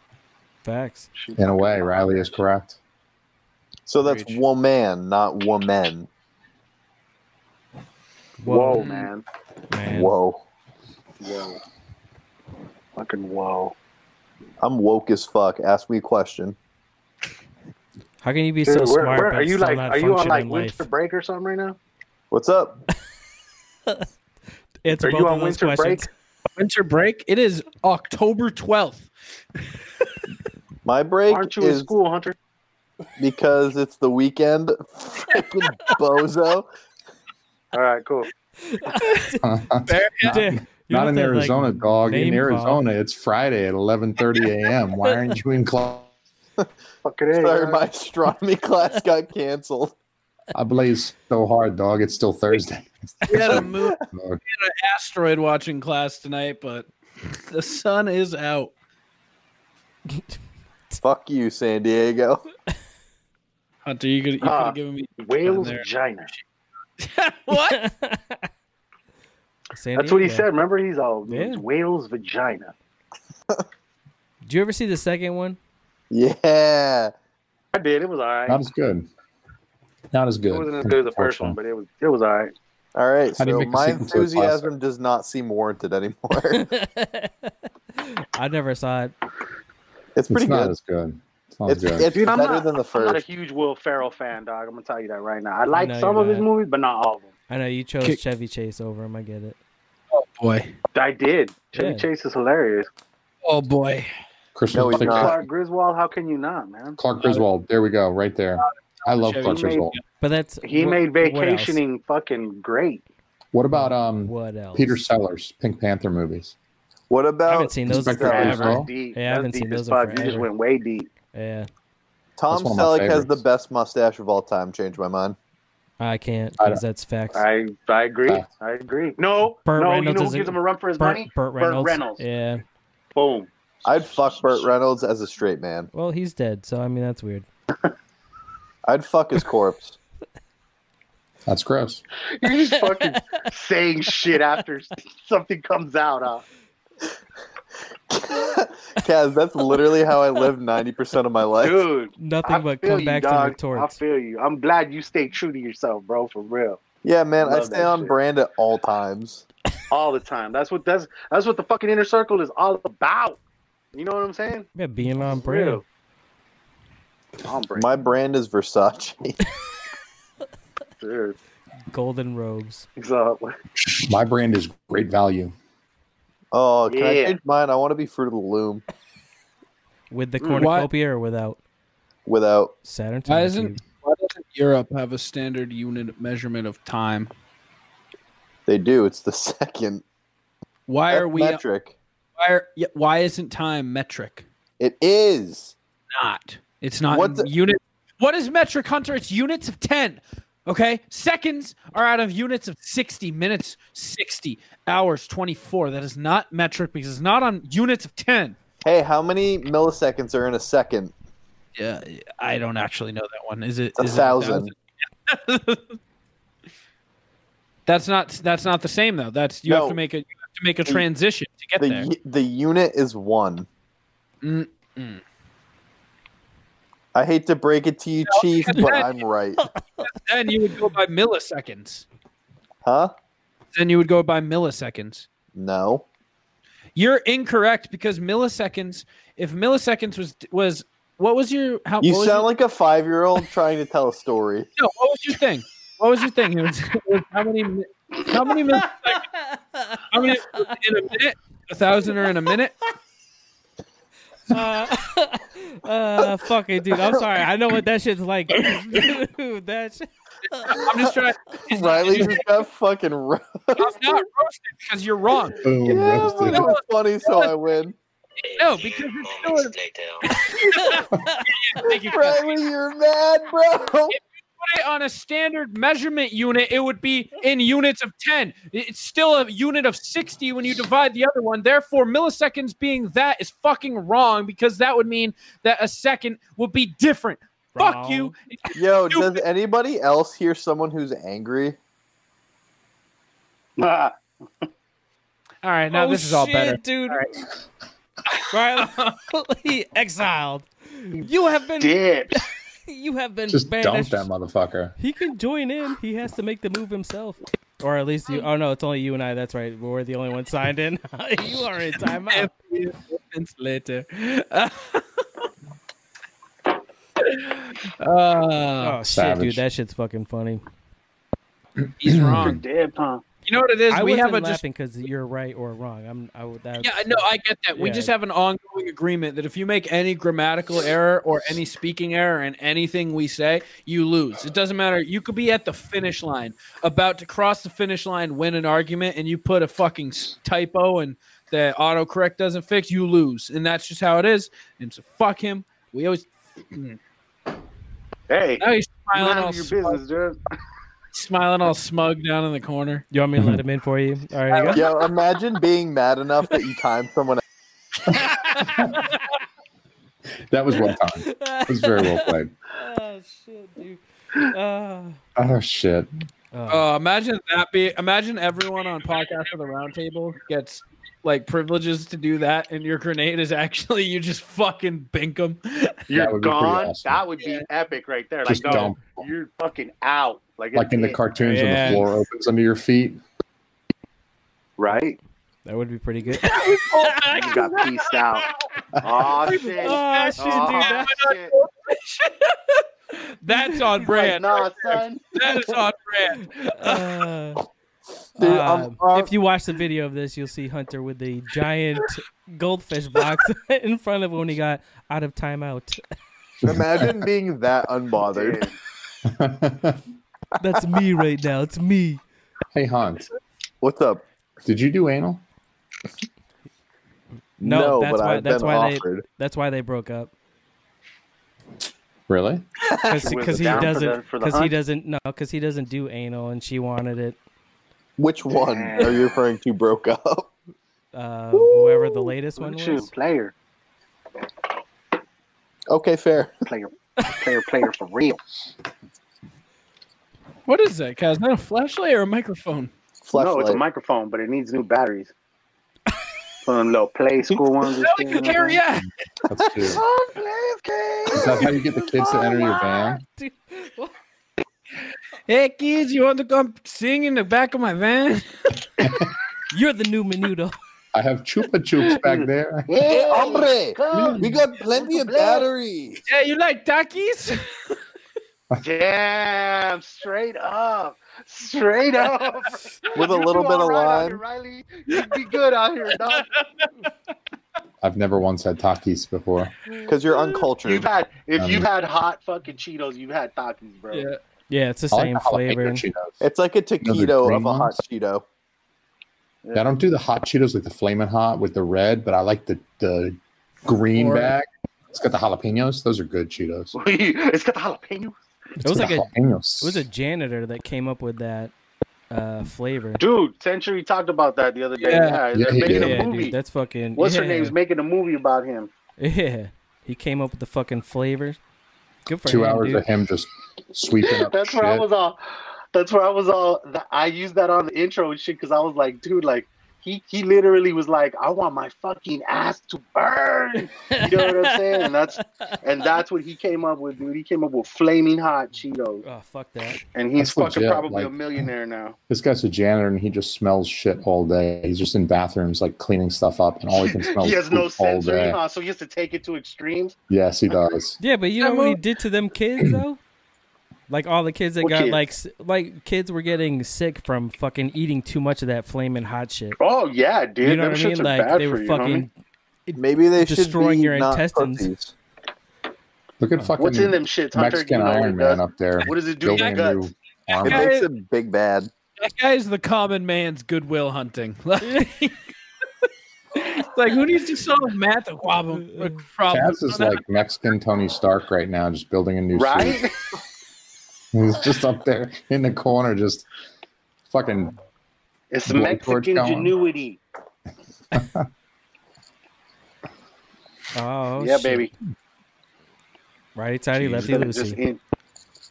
N: facts.
F: In a way, Riley is correct.
M: So that's Reach. woman, not woman.
G: Whoa, whoa man.
N: man.
M: Whoa.
G: Whoa. Fucking whoa.
M: I'm woke as fuck. Ask me a question.
N: How can you be Dude, so where, smart? Where,
G: are you like? Are you on like winter
N: life?
G: break or something right now?
M: What's up?
N: it's are you on winter questions. break?
B: Winter break. It is October twelfth.
M: My break
G: Aren't you is, in school, Hunter?
M: Because it's the weekend. Freaking bozo.
G: All right, cool.
F: not, not in Arizona, like, dog. In Arizona, call. it's Friday at 11:30 a.m. Why aren't you in class?
M: Sorry, my astronomy class got canceled.
F: I blaze so hard, dog. It's still Thursday.
O: we, had a moon, we had an asteroid watching class tonight, but the sun is out.
M: Fuck you, San Diego.
O: Hunter, you could you could have uh, given me
G: whale's vagina.
O: what?
G: That's what he said. Remember, he's all yeah. whale's vagina.
N: Do you ever see the second one?
M: Yeah,
G: I did. It was all right.
F: Not as good. Not as good.
G: It wasn't as good as the first one, but it was it was all right.
M: All right. How so my enthusiasm does not seem warranted anymore.
N: I never saw it.
M: It's pretty
F: it's
M: good.
F: As good. It's,
M: it's,
F: good.
M: it's
G: Dude,
M: better
G: not,
M: than the first.
G: I'm not a huge Will Ferrell fan, dog. I'm gonna tell you that right now. I like I some of his movies, but not all of them.
N: I know you chose Kick. Chevy Chase over him. I get it.
O: Oh boy,
G: I did. Chevy yeah. Chase is hilarious.
O: Oh boy,
F: Christian no,
G: Clark Griswold. How can you not, man?
F: Clark Griswold. There we go. Right there. I love Chevy Clark Griswold.
N: Made, but that's
G: he wh- made vacationing fucking great.
F: What about um? What else? Peter Sellers, Pink Panther movies.
M: What about? I
N: haven't seen those Inspector forever. Well? Yeah, I haven't
G: seen
N: those
G: forever. You just went way deep.
N: Yeah.
M: Tom Selleck has the best mustache of all time. Changed my mind.
N: I can't because that's facts.
G: I I agree. Uh, I agree. No, Burt no, Reynolds you know who gives him a run for his
N: Burt,
G: money?
N: Burt Reynolds.
G: Burt Reynolds.
N: Yeah.
G: Boom.
M: I'd fuck Burt Reynolds as a straight man.
N: Well, he's dead, so I mean that's weird.
M: I'd fuck his corpse.
F: That's gross.
G: You're just fucking saying shit after something comes out, uh. huh?
M: Kaz, that's literally how I live 90% of my life.
G: Dude.
N: Nothing I but come you, back dog. to retorts.
G: I feel you. I'm glad you stay true to yourself, bro, for real.
M: Yeah, man, I, I stay on shit. brand at all times.
G: All the time. That's what that's that's what the fucking inner circle is all about. You know what I'm saying?
N: Yeah, being on brand.
G: On brand.
M: My brand is Versace.
G: Dude.
N: Golden robes.
G: Exactly.
F: My brand is great value.
M: Oh, can yeah. I change mine? I want to be Fruit of the Loom.
N: With the cornucopia what? or without?
M: Without.
N: Saturn.
O: Why doesn't Why doesn't Europe have a standard unit measurement of time?
M: They do. It's the second.
O: Why That's are we
M: metric?
O: Why are, Why isn't time metric?
M: It is
O: not. It's not what the, unit. What is metric, Hunter? It's units of ten. Okay. Seconds are out of units of 60, minutes 60, hours 24. That is not metric because it's not on units of 10.
M: Hey, how many milliseconds are in a second?
O: Yeah, I don't actually know that one. Is it
M: a
O: is
M: thousand?
O: It a thousand? that's not that's not the same though. That's you no, have to make a you have to make a the, transition to get
M: the,
O: there.
M: The unit is one.
O: Mm-mm.
M: I hate to break it to you, no, Chief, but then, I'm right.
O: Then you would go by milliseconds.
M: Huh?
O: Then you would go by milliseconds.
M: No.
O: You're incorrect because milliseconds, if milliseconds was was what was your how
M: You
O: sound
M: your, like a five year old trying to tell a story.
O: No, what was your thing? What was your thing? It was, it was how many how many milliseconds? How many in a minute? A thousand or in a minute?
N: uh, uh, fuck it, dude. I'm sorry. I know what that shit's like. dude, that shit.
O: I'm just trying. To,
M: Riley just got fucking roasted. I'm
O: not roasted because you're wrong.
F: Boom, yeah,
M: roasted. That was funny, so I win.
O: No, because it's
M: still. you, Riley, you're mad, bro
O: put it on a standard measurement unit, it would be in units of 10. It's still a unit of 60 when you divide the other one. Therefore, milliseconds being that is fucking wrong because that would mean that a second would be different. Wrong. Fuck you.
M: Yo, Stupid. does anybody else hear someone who's angry?
O: All right, now
N: oh,
O: this is all
N: shit,
O: better.
N: Dude. Right. Riley exiled. You have been
G: Dipped
N: you have been
F: just
N: banished.
F: dump that motherfucker.
N: He can join in. He has to make the move himself, or at least you. Oh no, it's only you and I. That's right. We're the only one signed in. you are in timeout.
O: later. Uh, oh Uh,
N: shit, Oh, dude, that shit's fucking funny.
O: He's wrong.
G: Dead, huh?
O: You know what it is?
N: I
O: we
N: wasn't
O: have a just
N: laughing because you're right or wrong. I'm. I would. That,
O: yeah, no, I get that. We
N: Yeah.
O: just have an ongoing agreement that if you make any grammatical error or any speaking error in anything we say, you lose. It doesn't matter. You could be at the finish line, about to cross the finish line, win an argument, and you put a fucking s- typo and the autocorrect doesn't fix, you lose. And that's just how it is. And so fuck him. We always.
G: Hey,
O: now he's smiling
G: mind
O: all,
G: your
O: smug,
G: business, dude.
O: smiling all smug down in the corner.
N: You want me to let him in for you? All right. I got-
M: Yo, imagine being mad enough that you timed someone.
F: That was well timed. It was very well played.
N: Oh shit, dude. Uh,
F: Oh shit.
O: Oh, imagine that be imagine everyone on podcast of the roundtable gets like privileges to do that, and your grenade is actually you just fucking bink them.
F: That
G: You're
F: would be pretty
G: gone.
F: awesome.
G: That would be epic right there.
F: Just
G: like, no,
F: dump.
G: you're fucking out. Like,
F: Like in the
G: it-
F: cartoons when
O: Yeah.
F: the floor opens under your feet.
G: right?
N: that would be pretty good.
O: Oh,
G: You got pieced out. Oh shit!
N: Oh, shit, dude,
G: Aw,
N: that-
G: shit.
O: That's on brand.
G: Nah, son.
O: That is on brand.
N: Uh,
M: Dude,
N: uh,
M: I'm- I'm-
N: if you watch the video of this, you'll see Hunter with the giant goldfish box in front of him when he got out of timeout.
M: Imagine being that unbothered.
G: Dude.
N: That's me right now. It's me.
F: Hey Hunt,
M: What's up?
F: did you do anal?
N: No,
M: No,
N: that's
M: but
N: why.
M: I've
N: that's
M: been
N: why
M: offered.
N: they. That's why they broke up.
F: Really?
G: was
N: Because he
G: down for the-
N: doesn't.
G: for the
N: Because he
G: hunt?
N: doesn't. No, because he doesn't do anal, and she wanted it.
M: Which one are you referring to? Broke up.
N: Uh, whoever the latest one
G: Look at you,
N: was.
G: player,
M: Okay, fair.
G: player, player, player for real.
O: What is that, Kaz? Is that a flashlight or a microphone?
M: Flashlight.
G: No, it's a microphone, but it needs new batteries. Some little play school ones.
O: Is that like a carry on?
F: That's two. Is
G: Oh, please, please.
F: that how you get the kids to enter your van?
N: Dude, what?
O: Hey kids, you want to come sing in the back of my van?
N: You're the new Menudo.
F: I have chupa chups back there.
M: Hey,
G: Hey,
M: Eh, hombre,
G: come.
M: we got plenty of batteries.
O: Yeah, you like takis?
G: Damn, straight up. Straight up.
M: With a
G: You
M: little
G: do
M: bit
G: all
M: of
G: right out
M: lime.
G: Here, Riley. You'd be good out here, dog.
F: I've never once had Takis before.
M: Because you're
G: You've
M: uncultured.
G: had if
F: Um,
G: you've had hot fucking Cheetos, you've had Takis, bro.
O: Yeah.
N: Yeah, it's the
F: I like
N: same
F: the jalapeno
N: flavor.
F: Cheetos.
M: It's like a
F: Those
M: taquito
F: are
M: of a
F: green
M: hot
F: ones?
M: Cheeto.
F: I don't do the hot Cheetos like the flaming hot with the red, but I like the the green
O: Or-
F: bag. It's got the jalapenos. Those are good Cheetos.
G: it's got the jalapeno.
F: It's
N: was
F: got
N: like a-
F: jalapenos.
N: It was a janitor that came up with that uh, flavor.
G: Dude, Century talked about that the other day.
O: Yeah.
G: Yeah,
F: Yeah,
G: they're
F: he
G: making
F: did.
G: a
N: Yeah,
G: movie.
N: dude, that's fucking.
G: What's
N: yeah.
G: her name's making a movie about him.
N: Yeah, he came up with the fucking flavors. Good for
F: two
N: him,
F: hours
N: dude.
F: of him just sweeping up
G: That's
F: shit.
G: where I was all. That's where I was all. I used that on the intro and shit because I was like, dude, like he he literally was like, I want my fucking ass to burn. You know what I'm saying? And that's and that's what he came up with, dude. He came up with flaming hot Cheetos,
N: Oh fuck that!
G: and he's
F: That's
G: fucking
F: legit,
G: probably a
F: like-
G: millionaire now.
F: This guy's a janitor and he just smells shit all day. He's just in bathrooms like cleaning stuff up and all he can smell
G: He
F: is
G: has no
F: poop all
G: sensory,
F: day.
G: huh? So he has to take it to extremes.
F: Yes, he does.
N: Yeah, but you know
O: I'm
N: what he
O: a-
N: did to them kids though. Like all the kids that
G: What
N: got
G: kids?
N: like s- like kids were getting sick from fucking eating too much of that flaming hot shit.
G: Oh yeah, dude.
N: you know
G: Them
N: what
G: shits
N: I mean?
G: are
N: Like
G: bad
N: they
G: for
N: were
G: you, homie.
N: fucking.
M: Maybe they should
N: Destroying
M: be
N: your
M: not
N: intestins.
M: pussies.
F: Look at fucking
G: What's in them shits, Hunter?
F: Mexican
G: You know what it
F: Iron Man
G: does?
F: up there.
G: What does it do to
F: building
G: your
F: a
G: guts?
F: new
M: It
F: army.
M: makes him big bad.
O: That guy's the common man's goodwill hunting. Like, it's like who needs to solve math problem?
F: Taz
O: problems?
F: is like Mexican Tony Stark right now, just building a new suit.
G: Right?
F: He's just up there in the corner, just fucking.
G: It's
F: Blowtorch
G: Mexican
F: going.
G: ingenuity.
N: Oh
G: yeah,
N: shit.
G: baby.
N: Righty tighty, lefty
G: Instead of just
N: loosey.
G: in-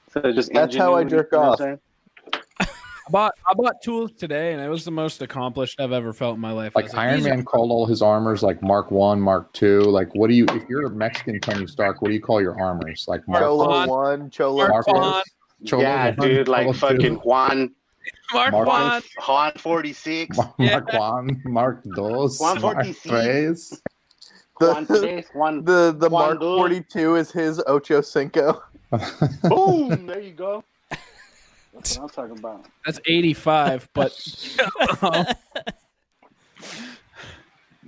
G: instead of just
M: That's how I
G: ingenuity,
M: jerk
G: you know what
M: off.
G: I'm saying?
O: I bought I bought tools today, and it was the most accomplished I've ever felt in my life. I was
F: Like Iron
O: "These
F: Man called all his armors like Mark One, Mark Two. Like, what do you? If you're a Mexican Tony Stark, what do you call your armors? Like Mark
M: Cholo
O: Juan.
M: one, Cholo
F: Mark
O: Mark
F: One,
O: Juan,
F: Cholo
G: yeah,
F: One,
G: dude, like
F: Cholo Two,
G: fucking Juan,
O: Mark
F: Mark
O: Juan,
G: Juan 46,
F: Mark One, Mark Dos,
G: Juan
F: Mark
G: 46.
F: Tres.
G: Juan
M: The,
G: 3, Juan.
M: the, the
G: Juan
M: Mark
G: Dul.
M: forty two is his Ocho Cinco.
G: Boom! There you go. That's what I'm talking about.
O: That's 85, but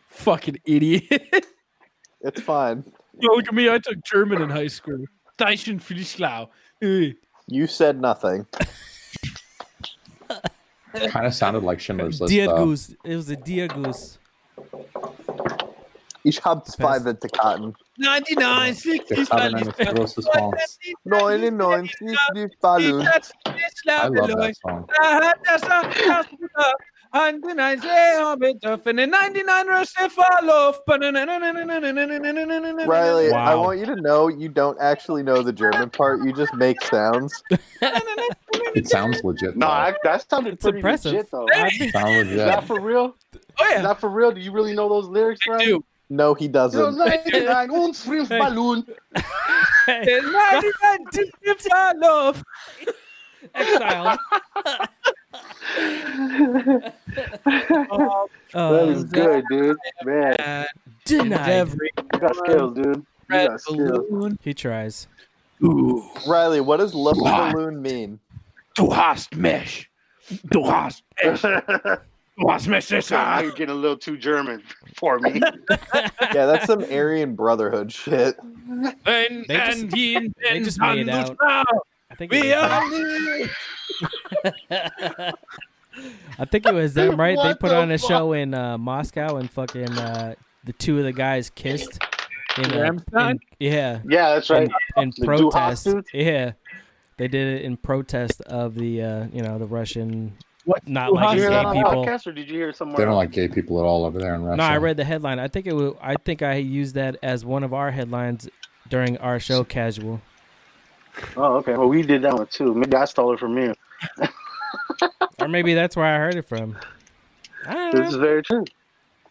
O: fucking idiot.
M: It's fine.
O: Yo, look at me. I took German in high school. Deutschen Frischlau.
M: You said nothing.
F: kind of sounded like Schindler's List.
N: Dear
F: though.
N: Goose. It was a dear Goose.
M: Ich hab zwei Wette Karten.
O: 99, 60,
F: Ich habe eine große Chance.
M: 99, die Ballon.
F: I love that song.
M: Riley, I
N: Wow.
M: want you to know you don't actually know the German part. You just make sounds.
F: It sounds legit.
G: No,
F: though.
G: I, that sounded
N: It's
G: pretty
N: impressive.
G: legit though.
F: It sounds
G: Is that
F: legit.
G: for real?
O: Oh,
G: Is
O: yeah.
G: that for real? Do you really know those lyrics, bro?
O: Dude,
M: No, he
G: You know
M: doesn't.
G: what I'm saying? Like, uns frief Balloon.
O: there's 99 Frischlau.
N: Exile.
G: That
N: uh,
G: was good, dude. Man,
N: denied.
O: Every
G: you got skills, dude. You
O: red
G: got skills.
O: balloon.
N: He tries.
O: Ooh.
M: Riley, what does Love
O: What?
M: Balloon mean?
O: Du hast mich. Du hast mich. Du hast mich
G: Now
O: sicher.
G: you're getting a little too German for me.
M: Yeah, that's some Aryan Brotherhood shit.
O: And,
N: They just-
O: and he
N: they
O: intends
N: just
O: on
N: made
O: the
N: out.
O: trial.
N: I think it
O: We
N: was
O: are
N: them. I think it was them, right? They
G: What
N: put
G: the
N: on a
G: fuck?
N: show in uh, Moscow and fucking uh, the two of the guys kissed. In, uh,
O: Rammstein?
N: in- yeah,
G: yeah, that's right.
N: in
G: The Duhas
N: protest.
G: dudes?
N: Yeah, they did it in protest of the uh, you know the Russian
O: What?
N: not
O: Duhas?
G: Did
N: liking
G: you hear
N: gay
G: that on the
N: people.
G: podcast, or Oh, did you hear it somewhere?
F: They don't
G: else?
F: like gay people at all over there in Russia.
N: No, I read the headline. I think it was. I think I used that as one of our headlines during our show. Casual.
G: Oh, okay. Well, we did that one too. Maybe I stole it from you.
N: or maybe that's where I heard it from. I
G: This
N: don't
G: is
N: know.
G: very true.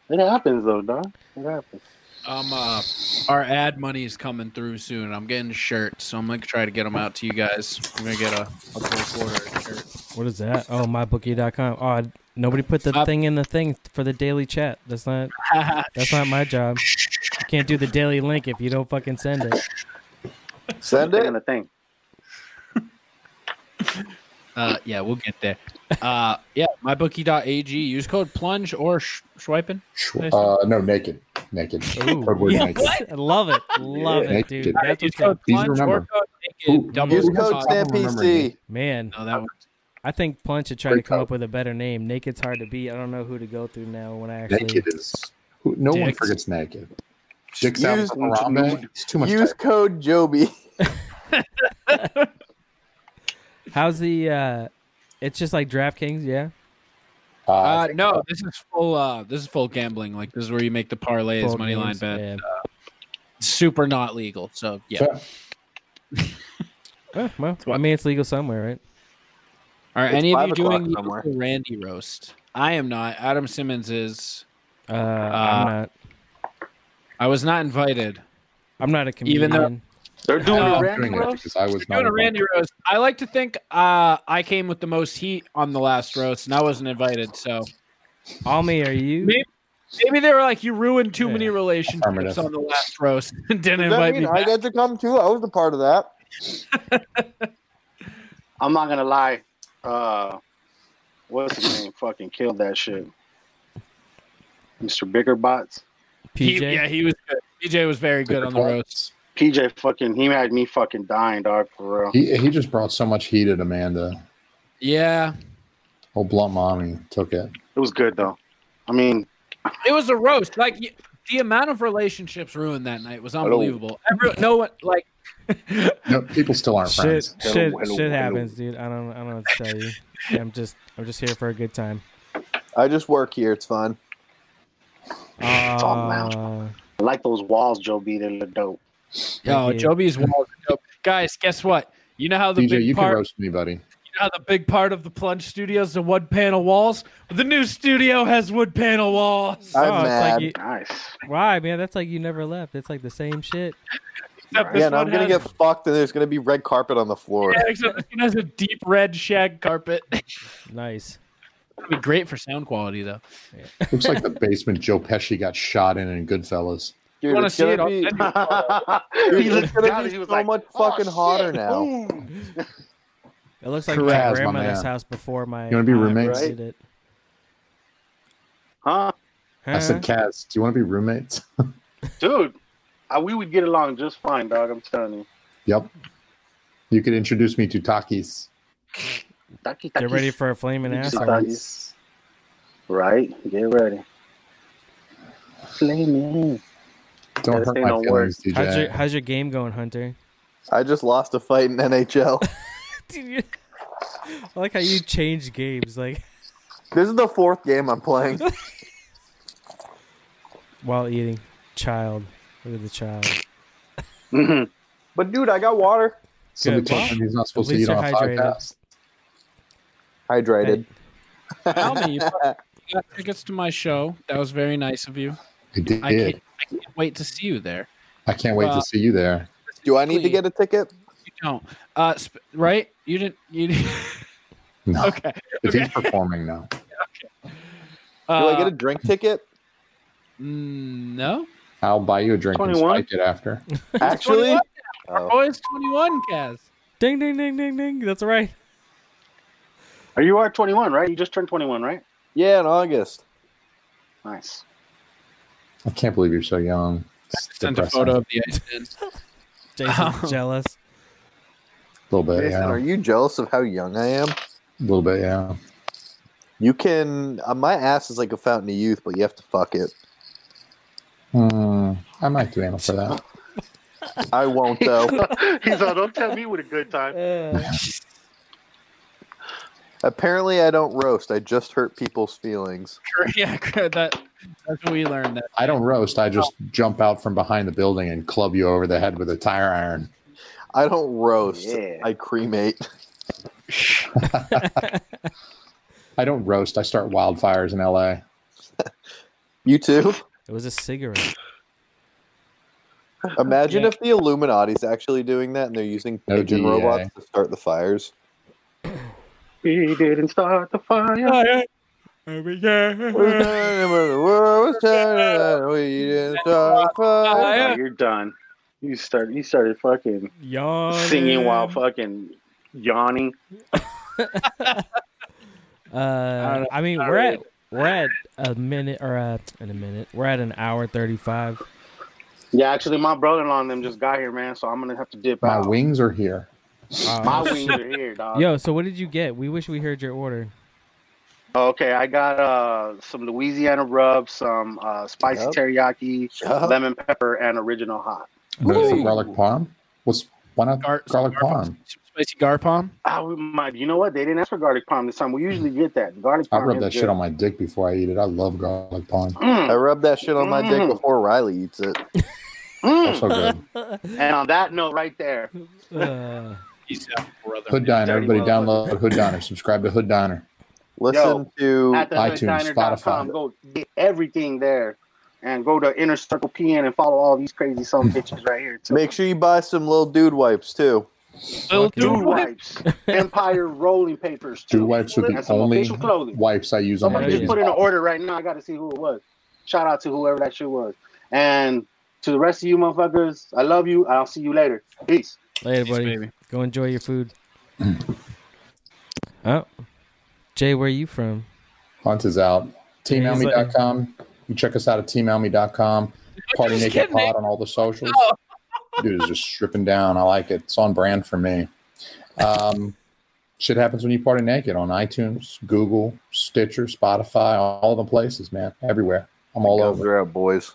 G: It happens though, dog. It happens.
O: Um, uh, our ad money is coming through soon. I'm getting shirts, so I'm gonna try to get them out to you guys. I'm gonna get a, a full quarter shirt.
N: What is that? Oh, mybookie.com. Oh, I- nobody put the
O: Uh,
N: thing in the thing for the daily chat. That's not. That's not my job. You can't do the daily link if you don't fucking send it.
M: Send
G: They're
M: it.
G: gonna think.
O: Uh, yeah, we'll get there. Uh, yeah, mybookie.ag. Use code plunge or sh- swiping.
F: Sh- Uh, no, naked, naked.
N: Ooh.
F: Code word naked.
N: I love it. Love it, dude.
F: Naked.
N: That's
O: Use
N: what's up.
O: code
F: Easy to
O: plunge or
F: remember.
O: code naked.
F: Ooh,
O: double
M: Use
F: Who has
M: code
O: uh,
F: trouble remembering
M: SNAPPC.
N: Man,
O: No, that one.
N: I think Plunge should try to
F: Great
N: come
F: code.
N: up with a better name. Naked's hard to beat. I don't know who to go through now when I actually.
F: Naked is. Who, no one
O: Dicks.
F: forgets naked. Dicks out
M: Use-
F: for Harambe. It's too much.
M: Use
F: type.
M: code Joby.
N: How's the. uh It's just like DraftKings, yeah?
F: Uh, I
O: Uh,
F: think
O: no, this is full. Uh, this is full gambling. Like this is where you make the parlays,
N: Bold
O: money line
N: names,
O: bet.
N: yeah.
O: Super not legal. So yeah.
F: Fair.
N: Oh, well, I mean, it's legal somewhere, right?
O: Are
M: It's
O: any of
M: five
O: you
M: o'clock
O: doing
M: somewhere.
O: the Randy roast? I am not. Adam Simmons is.
N: Uh, I'm not.
O: I was not invited.
N: I'm not a comedian.
O: even though-
G: They're doing
O: Uh,
G: a
F: I'm
G: Randy
F: doing it
G: roast.
F: because I was
O: Doing
F: not.
O: a Randy roast. I like to think uh, I came with the most heat on the last roast, and I wasn't invited. So
N: Almi, are you?
O: maybe, maybe they were like, "You ruined too many
N: Yeah.
O: relationships
F: Affirmative.
O: on the last roast and didn't
M: Does that
O: invite
M: mean
O: me."
M: I
O: back."
M: got to come too? I was a part of that.
G: I'm not gonna lie. Uh, what's his name? Fucking killed that shit. Mr. Biggerbots.
O: He-
N: PJ?
O: yeah, he was good. PJ was very good on the roast.
G: PJ fucking he had me fucking dying, dog, for real.
F: He, he just brought so much heat at Amanda.
O: Yeah,
F: Old blunt mommy took it.
G: It was good though. I mean,
O: it was a roast. Like y- the amount of relationships ruined that night was unbelievable. Every, no one like
F: No, people still aren't
N: shit,
F: friends.
N: shit,
G: Hello, hello, hello.
N: shit happens, dude. I don't, I don't know what to tell you. I'm just, I'm just here for a good time.
M: I just work here. It's fun.
G: It's all lounge.
N: Uh,
G: I like those walls, Joe B. They look dope.
O: Yo, oh,
N: you.
O: Joby's walls are dope. Guys, guess what? You know how the
F: DJ,
O: big
F: you
O: part
F: can roast me, buddy.
O: you know how the big part of the plunge studios the wood panel walls? The new studio has wood panel walls.
M: I'm
N: oh, it's
M: mad.
N: like you,
G: Nice.
N: why, man? That's like you never left. It's like the same shit.
O: Except this
M: yeah, and I'm
O: one
M: gonna
O: has-
M: get fucked, and there's gonna be red carpet on the floor.
O: yeah, except this one has a deep red shag carpet.
N: Nice.
O: It'd be great for sound quality though.
F: Looks like the basement Joe Pesci got shot in in Goodfellas.
M: Dude,
O: wanna
M: it's
O: see it,
M: gonna
O: I'll
M: be,
O: send you.
M: dude,
G: He
M: it's
G: looked
M: gonna
G: down
M: be
G: and he was
M: so
G: like,
M: much
G: "Oh,
M: fucking
G: shit,
M: hotter now.
G: boom."
N: Uh, It looks like Karaz, my grandmother's house before my. You want to be roommates? Right? It.
G: Huh?
F: I said, Kaz, do you want to be roommates?
G: Dude, I, we would get along just fine, dog. I'm telling you.
F: Yep. You could introduce me to Takis.
G: Taki,
N: They're ready for a flaming ass.
G: Takis. Right? Get ready. Flaming.
F: Don't hurt my feelings, DJ.
N: How's your, how's your game going, Hunter?
M: I just lost a fight in NHL.
N: Dude, I like how you change games. Like
M: this is the fourth game I'm playing.
N: While eating, child. Look at the child.
G: Mm-hmm.
M: But dude, I got water.
F: Somebody Good. told him he's not supposed to eat on a podcast.
M: Hydrated.
B: Tell me, you got tickets to my show. That was very nice of you.
F: I did.
B: I can't, I can't wait to see you there.
F: I can't wait
B: Uh,
F: to see you there.
M: Do I need to get a ticket?
B: You don't, uh, sp- right? You didn't. You didn't.
F: No.
B: okay.
F: If
B: okay.
F: he's performing now,
M: Do I get
B: Uh,
M: a drink ticket?
B: mm, no.
F: I'll buy you a drink and
G: 21?
F: spike it after.
M: Actually,
B: 21.
M: Oh.
B: Oh, it's twenty-one, Kaz.
N: Ding ding ding ding ding. That's right.
G: Are you are 21, right? You just turned 21, right?
M: yeah, in August.
G: Nice.
F: I can't believe you're so young. It's
B: Sent a
F: depressing.
B: photo of the ice in.
N: Jason's jealous.
F: A little bit,
M: Jason,
F: yeah.
M: are
F: A
M: you jealous of how young I am?
F: little bit, yeah.
M: You can. Uh, my ass is like a fountain of youth, but you have to fuck it.
F: Hmm, I might do anal for that.
M: I won't though.
G: He's all, don't tell me what a good time.
M: Apparently, I don't roast. I just hurt people's feelings.
B: yeah, that that's what we learned. That
F: I don't roast. I just jump out from behind the building and club you over the head with a tire iron.
M: I don't roast.
G: Yeah.
M: I cremate.
F: I don't roast. I start wildfires in LA.
M: You too.
N: It was a cigarette.
M: Imagine
B: Yeah.
M: if the Illuminati's actually doing that and they're using
F: No
M: pigeon
F: DEA.
M: robots to start the fires.
G: He didn't start the fire.
M: Fire.
G: Oh, you're done. You start. You started fucking
N: Yawn.
G: singing while fucking yawning.
N: Uh, I mean, we're at we're at a minute or uh in a minute. We're at an hour thirty-five.
G: Yeah, actually, my brother-in-law and them just got here, man. So I'm gonna have to dip
F: My
G: out.
F: wings are here.
N: Wow.
G: My wings are here, dog.
N: Um, Yo, so what did you get? We wish we heard your order.
G: Oh, Okay, I got uh, some Louisiana rub, some uh, spicy
M: Yup.
G: teriyaki,
M: Yup.
G: lemon pepper, and original hot.
F: No,
B: Ooh.
F: garlic palm. What's why not
B: gar- some
F: garlic
B: gar-
F: palm?
B: some spicy gar palm.
G: Oh, we might. You know what? They didn't ask for garlic palm this time. We usually get that garlic
F: Mm. I
G: palm.
F: rub
G: is
F: that
G: good.
F: shit on my dick before I eat it. I love garlic palm.
M: I rub that shit on my dick
G: Mm.
M: before Riley eats it.
G: Mm,
F: So good.
G: mm. And on that note, right there.
N: Uh,
B: He's out, brother.
F: Hood Diner.
G: Dirty
F: Everybody
G: motherfucker.
F: download Hood Diner. Subscribe to Hood Diner.
M: Listen
G: At
M: to
G: the
F: iTunes, Spotify.
G: Go get everything there. And go to Inner Circle PN and follow all these crazy some bitches right here, too.
M: make sure you buy some little dude wipes too.
B: Little
N: Fucking-
G: Dude wipes, Empire rolling papers, too.
F: Two wipes are
G: And
F: the
G: some
F: only
G: official clothing.
F: wipes I use on my
G: Somebody
N: Yeah.
G: just
F: dick.
G: put in an order right now. I got to see who it was. Shout out to whoever that shit was. And to the rest of you motherfuckers, I love you. I'll see you later. Peace.
N: Later, buddy. Go enjoy your food. oh, Jay, where are you from?
F: Hunt is out. TeamAlmy.com. You check us out at TeamAlmy.com. Party
B: Just
F: Naked
B: kidding,
F: Pod
B: man.
F: on all the socials. Dude is just stripping down. I like it. It's on brand for me. Um, shit happens when you party naked on iTunes, Google, Stitcher, Spotify, all the places, man. Everywhere. I'm all
M: Guns
F: over.
M: are out, boys.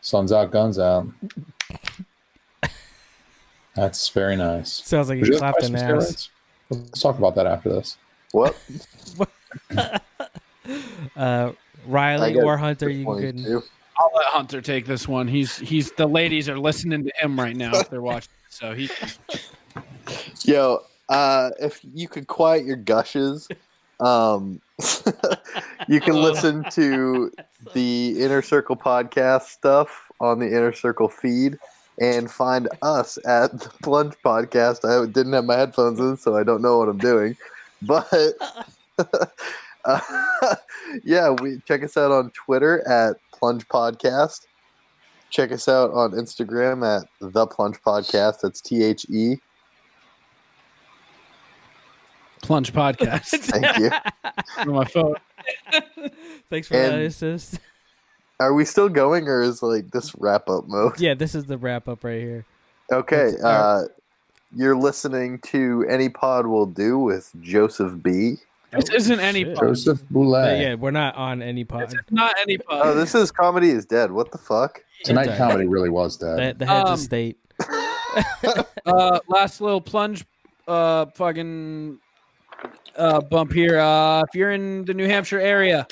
F: Sun's out, guns out. That's very nice.
N: Sounds like
F: Would
N: you
F: you like
N: clapped
F: to
N: an
F: buy some
N: ass.
F: steroids? Let's talk about that after this.
M: What?
N: Uh, Riley or Hunter, you can.
M: 22.
B: I'll let Hunter take this one. He's he's the ladies are listening to him right now if they're watching. So he
M: Yo, uh, if you could quiet your gushes, um, you can listen to the Inner Circle podcast stuff on the Inner Circle feed and find us at the Plunge Podcast. I didn't have my headphones in, so I don't know what I'm doing. But uh, yeah, we check us out on Twitter at Plunge Podcast. Check us out on Instagram at the Plunge Podcast. That's T H E
O: Plunge Podcast.
M: Thank you.
O: on my phone.
N: Thanks for and that assist.
M: Are we still going, or is like this wrap up mode?
N: Yeah, this is the wrap up right here.
M: Okay, uh, you're listening to Any Pod Will Do with Joseph B.
O: This isn't any pod.
F: Joseph Boulay.
N: yeah, we're not on any pod.
O: This is not any pod.
M: Oh, this is comedy is dead. What the fuck?
F: Tonight, comedy really was dead.
N: The, the heads of state.
O: uh, last little plunge, uh, fucking uh, bump here. Uh, if you're in the New Hampshire area,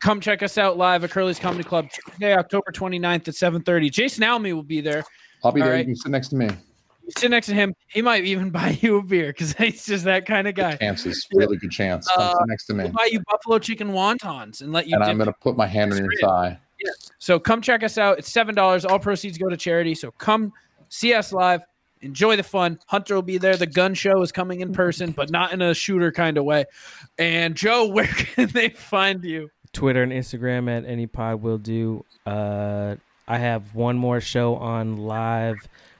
O: come check us out live at Curly's Comedy Club today, October 29th at 7:30. Jason Almy will be there.
F: I'll be
O: All
F: there.
O: right.
F: You can sit next to me.
O: You sit next to him. He might even buy you a beer because he's just that kind of guy.
F: Chances, really good chance. Come
O: Uh,
F: sit next to me,
O: He'll buy you buffalo chicken wontons and let you.
F: and
O: dip
F: I'm gonna put my hand on your thigh.
O: Yeah. So come check us out. It's seven dollars. All proceeds go to charity. So come see us live. Enjoy the fun. Hunter will be there. The gun show is coming in person, but not in a shooter kind of way. And Joe, where can they find you?
N: Twitter and Instagram at any pod will do. Uh, I have one more show on live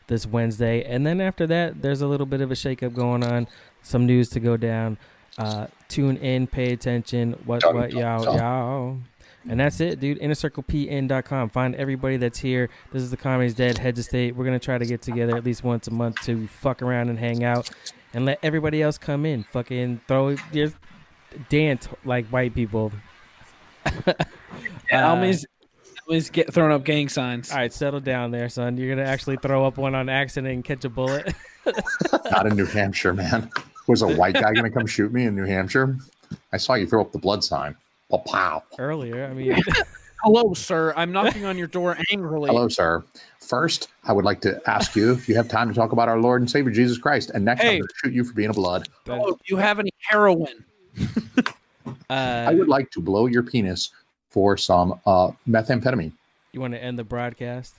N: this Wednesday, and then after that, there's a little bit of a shakeup going on. Some news to go down. Uh, tune in, pay attention. What what y'all y'all. And that's it, dude. InnerCirclePN.com. Find everybody that's here. This is the Comedy's Dead Heads of State. We're gonna try to get together at least once a month to fuck around and hang out, and let everybody else come in. Fucking throw your dance like white people.
O: Yeah, Almy's always get thrown up gang signs.
N: All right, settle down there, son. You're gonna actually throw up one on accident and catch a bullet.
F: Not in New Hampshire, man. Was a white guy gonna come shoot me in New Hampshire? I saw you throw up the blood sign. Pow, pow.
N: Earlier, I mean,
O: Hello, sir. I'm knocking on your door angrily.
F: Hello, sir. First, I would like to ask you if you have time to talk about our Lord and Savior Jesus Christ. And next,
O: Hey.
F: I'm going to shoot you for being a blood.
O: Oh, do you have any heroin?
N: uh,
F: I would like to blow your penis for some uh, methamphetamine.
N: you want to end the broadcast?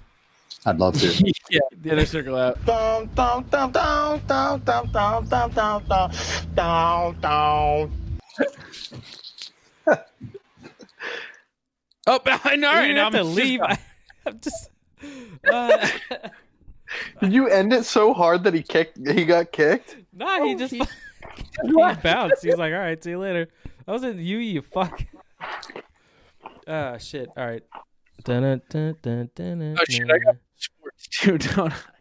F: I'd love to.
O: yeah, the inner circle out.
P: Down, down, down, down, down, down, down, down, down, down, down, down.
O: Oh, I know.
N: You
O: Right,
N: didn't
O: now I'm
N: have to
O: just-
N: leave. I, am just. Uh,
M: Did you end it so hard that he kicked? He got kicked.
N: nah, he just he bounced. He's like, all right, see you later. That was not you, you fuck. Ah, shit. All right. Dun, dun, dun, dun, dun, dun,
O: Oh shit! I got sports too. Don't. I?